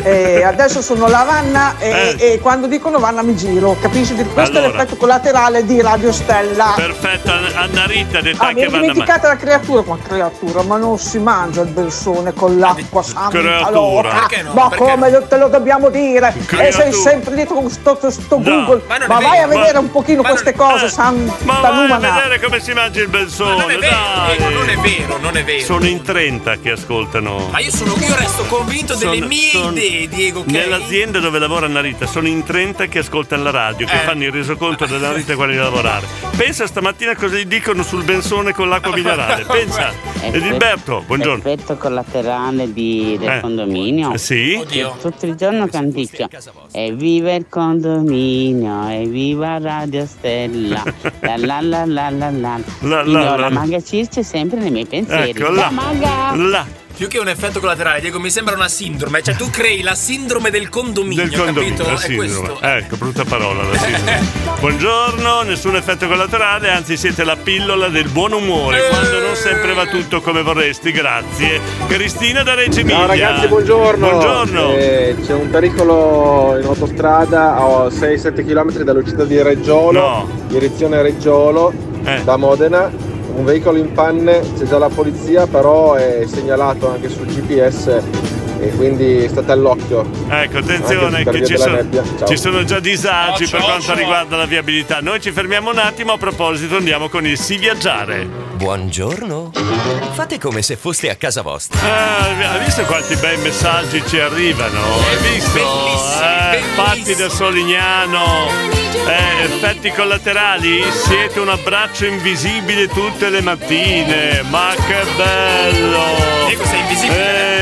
[SPEAKER 23] E adesso sono la Vanna e, e quando dicono Vanna mi giro, capisci? Questo
[SPEAKER 2] Allora.
[SPEAKER 23] è l'effetto collaterale di Radio Stella.
[SPEAKER 2] Perfetto, An- Andarita, detta
[SPEAKER 23] Ah, mi
[SPEAKER 2] anche
[SPEAKER 23] è
[SPEAKER 2] Vanna Ma-
[SPEAKER 23] dimenticata la creatura, ma creatura, ma non si mangia il belsone con l'acqua santa
[SPEAKER 2] Creatura.
[SPEAKER 23] allora.
[SPEAKER 2] Perché no?
[SPEAKER 23] ma
[SPEAKER 2] Perché
[SPEAKER 23] come te lo dobbiamo dire?
[SPEAKER 2] Creatura.
[SPEAKER 23] E sei sempre dietro con sto, sto Google,
[SPEAKER 2] ma
[SPEAKER 23] ma,
[SPEAKER 2] non è
[SPEAKER 23] vai
[SPEAKER 2] vero,
[SPEAKER 23] a vedere
[SPEAKER 2] ma-
[SPEAKER 23] un pochino queste cose, santa
[SPEAKER 2] Eh, Ma vai a
[SPEAKER 23] Lumana.
[SPEAKER 2] vedere come si mangia il bel sole, non è vero, Non è vero, non è vero. Sono in 30 che ascoltano.
[SPEAKER 3] Ma io sono io resto convinto delle
[SPEAKER 2] Sono-
[SPEAKER 3] mie
[SPEAKER 2] sono-
[SPEAKER 3] idee, Diego, che
[SPEAKER 2] Nell'azienda dove lavora Narita sono in 30 che ascoltano la radio, che
[SPEAKER 3] Eh.
[SPEAKER 2] fanno il resoconto della Narita quando di lavorare. Pensa stamattina cosa gli dicono sul benzone con l'acqua minerale. Pensa.
[SPEAKER 23] Ecco.
[SPEAKER 2] Edilberto, buongiorno.
[SPEAKER 11] Effetto collaterale di- del
[SPEAKER 2] Eh.
[SPEAKER 11] condominio.
[SPEAKER 2] Sì.
[SPEAKER 11] Che tutto il giorno canticchio. Evviva il condominio, evviva Radio Stella. La la la la la la.
[SPEAKER 3] La, la,
[SPEAKER 11] Signora,
[SPEAKER 3] la.
[SPEAKER 11] Maga Circe è sempre nei miei pensieri.
[SPEAKER 3] Ecco, la.
[SPEAKER 11] La Maga.
[SPEAKER 3] Più che un effetto collaterale, Diego, mi sembra una sindrome. Cioè, tu crei la sindrome del condominio,
[SPEAKER 2] Del condominio,
[SPEAKER 3] capito?
[SPEAKER 2] la
[SPEAKER 3] È
[SPEAKER 2] sindrome.
[SPEAKER 3] questo.
[SPEAKER 2] Ecco, brutta parola la sindrome. Buongiorno, nessun effetto collaterale, anzi siete la pillola del buon
[SPEAKER 3] Eh.
[SPEAKER 2] umore, quando non sempre va tutto come vorresti, grazie. Cristina da Reggio Emilia.
[SPEAKER 12] Ciao ragazzi, buongiorno.
[SPEAKER 2] Buongiorno.
[SPEAKER 12] Eh, c'è un pericolo in autostrada a 6-7 km dall'uscita di Reggiolo, direzione Reggiolo,
[SPEAKER 2] Eh.
[SPEAKER 12] da Modena. Un veicolo in panne, c'è già la polizia, però è segnalato anche sul GPS e quindi state all'occhio.
[SPEAKER 2] Ecco, attenzione
[SPEAKER 12] Anche per
[SPEAKER 2] che
[SPEAKER 12] via
[SPEAKER 2] ci
[SPEAKER 12] della
[SPEAKER 2] sono,
[SPEAKER 12] nebbia. Ciao.
[SPEAKER 2] ci sono già disagi per quanto riguarda la viabilità. Noi ci fermiamo un attimo, a proposito andiamo con il Si Viaggiare.
[SPEAKER 36] Buongiorno. Fate come se foste a casa vostra.
[SPEAKER 2] Ah, hai visto quanti bei messaggi ci arrivano? Hai visto? Eh, fatti da Solignano. Eh, effetti collaterali? Siete un abbraccio invisibile tutte le mattine. Ma che bello!
[SPEAKER 3] Diego, sei invisibile.
[SPEAKER 2] Eh.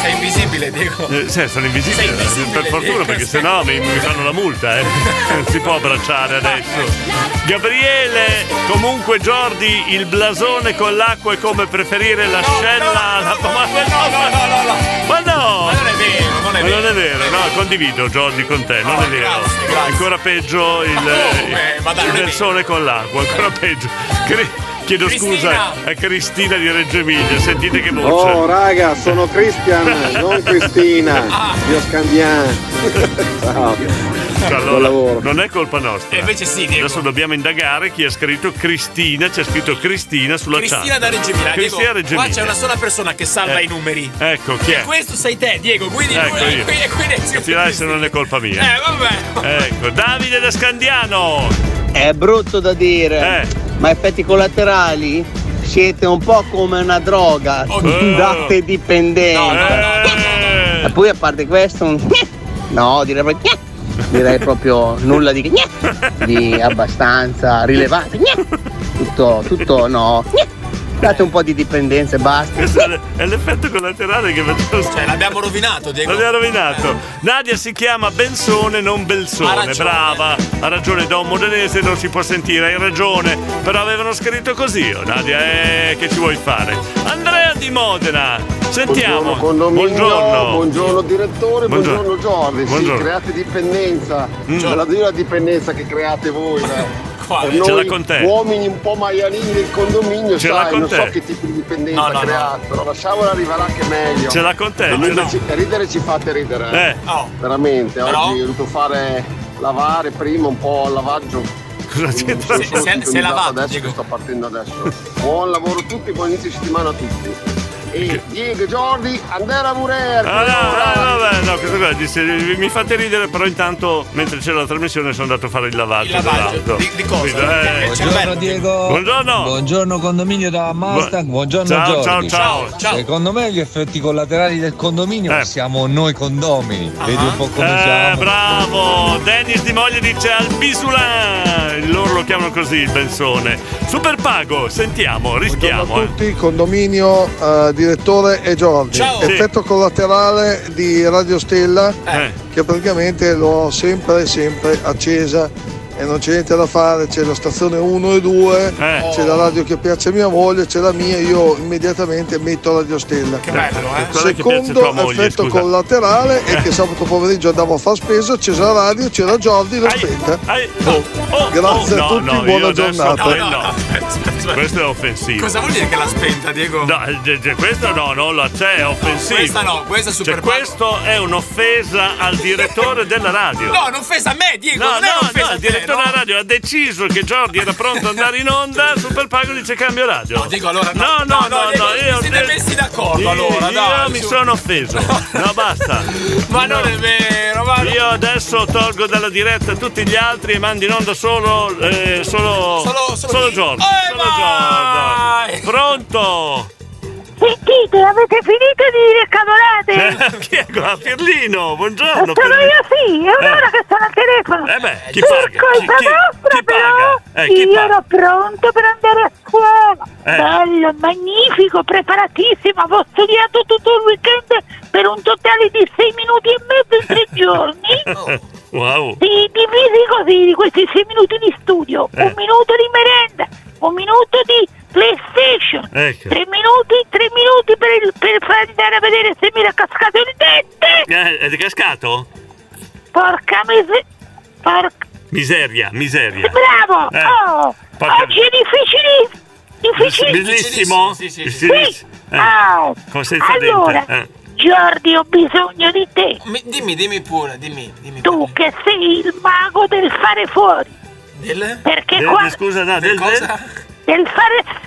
[SPEAKER 3] Sei invisibile, Diego.
[SPEAKER 2] Eh, sì, sono invisibile,
[SPEAKER 3] Sei invisibile,
[SPEAKER 2] per fortuna,
[SPEAKER 3] Diego,
[SPEAKER 2] perché
[SPEAKER 3] sei-
[SPEAKER 2] sennò mi, mi fanno la multa, eh. Non si può abbracciare adesso. Gabriele, comunque Jordi, il blasone con l'acqua è come preferire la scella alla pomata. Ma no! Ma non è vero, non è vero. no, condivido Jordi con te,
[SPEAKER 3] Ah,
[SPEAKER 2] non è vero. Ancora peggio il, il blasone con l'acqua, ancora peggio. Cri- chiedo scusa a Cristina di Reggio Emilia, sentite che voce.
[SPEAKER 12] Oh raga, sono Christian, non
[SPEAKER 2] Ah.
[SPEAKER 12] Cristina. Io scambiamo. Ciao.
[SPEAKER 2] Cioè, Allora, non è colpa nostra.
[SPEAKER 3] invece sì, Diego.
[SPEAKER 2] Adesso dobbiamo indagare chi ha scritto Cristina. C'è scritto Cristina sulla
[SPEAKER 3] Cristina
[SPEAKER 2] chat.
[SPEAKER 3] da Reggio Emilia. Diego,
[SPEAKER 2] Cristina Reggio
[SPEAKER 3] Qua
[SPEAKER 2] Emilia.
[SPEAKER 3] c'è una sola persona che salva
[SPEAKER 2] Eh.
[SPEAKER 3] i numeri.
[SPEAKER 2] Ecco chi
[SPEAKER 3] E
[SPEAKER 2] è.
[SPEAKER 3] questo sei te, Diego. Quindi
[SPEAKER 2] Ecco
[SPEAKER 3] lui-
[SPEAKER 2] io.
[SPEAKER 3] qui- e quindi
[SPEAKER 2] Capirai se non è colpa mia.
[SPEAKER 3] Eh, vabbè.
[SPEAKER 2] Ecco, Davide da Scandiano.
[SPEAKER 22] È brutto da dire, ma effetti collaterali siete un po' come una droga, date dipendenza. E poi a parte questo, un no, direi proprio, direi proprio nulla di, di abbastanza rilevante. Tutto, tutto no. Date un po' di dipendenza e basta.
[SPEAKER 2] Questo è l- è l'effetto collaterale che facciamo. Cioè,
[SPEAKER 3] l'abbiamo rovinato, Diego.
[SPEAKER 2] L'abbiamo rovinato. Nadia si chiama Bensone, non Belsone.
[SPEAKER 3] Ha ragione.
[SPEAKER 2] Brava, ha ragione. Da un modenese non si può sentire, hai ragione. Però avevano scritto così, oh, Nadia, eh, che ci vuoi fare? Andrea di Modena, sentiamo.
[SPEAKER 12] Buongiorno condominio,
[SPEAKER 2] Buongiorno.
[SPEAKER 12] buongiorno, direttore,
[SPEAKER 2] Buongiorno.
[SPEAKER 12] buongiorno, Jordi. Sì,
[SPEAKER 2] Buongiorno.
[SPEAKER 12] create dipendenza.
[SPEAKER 16] Cioè,
[SPEAKER 2] Mm.
[SPEAKER 12] Ve la dico la dipendenza che create voi. dai.
[SPEAKER 2] qua,
[SPEAKER 16] Per
[SPEAKER 2] eh. Ce
[SPEAKER 16] noi
[SPEAKER 2] l'ha con te.
[SPEAKER 16] Uomini un po' maialini del condominio,
[SPEAKER 2] Ce l'ha
[SPEAKER 16] sai,
[SPEAKER 2] con
[SPEAKER 16] non
[SPEAKER 2] te.
[SPEAKER 16] so che tipo di dipendenza
[SPEAKER 2] No, no, no.
[SPEAKER 16] creato, però la sciavola arriverà anche meglio.
[SPEAKER 2] Ce l'ha con te,
[SPEAKER 16] E
[SPEAKER 2] ce
[SPEAKER 16] Noi
[SPEAKER 2] l'ho.
[SPEAKER 16] ci- ridere ci fate ridere. eh.
[SPEAKER 2] Eh. Oh.
[SPEAKER 16] Veramente,
[SPEAKER 2] Però-
[SPEAKER 16] oggi ho dovuto fare lavare prima un po' il lavaggio.
[SPEAKER 2] Cosa c'entra?
[SPEAKER 16] Non sono
[SPEAKER 2] Se- se-
[SPEAKER 16] sintonizzato
[SPEAKER 2] se lavate,
[SPEAKER 16] adesso che sto partendo adesso. Buon lavoro a tutti, buon inizio di settimana a tutti. E Diego Giordi, Andrea Murer,
[SPEAKER 2] Ah, no, no, vabbè, no, questo qua dice, mi fate ridere, però intanto mentre c'era la trasmissione sono andato a fare il lavaggio. dell'auto. Capito? Eh,
[SPEAKER 17] Buongiorno Diego.
[SPEAKER 2] Buongiorno.
[SPEAKER 17] Buongiorno condominio da Mustang.
[SPEAKER 2] Bu-
[SPEAKER 17] Buongiorno
[SPEAKER 2] Ciao,
[SPEAKER 17] Jordi.
[SPEAKER 2] ciao, ciao.
[SPEAKER 17] Secondo me gli effetti collaterali del condominio siamo noi condomini. Vedi un po' come
[SPEAKER 2] Ah. Eh,
[SPEAKER 17] siamo.
[SPEAKER 2] bravo! Dennis di moglie dice al Bisulan! Loro lo chiamano così il benzone. Super pago, sentiamo, rischiamo. eh.
[SPEAKER 7] tutti, condominio, eh, direttore e Giorgi.
[SPEAKER 2] Ciao.
[SPEAKER 7] Effetto collaterale di Radio Stella
[SPEAKER 2] Eh.
[SPEAKER 7] che praticamente l'ho sempre sempre accesa e non c'è niente da fare, c'è la stazione 1 e 2,
[SPEAKER 2] Eh.
[SPEAKER 7] c'è la radio che piace a mia moglie, c'è la mia, io immediatamente metto Radio Stella. Che
[SPEAKER 2] bello, eh? Quella che piace
[SPEAKER 7] Secondo
[SPEAKER 2] tua moglie,
[SPEAKER 7] effetto
[SPEAKER 2] scusa. Eh.
[SPEAKER 7] collaterale è che sabato pomeriggio andavo a far spesa, c'era la radio, c'era Giordi, l'ho spenta.
[SPEAKER 13] Boh.
[SPEAKER 2] Boh.
[SPEAKER 7] Grazie a
[SPEAKER 2] Oh, No,
[SPEAKER 7] tutti,
[SPEAKER 2] no, io
[SPEAKER 7] buona
[SPEAKER 2] adesso-
[SPEAKER 7] giornata.
[SPEAKER 2] eh, no, Questo è offensivo.
[SPEAKER 7] Cosa vuol dire
[SPEAKER 2] che l'ha spenta, Diego? No, eh, eh, questa no, non la c'è, è offensivo.
[SPEAKER 7] questa no,
[SPEAKER 2] questa è super cioè, Questo è un'offesa al direttore della radio.
[SPEAKER 7] No,
[SPEAKER 2] un'offesa a
[SPEAKER 3] Eh,
[SPEAKER 2] me,
[SPEAKER 7] Diego,
[SPEAKER 2] No,
[SPEAKER 7] non è
[SPEAKER 2] no,
[SPEAKER 7] un'offesa
[SPEAKER 2] no,
[SPEAKER 7] a
[SPEAKER 2] il
[SPEAKER 7] te,
[SPEAKER 2] direttore
[SPEAKER 7] no?
[SPEAKER 2] della radio ha deciso che Jordi era pronto ad andare in onda, Superpago dice cambio radio. No, dico allora no. No, no, no,
[SPEAKER 7] Diego,
[SPEAKER 2] io
[SPEAKER 7] vi siete messi d'accordo,
[SPEAKER 2] Io-
[SPEAKER 7] allora, dai,
[SPEAKER 2] Io mi
[SPEAKER 7] su.
[SPEAKER 2] sono offeso. No, basta. ma non è vero, ma Io adesso tolgo dalla diretta tutti gli altri e mando in onda solo eh, solo
[SPEAKER 28] Solo- solo chi?
[SPEAKER 2] Jordi. solo Jordi. Pronto?
[SPEAKER 4] Sentite, avete finito di dire cavolate?
[SPEAKER 2] Eh, Chi è qua? Pirlino, buongiorno.
[SPEAKER 4] Sono
[SPEAKER 2] Pirlino.
[SPEAKER 4] io sì, è un'ora
[SPEAKER 2] Eh.
[SPEAKER 4] che sono al telefono.
[SPEAKER 2] Eh beh, chi
[SPEAKER 4] per
[SPEAKER 2] paga?
[SPEAKER 4] colpa
[SPEAKER 2] Chi- chi-
[SPEAKER 4] vostra
[SPEAKER 2] chi
[SPEAKER 4] però
[SPEAKER 2] paga? Eh, chi
[SPEAKER 4] io
[SPEAKER 2] paga?
[SPEAKER 4] ero pronto per andare a scuola.
[SPEAKER 2] Eh.
[SPEAKER 4] Bello, magnifico, preparatissimo, avevo studiato tutto il weekend per un totale di 6 minuti e mezzo in 3 giorni.
[SPEAKER 2] Wow.
[SPEAKER 4] Di- divisi così di questi 6 minuti di studio,
[SPEAKER 2] Eh.
[SPEAKER 4] un minuto di merenda, un minuto di PlayStation,
[SPEAKER 2] Ecco.
[SPEAKER 4] 3 minuti, tre minuti per, il- per far andare a vedere se mi era cascato il dente.
[SPEAKER 2] Eh, è cascato?
[SPEAKER 4] Porca miseria. Porca...
[SPEAKER 2] Miseria, miseria.
[SPEAKER 4] Bravo!
[SPEAKER 2] Eh.
[SPEAKER 4] Oh,
[SPEAKER 2] Porca-
[SPEAKER 4] oggi è difficile. Difficile.
[SPEAKER 2] Bellissimo?
[SPEAKER 4] Sì, sì,
[SPEAKER 2] Sì. Eh.
[SPEAKER 4] Oh,
[SPEAKER 2] Con senza
[SPEAKER 4] Allora.
[SPEAKER 2] dente. eh.
[SPEAKER 4] Giordi, ho bisogno di te.
[SPEAKER 3] Dimmi, dimmi pure, dimmi. dimmi.
[SPEAKER 4] Tu che sei il mago del fare fuori.
[SPEAKER 3] Del?
[SPEAKER 4] Perché qua.
[SPEAKER 2] scusa, no, del,
[SPEAKER 4] cosa? Del fare.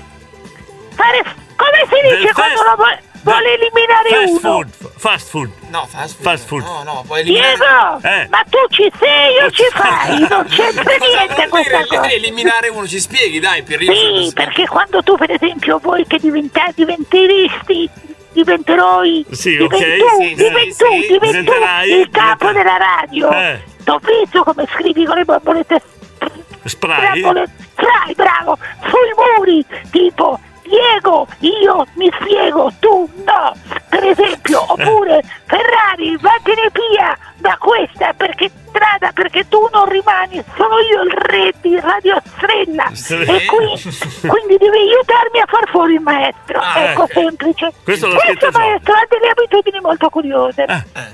[SPEAKER 4] Fare. Come si dice
[SPEAKER 2] Del
[SPEAKER 4] quando
[SPEAKER 2] fast-
[SPEAKER 4] lo vuole, vuole eliminare
[SPEAKER 2] Fast
[SPEAKER 4] uno?
[SPEAKER 2] food, fast food.
[SPEAKER 3] No, fast food.
[SPEAKER 2] Fast food.
[SPEAKER 3] No, no, puoi eliminare.
[SPEAKER 4] Diego,
[SPEAKER 2] Eh.
[SPEAKER 4] ma tu ci sei o ci fai? Non c'entra niente
[SPEAKER 3] Eh. Vuol dire
[SPEAKER 4] questa cosa.
[SPEAKER 3] el- eliminare uno, ci spieghi, dai, Pierino.
[SPEAKER 4] Sì, perché quando tu, per esempio, voi che diventa- diventeresti, diventerò i-
[SPEAKER 3] Sì,
[SPEAKER 4] diventù,
[SPEAKER 3] ok, sì,
[SPEAKER 4] diventù,
[SPEAKER 3] sì, sì,
[SPEAKER 4] diventù
[SPEAKER 2] diventerai,
[SPEAKER 4] il capo
[SPEAKER 2] diventerai.
[SPEAKER 4] della radio.
[SPEAKER 2] Eh.
[SPEAKER 4] T'ho visto come scrivi con le bombolette
[SPEAKER 2] Spray.
[SPEAKER 4] strapole, spray, bravo, sui muri, tipo Diego, io mi spiego, tu no, per esempio,
[SPEAKER 2] Eh.
[SPEAKER 4] oppure Ferrari, vattene via da questa perché strada, perché tu non rimani, sono io il re di Radio Strella e qui, quindi devi aiutarmi a far fuori il maestro,
[SPEAKER 2] Ah,
[SPEAKER 4] ecco
[SPEAKER 2] ecco.
[SPEAKER 4] semplice.
[SPEAKER 2] Questo l'ho
[SPEAKER 4] Questo
[SPEAKER 2] scritto
[SPEAKER 4] maestro ha delle abitudini molto curiose,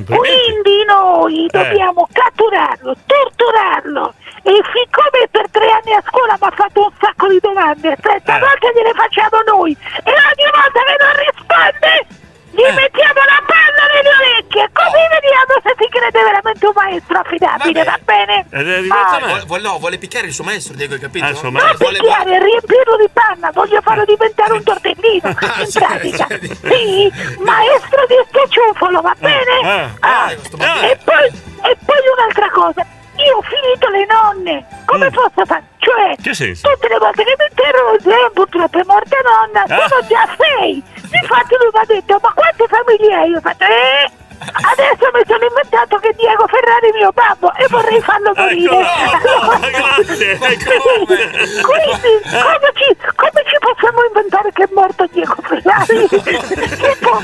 [SPEAKER 4] quindi noi
[SPEAKER 2] Eh.
[SPEAKER 4] dobbiamo catturarlo, torturarlo e siccome per tre anni a scuola mi ha fatto un sacco di domande, 30 volte gliele facciamo noi e ogni volta che non risponde gli mettiamo la palla nelle orecchie così vediamo se si crede veramente un maestro affidabile, va bene?
[SPEAKER 3] Eh,
[SPEAKER 4] Ah,
[SPEAKER 3] vuole, vuole- no, vuole picchiare il suo maestro, Diego, hai capito?
[SPEAKER 2] Eh, suo
[SPEAKER 4] non picchiare, riempirlo di panna, voglio farlo diventare un tortellino, in pratica. Ah, Sì, Eh, maestro di schiacciufolo, va bene? Ah, e, poi, e poi un'altra cosa, io ho finito le nonne, come posso fare? Cioè,
[SPEAKER 2] Che senso?
[SPEAKER 4] tutte le volte che mi interrogo, eh, purtroppo è morta nonna, sono già sei. Infatti lui mi ha detto, ma quante famiglie hai? Io ho fatto, eh... Adesso mi sono inventato che Diego Ferrari è mio babbo e vorrei farlo
[SPEAKER 2] Ah,
[SPEAKER 4] morire.
[SPEAKER 2] ecco oh, grazie. ecco Eh,
[SPEAKER 4] Quindi, come ci, come ci possiamo inventare che è morto Diego Ferrari? tipo...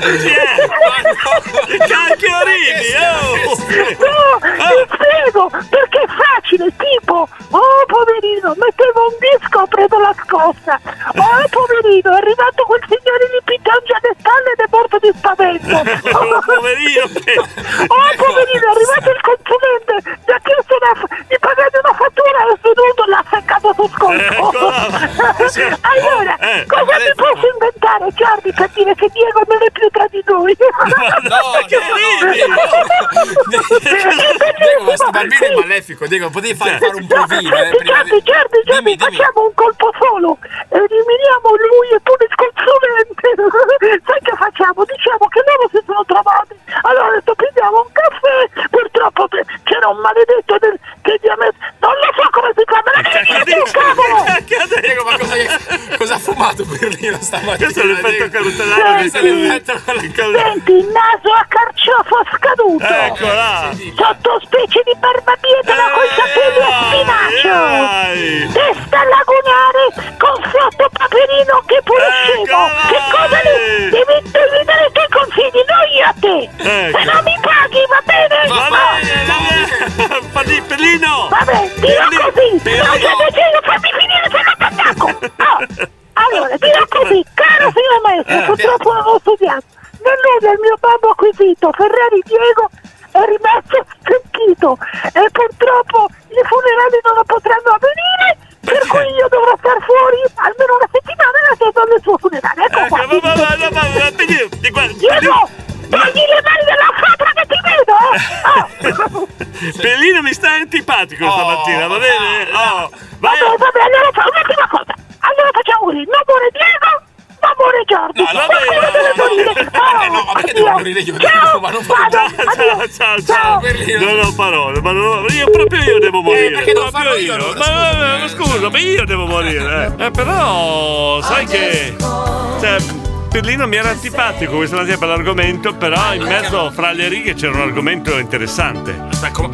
[SPEAKER 2] Che cacchio ridi, oh!
[SPEAKER 4] No, ti spiego, perché è facile, tipo, oh poverino, mettevo un disco, ho preso la scossa. Oh poverino, è arrivato quel signore di pitangia alle spalle ed è morto di spavento.
[SPEAKER 2] Oh, poverino,
[SPEAKER 4] Oh poverino, è arrivato il consulente, gli ha chiesto una, di pagare una fattura e è venuto, l'ha seccato su lo scontro. allora, cosa ti posso inventare, Giordi, per dire che Diego non è più tra di noi?
[SPEAKER 3] eh, Diego, questo bambino è malefico, Diego, potevi far fare un provino. eh, prima di-
[SPEAKER 4] Giordi, Giordi, Giordi, facciamo un colpo solo. Eliminiamo lui e pure il consulente. Sai che facciamo? Diciamo che loro si sono trovati. Allora ho detto prendiamo un caffè. Purtroppo pe- c'era un maledetto del, che gli ha messo. Non lo so come si fa, me la chiedi tu, cavolo!
[SPEAKER 3] Diego, ma cosa, gli- cosa ha fumato Pirlino stamattina? Questo è l'effetto
[SPEAKER 4] Senti,
[SPEAKER 3] carotenoide. Questo è l'effetto
[SPEAKER 4] Senti, il naso a carciofo scaduto.
[SPEAKER 2] Eccola.
[SPEAKER 4] Sotto specie di barbabietola
[SPEAKER 2] Eh,
[SPEAKER 4] con capelli a spinacio. Testa lagunare con sotto paperino che pure
[SPEAKER 2] Ecco,
[SPEAKER 4] scemo. Che cosa lì? Devi indovinare che consigli, non io a te.
[SPEAKER 2] Ecco.
[SPEAKER 4] Se non mi paghi, va bene?
[SPEAKER 2] Va bene, va bene. Pirlino.
[SPEAKER 4] Va bene, dillo così. Non c'è bisogno, fammi finire se non ti attacco. Oh, Allora, dirò così, caro signor maestro, Eh, purtroppo avevo studiato. Nel nulla il mio babbo acquisito, Ferrari Diego, è rimasto stecchito e purtroppo i funerali non potranno avvenire, per cui io dovrò star fuori almeno una settimana e attendo il suo funerale. Ecco qua. Diego, togli le mani dalla fabbra che ti vedo, eh! Oh.
[SPEAKER 2] Pirlino mi sta antipatico stamattina, va bene? Oh.
[SPEAKER 4] Vabbè, vabbè, allora fa un'ultima cosa. Allora facciamo così, non muore Diego, non muore Giorgio.
[SPEAKER 2] No, no, no, no, Eh,
[SPEAKER 4] no,
[SPEAKER 2] Perché devo morire io? Ciao, ma non ciao, ciao, ciao, Non ho parole, ma non- io proprio io devo morire.
[SPEAKER 28] perché devo
[SPEAKER 2] proprio
[SPEAKER 28] farlo io allora,
[SPEAKER 2] Ma ma- ma scusa, ma io devo morire. eh. Eh, però, sai che. Cioè, Pirlino mi era antipatico questa mattina per l'argomento, però in mezzo fra le righe c'era un argomento interessante.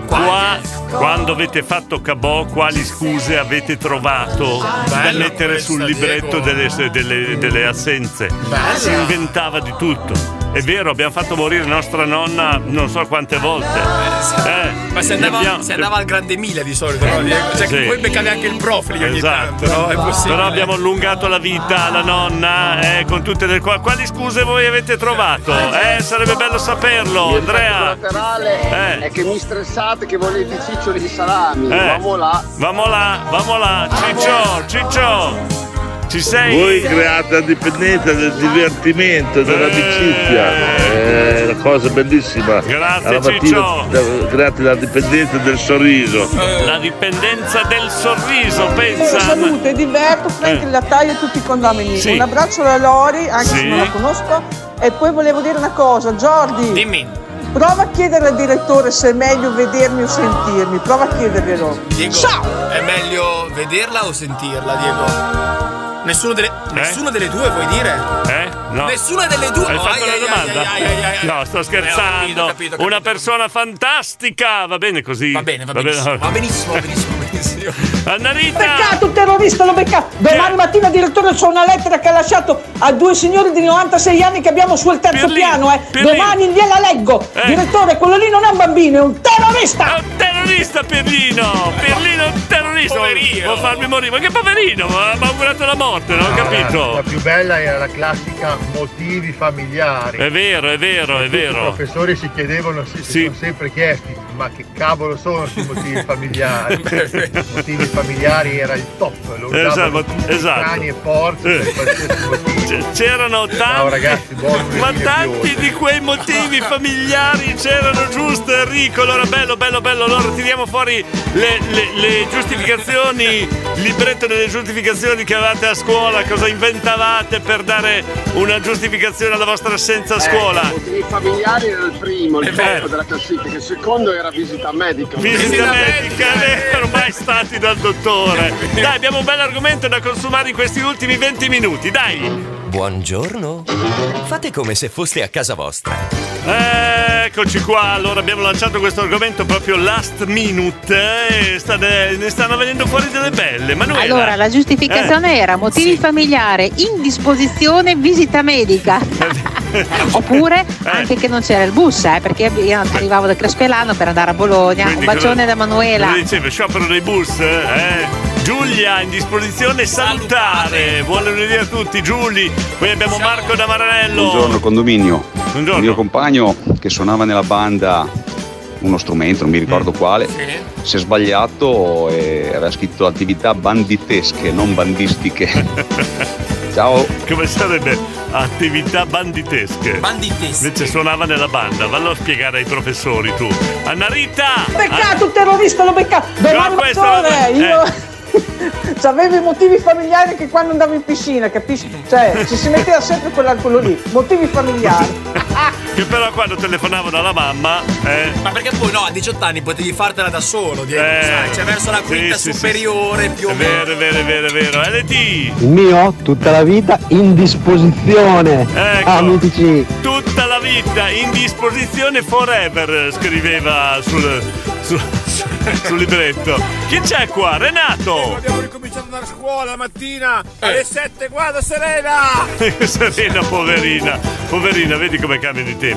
[SPEAKER 2] Qua, quando avete fatto Cabò, quali scuse avete trovato da
[SPEAKER 28] Bella
[SPEAKER 2] mettere sul libretto delle, delle- delle assenze?
[SPEAKER 28] Bella.
[SPEAKER 2] Si inventava di tutto. È vero, abbiamo fatto morire nostra nonna non so quante volte. Eh,
[SPEAKER 3] Ma se
[SPEAKER 2] ne
[SPEAKER 3] andava,
[SPEAKER 2] abbiamo- Eh,
[SPEAKER 3] se andava al grande mila di solito, no? Diego? Cioè,
[SPEAKER 2] Sì.
[SPEAKER 3] che poi beccavi anche il profilo ogni
[SPEAKER 2] Esatto,
[SPEAKER 3] tanto, no? È possibile.
[SPEAKER 2] però abbiamo allungato la vita alla nonna eh, con tutte le qua- quali scuse voi avete trovato? Eh, sarebbe bello saperlo, Andrea.
[SPEAKER 16] collaterale è che mi stressate che volete i ciccioli di salami.
[SPEAKER 2] Eh.
[SPEAKER 16] Vamo là.
[SPEAKER 2] Vamo là, vamo là, Ciccio, Ciccio. Ci sei?
[SPEAKER 8] Voi create la dipendenza del divertimento, dell'amicizia, è una cosa bellissima.
[SPEAKER 2] Eh, Grazie,
[SPEAKER 8] Alla mattina
[SPEAKER 2] Ciccio.
[SPEAKER 8] da- create la dipendenza del sorriso.
[SPEAKER 2] La dipendenza del sorriso, pensa.
[SPEAKER 23] saluto e diverto Frank
[SPEAKER 2] Eh.
[SPEAKER 23] il Lattaio e tutti i condomini.
[SPEAKER 2] Sì.
[SPEAKER 23] Un abbraccio alla Lori, anche se
[SPEAKER 2] Sì.
[SPEAKER 23] non la conosco. E poi volevo dire una cosa, Jordi.
[SPEAKER 3] Dimmi.
[SPEAKER 23] Prova a chiedere al direttore se è meglio vedermi o sentirmi. Prova a chiederglielo.
[SPEAKER 3] Diego, è meglio vederla o sentirla, Diego? Nessuno delle, nessuna delle due vuoi dire?
[SPEAKER 2] Eh? No.
[SPEAKER 3] Nessuna delle due.
[SPEAKER 2] Hai
[SPEAKER 3] Oh,
[SPEAKER 2] fatto
[SPEAKER 3] ai,
[SPEAKER 2] la
[SPEAKER 3] ai,
[SPEAKER 2] domanda?
[SPEAKER 3] ai, ai, ai, ai.
[SPEAKER 2] No, sto
[SPEAKER 3] Eh,
[SPEAKER 2] scherzando.
[SPEAKER 3] ho capito, ho capito, ho capito.
[SPEAKER 2] Una persona fantastica, va bene così? Va bene, va, benissimo, va
[SPEAKER 3] benissimo, va benissimo,
[SPEAKER 2] Annarita!
[SPEAKER 23] Beccato il terrorista, l'ho beccato. Domani mattina, direttore, c'è una lettera che ha lasciato a due signori di 96 anni che abbiamo sul terzo piano. Eh. Domani gliela leggo. Direttore, quello lì non è un bambino, è un terrorista.
[SPEAKER 2] Terrorista Perlino! Perlino è un terrorista! Poverino! Vuol farmi morire, ma che poverino! Ma mi ha augurato la morte,
[SPEAKER 8] Ah,
[SPEAKER 2] non ho
[SPEAKER 26] La
[SPEAKER 2] capito!
[SPEAKER 26] più bella era la classica motivi familiari.
[SPEAKER 2] È vero, è vero, è
[SPEAKER 26] I
[SPEAKER 2] vero!
[SPEAKER 26] professori si chiedevano, si, si sono sempre chiesti, ma che cavolo sono questi motivi familiari? I motivi familiari era il top, lo usavano
[SPEAKER 2] Esatto,
[SPEAKER 26] tutti,
[SPEAKER 2] esatto. Eh.
[SPEAKER 26] cani e porci per qualsiasi motivo.
[SPEAKER 2] C'erano
[SPEAKER 26] Ciao ragazzi, buon
[SPEAKER 2] Ma
[SPEAKER 26] lunedì a
[SPEAKER 2] tanti di quei motivi familiari c'erano giusto Enrico, allora bello, bello, bello, allora tiriamo fuori le, le- le giustificazioni, il libretto delle giustificazioni che avevate a scuola, cosa inventavate per dare una giustificazione alla vostra assenza a scuola?
[SPEAKER 16] Eh, I motivi familiari era il primo,
[SPEAKER 2] È
[SPEAKER 16] il
[SPEAKER 2] vero.
[SPEAKER 16] top della classifica. Il secondo era visita medica.
[SPEAKER 2] Visita medica, è vero, mai stati dal dottore. Dai, abbiamo un bel argomento da consumare in questi ultimi 20 minuti, dai!
[SPEAKER 36] Buongiorno. Fate come se foste a casa vostra.
[SPEAKER 2] Eh, Eccoci qua, allora abbiamo lanciato questo argomento proprio last minute eh, e sta- ne stanno venendo fuori delle belle. Manuela. Eh?
[SPEAKER 25] Allora, la giustificazione era motivi familiari, indisposizione, visita medica. Oppure
[SPEAKER 2] Eh.
[SPEAKER 25] anche che non c'era il bus, eh, perché io arrivavo da Crespelano per andare a Bologna.
[SPEAKER 2] Quindi
[SPEAKER 25] Un
[SPEAKER 2] cosa-
[SPEAKER 25] bacione da Manuela.
[SPEAKER 2] cosa Diceva sciopero dei bus, eh? Giulia in disposizione salutare. Buon lunedì a tutti, Giulia. Poi abbiamo Marco da Maranello.
[SPEAKER 10] Buongiorno condominio.
[SPEAKER 2] Il mio
[SPEAKER 10] compagno che suonava nella banda
[SPEAKER 5] uno strumento, non mi
[SPEAKER 2] Mm.
[SPEAKER 5] ricordo quale, si è sbagliato e aveva scritto attività banditesche, non bandistiche. Ciao!
[SPEAKER 2] Come sarebbe attività banditesche? Banditesche. Invece suonava nella banda, vallo a spiegare ai professori tu. Anna Rita! Ah,
[SPEAKER 23] Beccato il terrorista, l'ho beccato! Domani
[SPEAKER 2] questo-
[SPEAKER 23] mattone,
[SPEAKER 2] eh.
[SPEAKER 23] io... Avevo i motivi familiari che quando andavo in piscina, capisci? Cioè, ci si metteva sempre quella- quello lì, motivi familiari.
[SPEAKER 2] Che però quando telefonavo dalla mamma. Eh,
[SPEAKER 3] Ma perché poi no, a 18 anni potevi fartela da solo, Diego,
[SPEAKER 2] eh,
[SPEAKER 3] sai, cioè verso la
[SPEAKER 2] sì,
[SPEAKER 3] quinta
[SPEAKER 2] sì, sì,
[SPEAKER 3] superiore
[SPEAKER 2] sì.
[SPEAKER 3] più o
[SPEAKER 2] È
[SPEAKER 3] meno.
[SPEAKER 2] vero, è vero, è vero, è vero. LT!
[SPEAKER 10] Il mio tutta la vita in disposizione.
[SPEAKER 2] Ecco.
[SPEAKER 10] Amici.
[SPEAKER 2] Tutta la vita in disposizione forever, scriveva sul, sul- sul libretto. Chi c'è qua? Renato!
[SPEAKER 14] Abbiamo ricominciato ad andare a scuola la mattina
[SPEAKER 2] Eh.
[SPEAKER 14] alle 7, guarda Serena!
[SPEAKER 2] Serena, poverina, poverina, vedi come cambiano i tempi.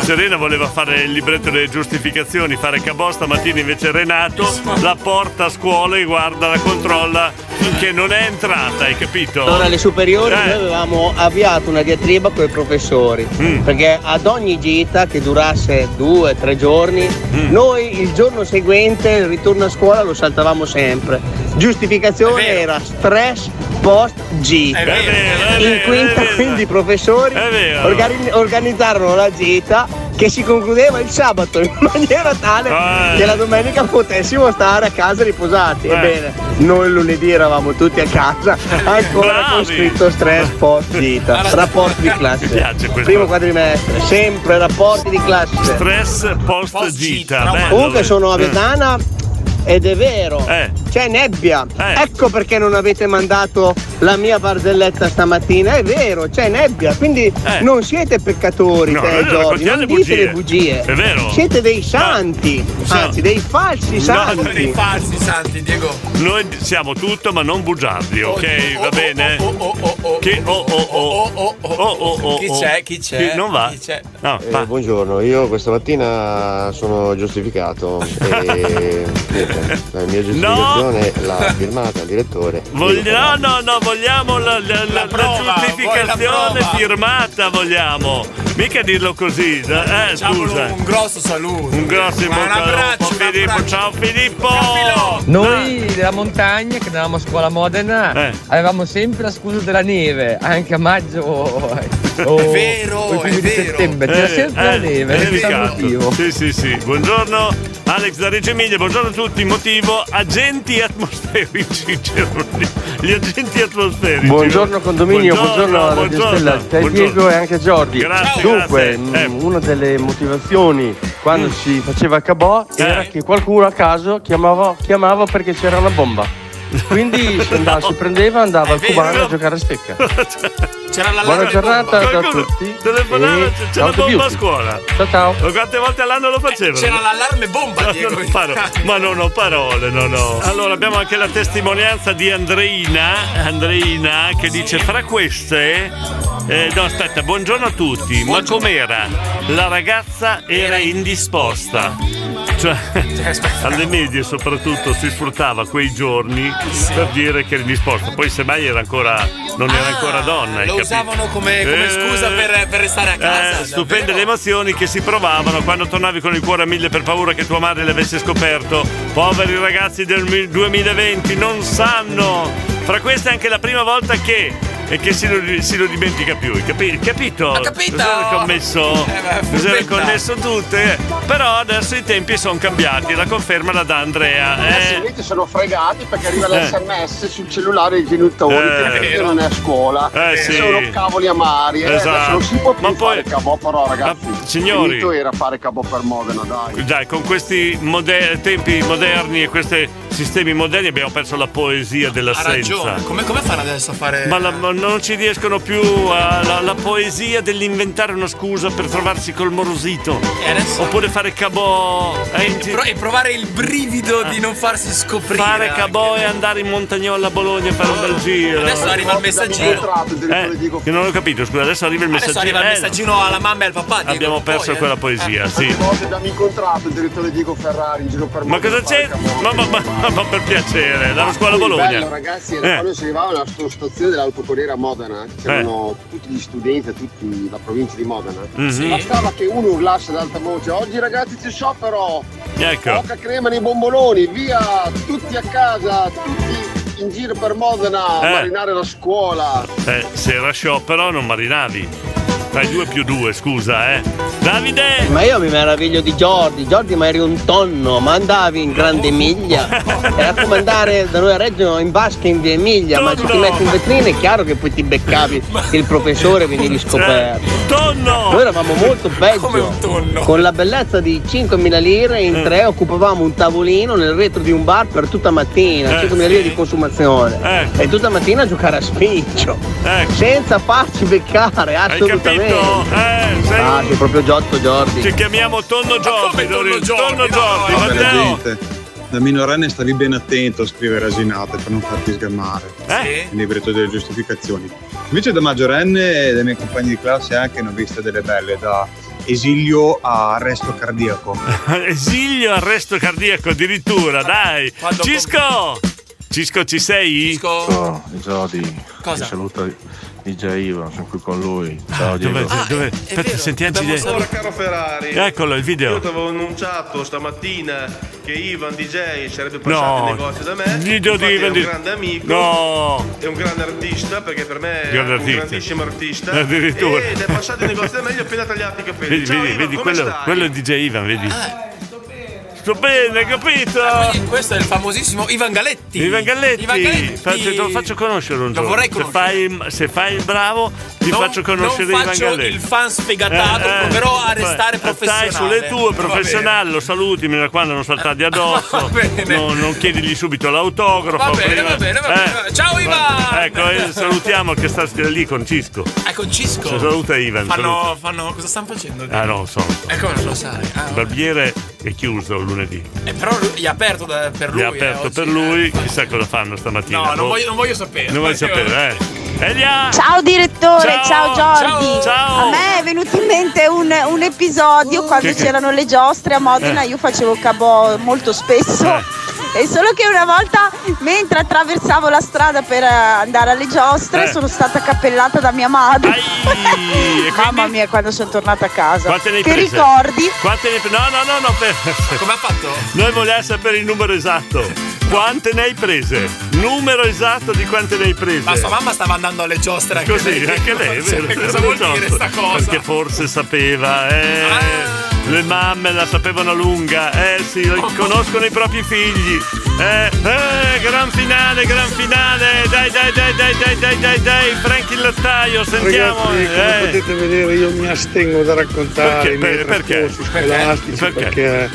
[SPEAKER 2] Serena voleva fare il libretto delle giustificazioni, fare cabò stamattina invece Renato la porta a scuola e guarda, la controlla finché non è entrata, hai capito?
[SPEAKER 22] Allora alle superiori
[SPEAKER 2] Eh.
[SPEAKER 22] noi avevamo avviato una diatriba con i professori
[SPEAKER 2] Mm.
[SPEAKER 22] perché ad ogni gita che durasse due, tre giorni
[SPEAKER 2] Mm.
[SPEAKER 22] noi il giorno seguente il ritorno a scuola lo saltavamo sempre giustificazione era stress post G
[SPEAKER 2] È vero, è
[SPEAKER 22] in
[SPEAKER 2] vero,
[SPEAKER 22] quinta
[SPEAKER 2] è vero.
[SPEAKER 22] quindi i professori
[SPEAKER 2] È vero.
[SPEAKER 22] organi- organizzarono la gita che si concludeva il sabato in maniera tale
[SPEAKER 2] Eh.
[SPEAKER 22] che la domenica potessimo stare a casa riposati.
[SPEAKER 2] Eh.
[SPEAKER 22] Ebbene, noi lunedì eravamo tutti a casa, ancora con
[SPEAKER 2] Bravi.
[SPEAKER 22] scritto stress post vita, rapporti di classe.
[SPEAKER 2] Mi piace questo.
[SPEAKER 22] Primo quadrimestre, sempre rapporti di classe.
[SPEAKER 2] Stress post gita. bello.
[SPEAKER 22] Comunque sono
[SPEAKER 2] Eh.
[SPEAKER 22] avetana ed è vero, c'è nebbia.
[SPEAKER 2] Eh.
[SPEAKER 22] Ecco perché non avete mandato la mia barzelletta stamattina. È vero, c'è nebbia. Quindi non siete peccatori,
[SPEAKER 2] Eh. No,
[SPEAKER 22] te,
[SPEAKER 2] noi
[SPEAKER 22] Giorgi.
[SPEAKER 2] raccontiamo
[SPEAKER 22] Non
[SPEAKER 2] le
[SPEAKER 22] dite le
[SPEAKER 2] bugie.
[SPEAKER 22] bugie.
[SPEAKER 2] È vero.
[SPEAKER 22] Siete dei santi, anzi, dei falsi santi.
[SPEAKER 2] No, dei falsi santi, Diego. Noi siamo tutto ma non bugiardi, ok? Va bene? Che oh oh oh oh oh oh
[SPEAKER 3] Chi c'è? Chi c'è?
[SPEAKER 2] Chi non va?
[SPEAKER 3] Chi c'è?
[SPEAKER 2] No,
[SPEAKER 20] Eh,
[SPEAKER 2] va.
[SPEAKER 20] buongiorno, io questa mattina sono giustificato e niente, la mia giustificazione l'ha firmata il direttore.
[SPEAKER 2] Voglio- no, no, no, vogliamo la, la- la- la giustificazione firmata, vogliamo. Mica dirlo così, da- eh, scusa. Un grosso saluto. Un grosso in
[SPEAKER 14] Ma un
[SPEAKER 2] bocca al lupo, Filippo. Ciao Filippo.
[SPEAKER 31] Noi della montagna, che andavamo a scuola a Modena,
[SPEAKER 2] Eh.
[SPEAKER 31] avevamo sempre la scusa della neve, anche a maggio o, o-
[SPEAKER 2] vero,
[SPEAKER 31] o i primi
[SPEAKER 2] è
[SPEAKER 31] di
[SPEAKER 2] vero.
[SPEAKER 31] settembre. C'era
[SPEAKER 2] Eh,
[SPEAKER 31] sempre
[SPEAKER 2] eh,
[SPEAKER 31] la neve,
[SPEAKER 2] è
[SPEAKER 31] senza
[SPEAKER 2] delicato.
[SPEAKER 31] motivo.
[SPEAKER 2] Sì, sì, sì. Buongiorno Alex da Reggio Emilia, buongiorno a tutti. Motivo agenti atmosferici. Geroni. Gli agenti atmosferici.
[SPEAKER 21] Buongiorno condominio, buongiorno, Radio Stella, te Diego e anche Giorgi.
[SPEAKER 2] Grazie,
[SPEAKER 21] Dunque,
[SPEAKER 2] grazie. Eh. Mm.
[SPEAKER 21] mh, una delle motivazioni quando si faceva cabò
[SPEAKER 2] Eh.
[SPEAKER 21] era che qualcuno a caso chiamava, chiamava perché c'era una bomba. Quindi si, andava, si prendeva e andava al cubano a giocare a stecca.
[SPEAKER 3] C'era la
[SPEAKER 21] Buona giornata da tutti.
[SPEAKER 2] Telefonava,
[SPEAKER 21] e
[SPEAKER 2] c'è- c'è
[SPEAKER 21] ciao
[SPEAKER 2] la
[SPEAKER 21] a tutti.
[SPEAKER 2] bomba a scuola.
[SPEAKER 21] Ciao ciao.
[SPEAKER 2] Ma Quante volte all'anno lo facevano?
[SPEAKER 21] c'era
[SPEAKER 2] l'allarme bomba, non paro- Ma non ho parole, no, no. Allora, abbiamo anche la testimonianza di Andreina, Andreina che dice fra queste... eh, no, aspetta, buongiorno a tutti. Ma com'era? La ragazza era indisposta. Cioè, alle medie soprattutto si sfruttava quei giorni per dire che era indisposta. Poi semmai era ancora, non era ancora donna. hai
[SPEAKER 3] Lo
[SPEAKER 2] capito?
[SPEAKER 3] usavano come, come
[SPEAKER 2] Eh,
[SPEAKER 3] scusa per, per restare a casa.
[SPEAKER 2] eh, stupende le emozioni che si provavano quando tornavi con il cuore a mille per paura che tua madre l'avesse scoperto. Poveri ragazzi del mi- 2020 non sanno. Fra queste è anche la prima volta che. E che si lo, si lo dimentica più, hai capi- capito?
[SPEAKER 3] capito?
[SPEAKER 2] Cos'era connesso, cos'era
[SPEAKER 3] furbetta.
[SPEAKER 2] connesso tutte. Però adesso i tempi sono cambiati, la conferma la dà Andrea.
[SPEAKER 16] Adesso
[SPEAKER 2] Eh,
[SPEAKER 16] invece sono fregati perché arriva
[SPEAKER 2] Eh.
[SPEAKER 16] l'SMS sul cellulare dei genitori
[SPEAKER 2] Eh,
[SPEAKER 16] perché il figlio
[SPEAKER 2] vero.
[SPEAKER 16] non è a scuola.
[SPEAKER 2] Eh, sì.
[SPEAKER 16] Sono cavoli amari. eh,
[SPEAKER 2] Esatto.
[SPEAKER 16] adesso non si può più fare cabò, però ragazzi.
[SPEAKER 2] signori.
[SPEAKER 16] finito era fare cabò per Modena, dai.
[SPEAKER 2] Dai, con questi moder- tempi moderni e questi sistemi moderni abbiamo perso la poesia
[SPEAKER 3] Ha
[SPEAKER 2] dell'assenza.
[SPEAKER 3] ragione. Come, come fanno adesso a fare.
[SPEAKER 2] Ma, la- ma non ci riescono più a- la, la poesia dell'inventare una scusa per trovarsi col morosito. Oppure fare cabò. eh,
[SPEAKER 3] E, pro- e provare il brivido di non farsi scoprire.
[SPEAKER 2] fare cabò e andare in montagnola a Bologna a fare un bel giro.
[SPEAKER 3] Adesso arriva il messaggero.
[SPEAKER 2] Eh, che non ho capito, scusa, adesso arriva il
[SPEAKER 3] Adesso
[SPEAKER 2] messaggino.
[SPEAKER 3] arriva il
[SPEAKER 2] Eh,
[SPEAKER 3] messaggino alla mamma e al papà. Diego.
[SPEAKER 2] abbiamo perso
[SPEAKER 3] Poi, eh.
[SPEAKER 2] quella poesia, sì.
[SPEAKER 16] Quante volte abbiamo incontrato il direttore Diego Ferrari in giro per
[SPEAKER 2] Ma cosa c'è? Ma, ma- ma- ma per piacere,
[SPEAKER 22] Ah,
[SPEAKER 2] dalla scuola
[SPEAKER 16] Poi,
[SPEAKER 2] Bologna.
[SPEAKER 16] bello, ragazzi, era
[SPEAKER 2] Eh.
[SPEAKER 16] quando si arrivava alla sto- stazione dell'autocorriere a Modena, eh, c'erano
[SPEAKER 2] Eh.
[SPEAKER 16] tutti gli studenti, e tutti la provincia di Modena.
[SPEAKER 2] Mhm.
[SPEAKER 16] Bastava che uno urlasse ad alta voce: Oggi, ragazzi, c'è sciopero!
[SPEAKER 2] Ecco.
[SPEAKER 16] Poca crema nei bomboloni, via! Tutti a casa, tutti in giro per Modena, a
[SPEAKER 2] Eh.
[SPEAKER 16] marinare la scuola.
[SPEAKER 2] Eh, se era sciopero non marinavi. Fai 2 più 2, scusa, eh. Davide!
[SPEAKER 22] Ma io mi meraviglio di Giordi, Giordi ma eri un tonno, ma andavi in Grande Emilia. Era come andare da noi a Reggio in vasca in via Emilia, ma se ti metti in vetrina è chiaro che poi ti beccavi il professore e venivi scoperto.
[SPEAKER 2] Eh, Tonno!
[SPEAKER 22] Noi eravamo molto peggio. Con la bellezza di 5.000 lire
[SPEAKER 2] Eh.
[SPEAKER 22] in tre occupavamo un tavolino nel retro di un bar per tutta mattina,
[SPEAKER 2] Eh,
[SPEAKER 22] 5.000 lire di consumazione. E tutta mattina a giocare a spiccio. Senza farci beccare, assolutamente.
[SPEAKER 2] Ecco. capito? Eh,
[SPEAKER 22] ah, sei proprio Giotto Giordi.
[SPEAKER 2] Ci chiamiamo Tonno Giordi, Lorenzo. Tonno Giordi,
[SPEAKER 24] Vabbè,
[SPEAKER 2] Matteo.
[SPEAKER 24] gente, da minorenne stavi ben attento a scrivere asinate per non farti sgamare
[SPEAKER 2] eh?
[SPEAKER 24] il libretto delle giustificazioni. Invece da maggiorenne e dai miei compagni di classe anche ne ho viste delle belle, da esilio a arresto cardiaco.
[SPEAKER 2] eh. Esilio, arresto cardiaco addirittura, dai. Cisco! Cisco, ci sei?
[SPEAKER 27] Ciao, Jody.
[SPEAKER 2] Cosa?
[SPEAKER 27] Ti saluta DJ Ivan, sono qui con lui. Ciao Diego.
[SPEAKER 2] Ah, Dove, dove? Aspetta, senti anzi
[SPEAKER 9] Allora, caro Ferrari.
[SPEAKER 2] Eccolo, il video.
[SPEAKER 9] Io ti avevo annunciato stamattina che Ivan DJ sarebbe passato
[SPEAKER 2] No.
[SPEAKER 9] in negozio da me.
[SPEAKER 2] Video di
[SPEAKER 9] Infatti
[SPEAKER 2] Ivan
[SPEAKER 9] è un
[SPEAKER 2] di-
[SPEAKER 9] grande amico.
[SPEAKER 2] No.
[SPEAKER 9] È un grande artista perché per me è
[SPEAKER 2] Grande
[SPEAKER 9] un
[SPEAKER 2] artista.
[SPEAKER 9] grandissimo artista.
[SPEAKER 2] Addirittura.
[SPEAKER 9] Ed è passato in negozio da me, gli ho appena tagliato i capelli.
[SPEAKER 2] Vedi,
[SPEAKER 9] Ciao
[SPEAKER 2] vedi,
[SPEAKER 9] Ivan,
[SPEAKER 2] vedi,
[SPEAKER 9] come
[SPEAKER 2] quello,
[SPEAKER 9] stai?
[SPEAKER 2] quello è DJ Ivan, vedi?
[SPEAKER 3] Ah,
[SPEAKER 2] Sto bene, capito?
[SPEAKER 3] Eh, questo è il famosissimo Ivan Galletti.
[SPEAKER 2] Ivan Galletti,
[SPEAKER 3] Ivan Galletti.
[SPEAKER 2] Fa- te lo faccio conoscere un
[SPEAKER 3] Lo
[SPEAKER 2] giorno.
[SPEAKER 3] vorrei
[SPEAKER 2] se, fai, il- se fai il bravo, ti
[SPEAKER 3] Non-
[SPEAKER 2] faccio conoscere
[SPEAKER 3] non
[SPEAKER 2] Ivan
[SPEAKER 3] faccio
[SPEAKER 2] Galletti.
[SPEAKER 3] il fan sfegatato,
[SPEAKER 2] Eh,
[SPEAKER 3] proverò a restare professionale.
[SPEAKER 2] Stai sulle tue,
[SPEAKER 3] Va bene. Eh,
[SPEAKER 2] professionale, lo saluti, mi raccomando, non saltargli addosso. non, non chiedigli subito l'autografo.
[SPEAKER 3] Va bene,
[SPEAKER 2] prima-
[SPEAKER 3] va bene, va bene. Ciao,
[SPEAKER 2] va-
[SPEAKER 3] Ivan!
[SPEAKER 2] Ecco, eh, salutiamo che sta lì con Cisco.
[SPEAKER 3] Ah, con Cisco.
[SPEAKER 2] Ci saluta Ivan,
[SPEAKER 3] Fanno,
[SPEAKER 2] saluta.
[SPEAKER 3] fanno, cosa stanno facendo?
[SPEAKER 2] Ah no, so.
[SPEAKER 3] Eh, come non lo sai? Ah,
[SPEAKER 2] Il barbiere è chiuso lunedì.
[SPEAKER 3] eh, però lui- gli ha aperto da- per
[SPEAKER 2] Gli
[SPEAKER 3] lui.
[SPEAKER 2] ha
[SPEAKER 3] eh,
[SPEAKER 2] aperto
[SPEAKER 3] oggi.
[SPEAKER 2] per lui, chissà cosa fanno stamattina.
[SPEAKER 3] No, non
[SPEAKER 2] Boh.
[SPEAKER 3] voglio, non voglio sapere.
[SPEAKER 2] Non voglio sapere, eh. Elia!
[SPEAKER 11] Ciao direttore, ciao, Giordi.
[SPEAKER 2] Ciao, ciao.
[SPEAKER 11] A me è venuto in mente un, un episodio quando
[SPEAKER 2] Che- che-
[SPEAKER 11] c'erano le giostre a Modena,
[SPEAKER 2] Eh.
[SPEAKER 11] io facevo cabò molto spesso. E solo che una volta, mentre attraversavo la strada per eh, andare alle giostre,
[SPEAKER 2] Eh.
[SPEAKER 11] sono stata cappellata da mia madre. Mamma mia, quando sono tornata a casa.
[SPEAKER 2] Quante ne hai
[SPEAKER 11] Che
[SPEAKER 2] prese?
[SPEAKER 11] ricordi?
[SPEAKER 2] Quante ne hai prese? No, no, no, no. Come ha fatto? Noi vogliamo sapere il numero esatto. Quante ne hai prese? Numero esatto di quante ne hai prese.
[SPEAKER 3] Ma sua mamma stava andando alle giostre anche
[SPEAKER 2] Così,
[SPEAKER 3] lei.
[SPEAKER 2] anche lei, è
[SPEAKER 3] Cioè,
[SPEAKER 2] vero.
[SPEAKER 3] cosa vuol
[SPEAKER 2] Esatto.
[SPEAKER 3] dire sta cosa? Ah.
[SPEAKER 2] Perché forse sapeva, eh. Le mamme la sapevano a lunga, eh sì, conoscono i propri figli. Eh, eh, gran finale, gran finale. Dai, dai, dai, dai, dai, dai, dai, dai. Franchi il lattaio, sentiamo.
[SPEAKER 13] Ragazzi, come
[SPEAKER 2] eh.
[SPEAKER 13] potete vedere io mi astengo da raccontare
[SPEAKER 2] Perché?
[SPEAKER 13] i miei
[SPEAKER 2] Per- perché?
[SPEAKER 13] trascorsi
[SPEAKER 2] Perché?
[SPEAKER 13] scolastici
[SPEAKER 2] Perché?
[SPEAKER 13] perché,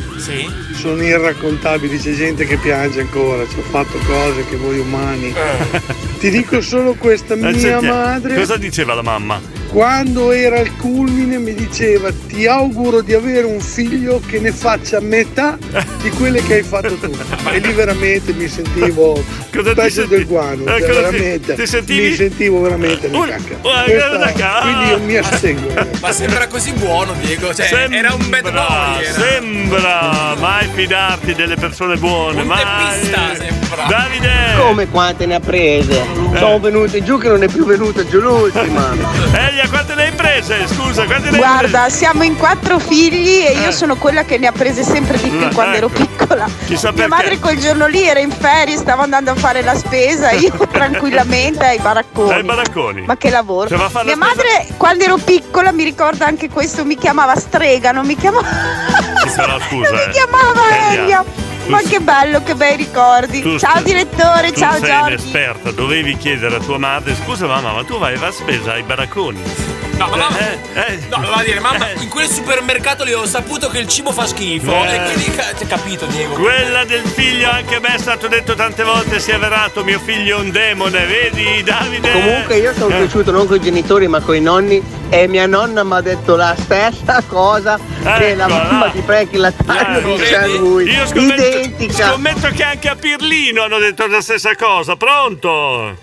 [SPEAKER 13] sono irraccontabili, c'è gente che piange ancora, ci ho fatto cose che voi umani. Ti dico solo questa,
[SPEAKER 2] Eh,
[SPEAKER 13] mia
[SPEAKER 2] sentiamo.
[SPEAKER 13] madre
[SPEAKER 2] Cosa diceva la mamma?
[SPEAKER 13] quando era al culmine mi diceva ti auguro di avere un figlio che ne faccia metà di quelle che hai fatto tu. e lì veramente mi sentivo
[SPEAKER 2] Cosa ti
[SPEAKER 13] peggio
[SPEAKER 2] senti-
[SPEAKER 13] del guano,
[SPEAKER 2] Eh,
[SPEAKER 13] cioè,
[SPEAKER 2] cosa ti-
[SPEAKER 13] veramente.
[SPEAKER 2] ti sentivi? Eh, oh,
[SPEAKER 13] Mi sentivo veramente una
[SPEAKER 2] Un-
[SPEAKER 13] cacca.
[SPEAKER 2] una
[SPEAKER 13] Questa-
[SPEAKER 2] cacca.
[SPEAKER 13] Quindi io mi astengo.
[SPEAKER 3] Ma sembra così buono, Diego. Cioè,
[SPEAKER 2] Sembra,
[SPEAKER 3] era un bad boy. Era.
[SPEAKER 2] Sembra mai fidarti delle persone buone, mai. Davide! Eh.
[SPEAKER 22] Come quante ne ha prese? Sono venute giù che non è più venuta giù l'ultima.
[SPEAKER 2] Elia, quante ne hai prese? Scusa, quante ne hai prese?
[SPEAKER 11] Guarda, siamo in quattro figli e io
[SPEAKER 2] Eh.
[SPEAKER 11] sono quella che ne ha prese sempre di più
[SPEAKER 2] Eh,
[SPEAKER 11] quando ero
[SPEAKER 2] ecco.
[SPEAKER 11] piccola.
[SPEAKER 2] Chissà
[SPEAKER 11] Mia
[SPEAKER 2] perché.
[SPEAKER 11] madre quel giorno lì era in ferie, stava andando a fare la spesa, io tranquillamente ai baracconi.
[SPEAKER 2] Ai baracconi.
[SPEAKER 11] Ma che lavoro.
[SPEAKER 2] Cioè, va a fare la
[SPEAKER 11] Mia madre quando ero piccola mi ricorda anche questo, mi chiamava strega, non mi chiamava,
[SPEAKER 2] Sì, però scusa.
[SPEAKER 11] non mi
[SPEAKER 2] eh.
[SPEAKER 11] chiamava Elia.
[SPEAKER 2] tu
[SPEAKER 11] Ma
[SPEAKER 2] s-
[SPEAKER 11] che bello, che bei ricordi.
[SPEAKER 2] tu
[SPEAKER 11] ciao
[SPEAKER 2] sei-
[SPEAKER 11] direttore,
[SPEAKER 2] tu
[SPEAKER 11] ciao
[SPEAKER 2] sei
[SPEAKER 11] Giorgio.
[SPEAKER 2] un'esperta, dovevi chiedere a tua madre, scusa mamma, ma tu vai a spesa ai baracconi.
[SPEAKER 3] No, ma mamma,
[SPEAKER 2] Eh,
[SPEAKER 3] no, ma va a dire, mamma, in quel supermercato lì ho saputo che il cibo fa schifo.
[SPEAKER 2] Eh.
[SPEAKER 3] E quindi ca- cioè, capito, Diego.
[SPEAKER 2] Quella del figlio, anche a me è stato detto tante volte, si è verato, mio figlio è un demone, vedi Davide?
[SPEAKER 22] Comunque io sono
[SPEAKER 2] Eh.
[SPEAKER 22] cresciuto non con i genitori ma con i nonni e mia nonna mi ha detto la stessa cosa che la
[SPEAKER 2] Eccola.
[SPEAKER 22] mamma di Frankie Lattaio
[SPEAKER 2] Ecco,
[SPEAKER 22] dice a
[SPEAKER 2] vedi?
[SPEAKER 22] Ah, lui.
[SPEAKER 2] Io scommetto,
[SPEAKER 22] Identica.
[SPEAKER 2] scommetto che anche a Pirlino hanno detto la stessa cosa. Pronto?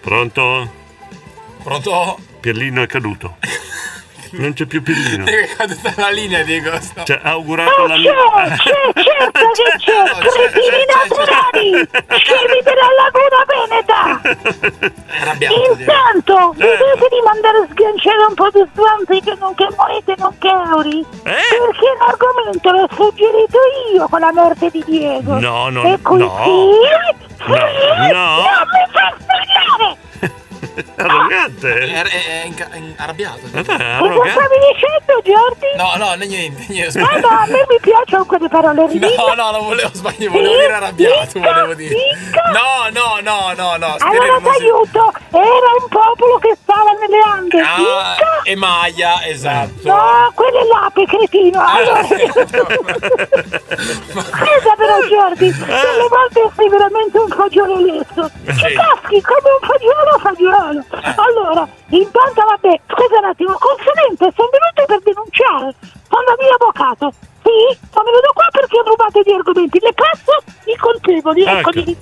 [SPEAKER 2] Pronto?
[SPEAKER 3] Pronto?
[SPEAKER 2] Pirlino è caduto. Non c'è più Pirlino.
[SPEAKER 3] È caduta la linea, dico. sto-
[SPEAKER 2] Cioè, ha augurato
[SPEAKER 13] Ah,
[SPEAKER 2] la mia.
[SPEAKER 4] certo che c'è, come Pirino Burani, scrivi della Laguna Veneta. Intanto,
[SPEAKER 2] Certo.
[SPEAKER 4] vedete di mandare a sganciare un po' di svampi che non che monete, non che
[SPEAKER 2] Eh?
[SPEAKER 4] euri, perché l'argomento l'ho suggerito io con la morte di Diego.
[SPEAKER 2] No, no,
[SPEAKER 4] E quindi,
[SPEAKER 2] no. No, no.
[SPEAKER 4] non mi fa sbagliare.
[SPEAKER 2] Arrogante.
[SPEAKER 3] È, è- è inca- è arrabbiato.
[SPEAKER 2] Eh,
[SPEAKER 4] Cosa Ah, stavi dicendo, Giordi?
[SPEAKER 3] No, no, né niente, niente.
[SPEAKER 4] Ah no, a me mi piacciono quelle parole ridicole.
[SPEAKER 3] No, no, non volevo sbagliare, volevo dire arrabbiato, volevo dire. No, no, no, no, no.
[SPEAKER 4] Allora ti aiuto, era un popolo che stava nelle Ande.
[SPEAKER 3] Ah, e Maya, esatto.
[SPEAKER 4] No, quello è l'ape, cretino. Allora, scusa però Giordi, delle volte sei veramente un fagioleletto. Ci
[SPEAKER 40] Sì.
[SPEAKER 4] caschi come un fagiolo o fagiolo. Allora, intanto vabbè, scusa un attimo, consulente, sono venuto per denunciare. Sono mio avvocato. Sì, sono venuto qua perché ho rubato gli argomenti. Le passo i colpevoli,
[SPEAKER 32] Ecco.
[SPEAKER 4] eccoli.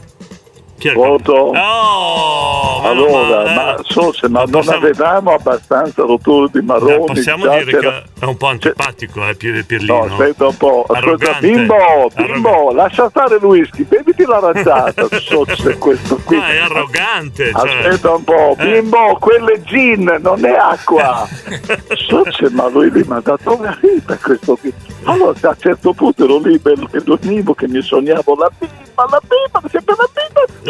[SPEAKER 32] Pronto? allora, ma so se ma non avevamo abbastanza rotture di marroni.
[SPEAKER 2] Dai, Eh, possiamo
[SPEAKER 32] già
[SPEAKER 2] dire
[SPEAKER 32] c'era-
[SPEAKER 2] che è un po' antipatico, eh, Pir- Pirlino.
[SPEAKER 32] No, aspetta un po'. Ascolta,
[SPEAKER 2] Arrogante.
[SPEAKER 32] bimbo, bimbo, lascia stare il whisky, beviti la razzata. so se questo qui.
[SPEAKER 2] Ma è arrogante. Cioè.
[SPEAKER 32] Aspetta un po', bimbo, quello è gin, non è acqua. Soce, ma lui lì mi ha dato una vita questo qui. Allora, a un certo punto ero lì bello che dormivo, che mi sognavo la bimba, la bimba, sempre la bimba.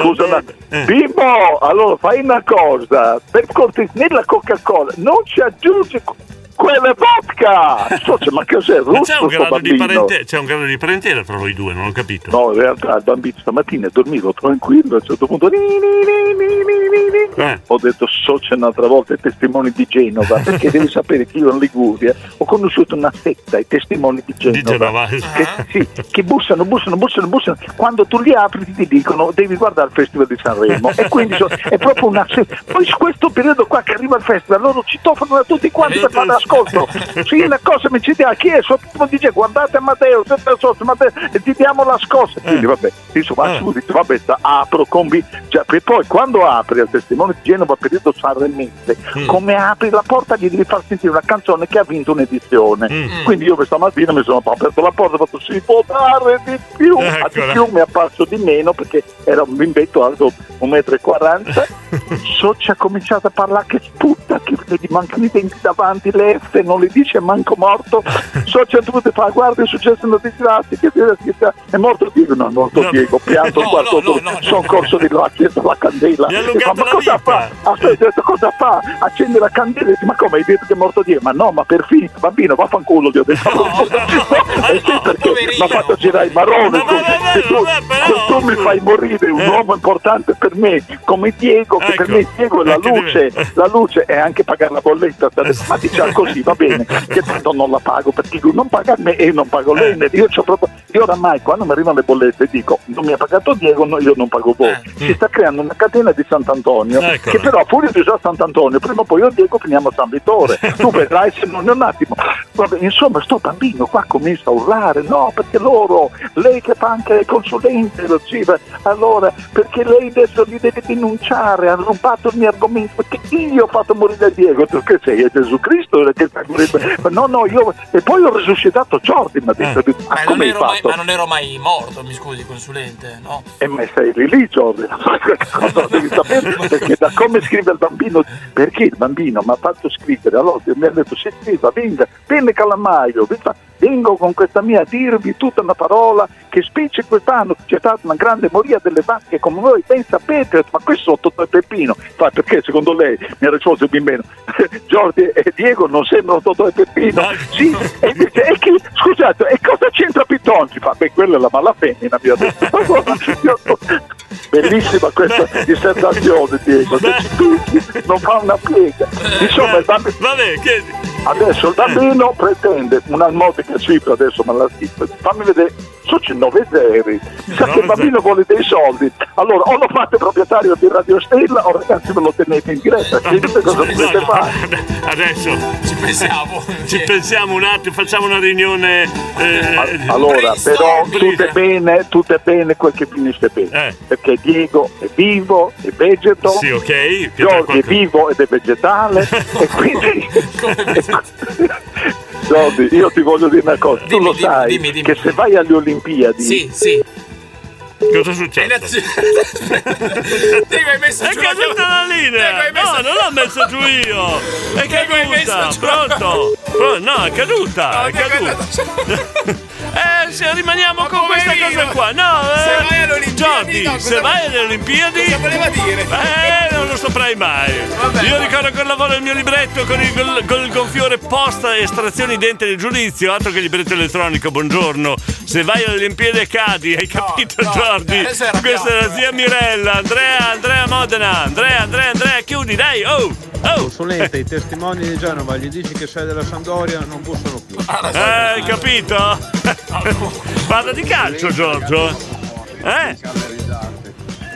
[SPEAKER 32] Scusa,
[SPEAKER 2] eh.
[SPEAKER 32] ma- bimbo, allora fai una cosa, per cortesia, nella Coca-Cola non ci aggiungi que- quelle vodka. Soce, ma cos'è?
[SPEAKER 2] Ma c'è
[SPEAKER 32] Russo
[SPEAKER 2] un,
[SPEAKER 32] sto
[SPEAKER 2] grado di
[SPEAKER 32] bambino?
[SPEAKER 2] parente- c'è un grado di parentela tra voi due, non ho capito.
[SPEAKER 32] No, in realtà il bambino stamattina dormivo tranquillo, a un certo punto... Ho detto socio un'altra volta ai testimoni di Genova, perché devi sapere che io in Liguria ho conosciuto una setta, i testimoni di
[SPEAKER 2] Genova.
[SPEAKER 32] Genova, Che, Eh, sì, che bussano, bussano, bussano, bussano, quando tu li apri ti dicono devi guardare il Festival di Sanremo e quindi so- è proprio una setta. Poi in questo periodo qua che arriva il festival loro citofono da tutti quanti per fare l'ascolto. Sì, una cosa mi ci dia, chi è? Sotto dice guardate Matteo, sotto sotto Matteo, e ti diamo la scossa. Quindi vabbè, insomma, subito, vabbè, sta- apro, combi. Cioè, e poi quando apri al testimone di Genova periodo sanremese,
[SPEAKER 2] Mm.
[SPEAKER 32] come apri la porta gli devi far sentire una canzone che ha vinto un'edizione.
[SPEAKER 2] Mm.
[SPEAKER 32] Quindi io questa mattina mi sono aperto la porta e ho fatto si può dare di più, a di
[SPEAKER 2] Eccola.
[SPEAKER 32] più mi è apparso di meno perché era un bimbetto alto 1,40 m. Socia ha cominciato a parlare che sputta, che gli mancano i denti davanti, le F, non le dice manco morto. Socia ha dovuto fare, certo guarda è successo una disgrazia, che sia- che sia- è morto Diego, no, è morto Diego, pianto un quarto d'ora, sono corso di là, ha chiesto la candela.
[SPEAKER 2] Gli ha
[SPEAKER 32] E
[SPEAKER 2] allungato
[SPEAKER 32] fa, ma
[SPEAKER 2] la
[SPEAKER 32] cosa
[SPEAKER 2] vita."
[SPEAKER 32] fa? Aspetta, ho Ah, detto, cosa fa? Accende la candela e dice, ma come hai detto che è morto Diego? Ma no, ma per finito, bambino, vaffanculo, gli ho detto. Eh sì, perché mi ha fatto girare i marrone. tu, se tu, se tu mi fai morire un uomo importante per me, come Diego, che per me Diego è la luce, la luce è anche pagare la bolletta, ma diciamo così, va bene, che tanto non la pago perché lui non paga a me e io non pago lei. Io, c'ho proprio, io oramai quando mi arrivano le bollette dico non mi ha pagato Diego, no, io non pago voi. Si sta creando una catena di Sant'Antonio,
[SPEAKER 2] Eccola.
[SPEAKER 32] che però fuori di già Sant'Antonio, prima o poi io e Diego finiamo a San Vittore, tu vedrai se non è un attimo. Vabbè, insomma, sto bambino qua comincia a urlare, no, perché loro, lei che fa anche il consulente, lo CIVA, allora, perché lei adesso li deve denunciare, ha rubato il mio argomento, perché io ho fatto morire Diego, tu che sei È Gesù Cristo, eh, che fa morire? Ma no, no, io, e poi ho risuscitato Jordi, mi ha detto, Eh, ma
[SPEAKER 3] Non
[SPEAKER 32] come hai
[SPEAKER 3] ero mai-
[SPEAKER 32] fatto?
[SPEAKER 3] Eh. ma non ero mai morto, mi scusi, consulente, no?
[SPEAKER 32] E Eh, ma sei lì lì, Jordi, cosa devi sapere? Perché da come scrive il bambino, perché il bambino mi ha fatto scrivere, allora mi ha detto si scriva, venga, vieni Calamaio, vi fa- vengo con questa mia a dirvi tutta una parola che specie quest'anno c'è stata una grande moria delle banche come voi, ben sapete, ma questo sotto e Peppino, fa perché secondo lei mi ha risposto Bimbeno, Jordi e Diego non sembrano Totò e Peppino, sì, e, dice, e chi- scusate, e cosa c'entra Pitonci? Fa, beh, quella è la mala femmina, mi ha detto. Bellissima questa dissertazione, Diego. Non fa una piega. Insomma, il bambino. Adesso il bambino pretende un'armonica cifra, adesso me la scritto. Fammi vedere. So c'è 9 zeri. Sa che il bambino vuole dei soldi. Allora, o lo fate proprietario di Radio Stella o ragazzi ve lo tenete in diretta. Vedete cosa
[SPEAKER 2] Esatto.
[SPEAKER 32] potete fare.
[SPEAKER 2] Adesso ci pensiamo. Ci pensiamo un attimo, facciamo una riunione. eh,
[SPEAKER 32] Allora, però tutto è bene, tutto è bene quel che finisce bene. Perché Diego è vivo, è vegeto.
[SPEAKER 2] Sì, ok. Pietra
[SPEAKER 32] Giorgio è vivo ed è vegetale e quindi, e Jody, io ti voglio dire una cosa, tu lo sai che se vai alle Olimpiadi
[SPEAKER 3] Sì, sì.
[SPEAKER 2] Cosa succede?
[SPEAKER 3] Diego, hai messo
[SPEAKER 2] È
[SPEAKER 3] giù
[SPEAKER 2] caduta la linea! No, non l'ho messo giù io! È
[SPEAKER 3] Diego, hai messo
[SPEAKER 2] caduta!
[SPEAKER 3] giù-
[SPEAKER 2] Pronto? Pro- No, è caduta! È caduta! Eh, se rimaniamo con questa cosa qua, no! Eh, se vai alle Olimpiadi, se vai alle Olimpiadi, cosa voleva dire? Eh, non lo saprai mai. Io ricordo con lavoro il mio libretto con il, gol- con il gonfiore posta estrazioni dente del giudizio, altro che libretto elettronico. Buongiorno. Se vai alle Olimpiadi e cadi, hai capito, Jordi?
[SPEAKER 1] adesso era
[SPEAKER 2] Questa è la zia Mirella, Andrea, Andrea Modena, Andrea, Andrea, Andrea, chiudi, dai, oh! Oh!
[SPEAKER 6] Consulente, i testimoni di Genova, gli dici che sei della Sampdoria, non bussano più.
[SPEAKER 2] Eh, hai capito? Parla di calcio, Giorgio. Eh?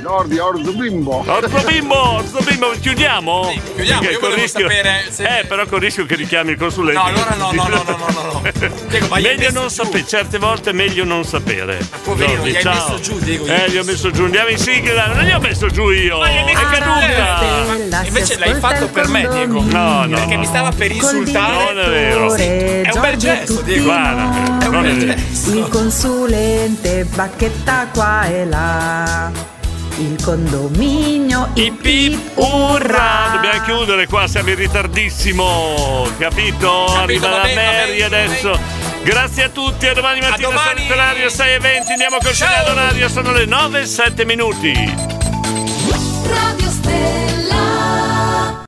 [SPEAKER 16] Jordi, Orzo Bimbo.
[SPEAKER 2] Orzo Bimbo, Orzo Bimbo, chiudiamo?
[SPEAKER 16] chiudiamo,
[SPEAKER 2] Perché
[SPEAKER 16] io
[SPEAKER 2] col
[SPEAKER 16] volevo
[SPEAKER 2] rischio-
[SPEAKER 16] sapere
[SPEAKER 2] Eh, però con il rischio che richiami il consulente.
[SPEAKER 3] No, allora no, no, no, no, no, no. ma gli hai
[SPEAKER 2] meglio
[SPEAKER 3] messo
[SPEAKER 2] non sapere, certe volte meglio non sapere.
[SPEAKER 3] poverino,
[SPEAKER 2] Giorgi,
[SPEAKER 3] gli hai
[SPEAKER 2] ciao.
[SPEAKER 3] messo giù, Diego, gli hai
[SPEAKER 2] Eh, gli ho messo giù, andiamo in sigla. Non gli ho messo giù io.
[SPEAKER 3] Ma gli hai messo
[SPEAKER 2] È
[SPEAKER 3] giù.
[SPEAKER 2] caduta.
[SPEAKER 3] Ah, Invece l'hai fatto per me, Diego.
[SPEAKER 2] No, no.
[SPEAKER 3] Perché mi stava per insultare.
[SPEAKER 2] Non è vero.
[SPEAKER 3] Sì, È un bel gesto, Diego.
[SPEAKER 2] Guarda, non è vero.
[SPEAKER 5] Il consulente bacchetta qua e là. Il condominio
[SPEAKER 2] Ipip urra! Dobbiamo chiudere qua, siamo in ritardissimo, capito? Arriva
[SPEAKER 1] va
[SPEAKER 2] la
[SPEAKER 1] bene, va bene,
[SPEAKER 2] Mary adesso. Grazie a tutti, a domani mattina, solito orario 6 e 20, andiamo col segnale orario, sono le 9 e 7 minuti.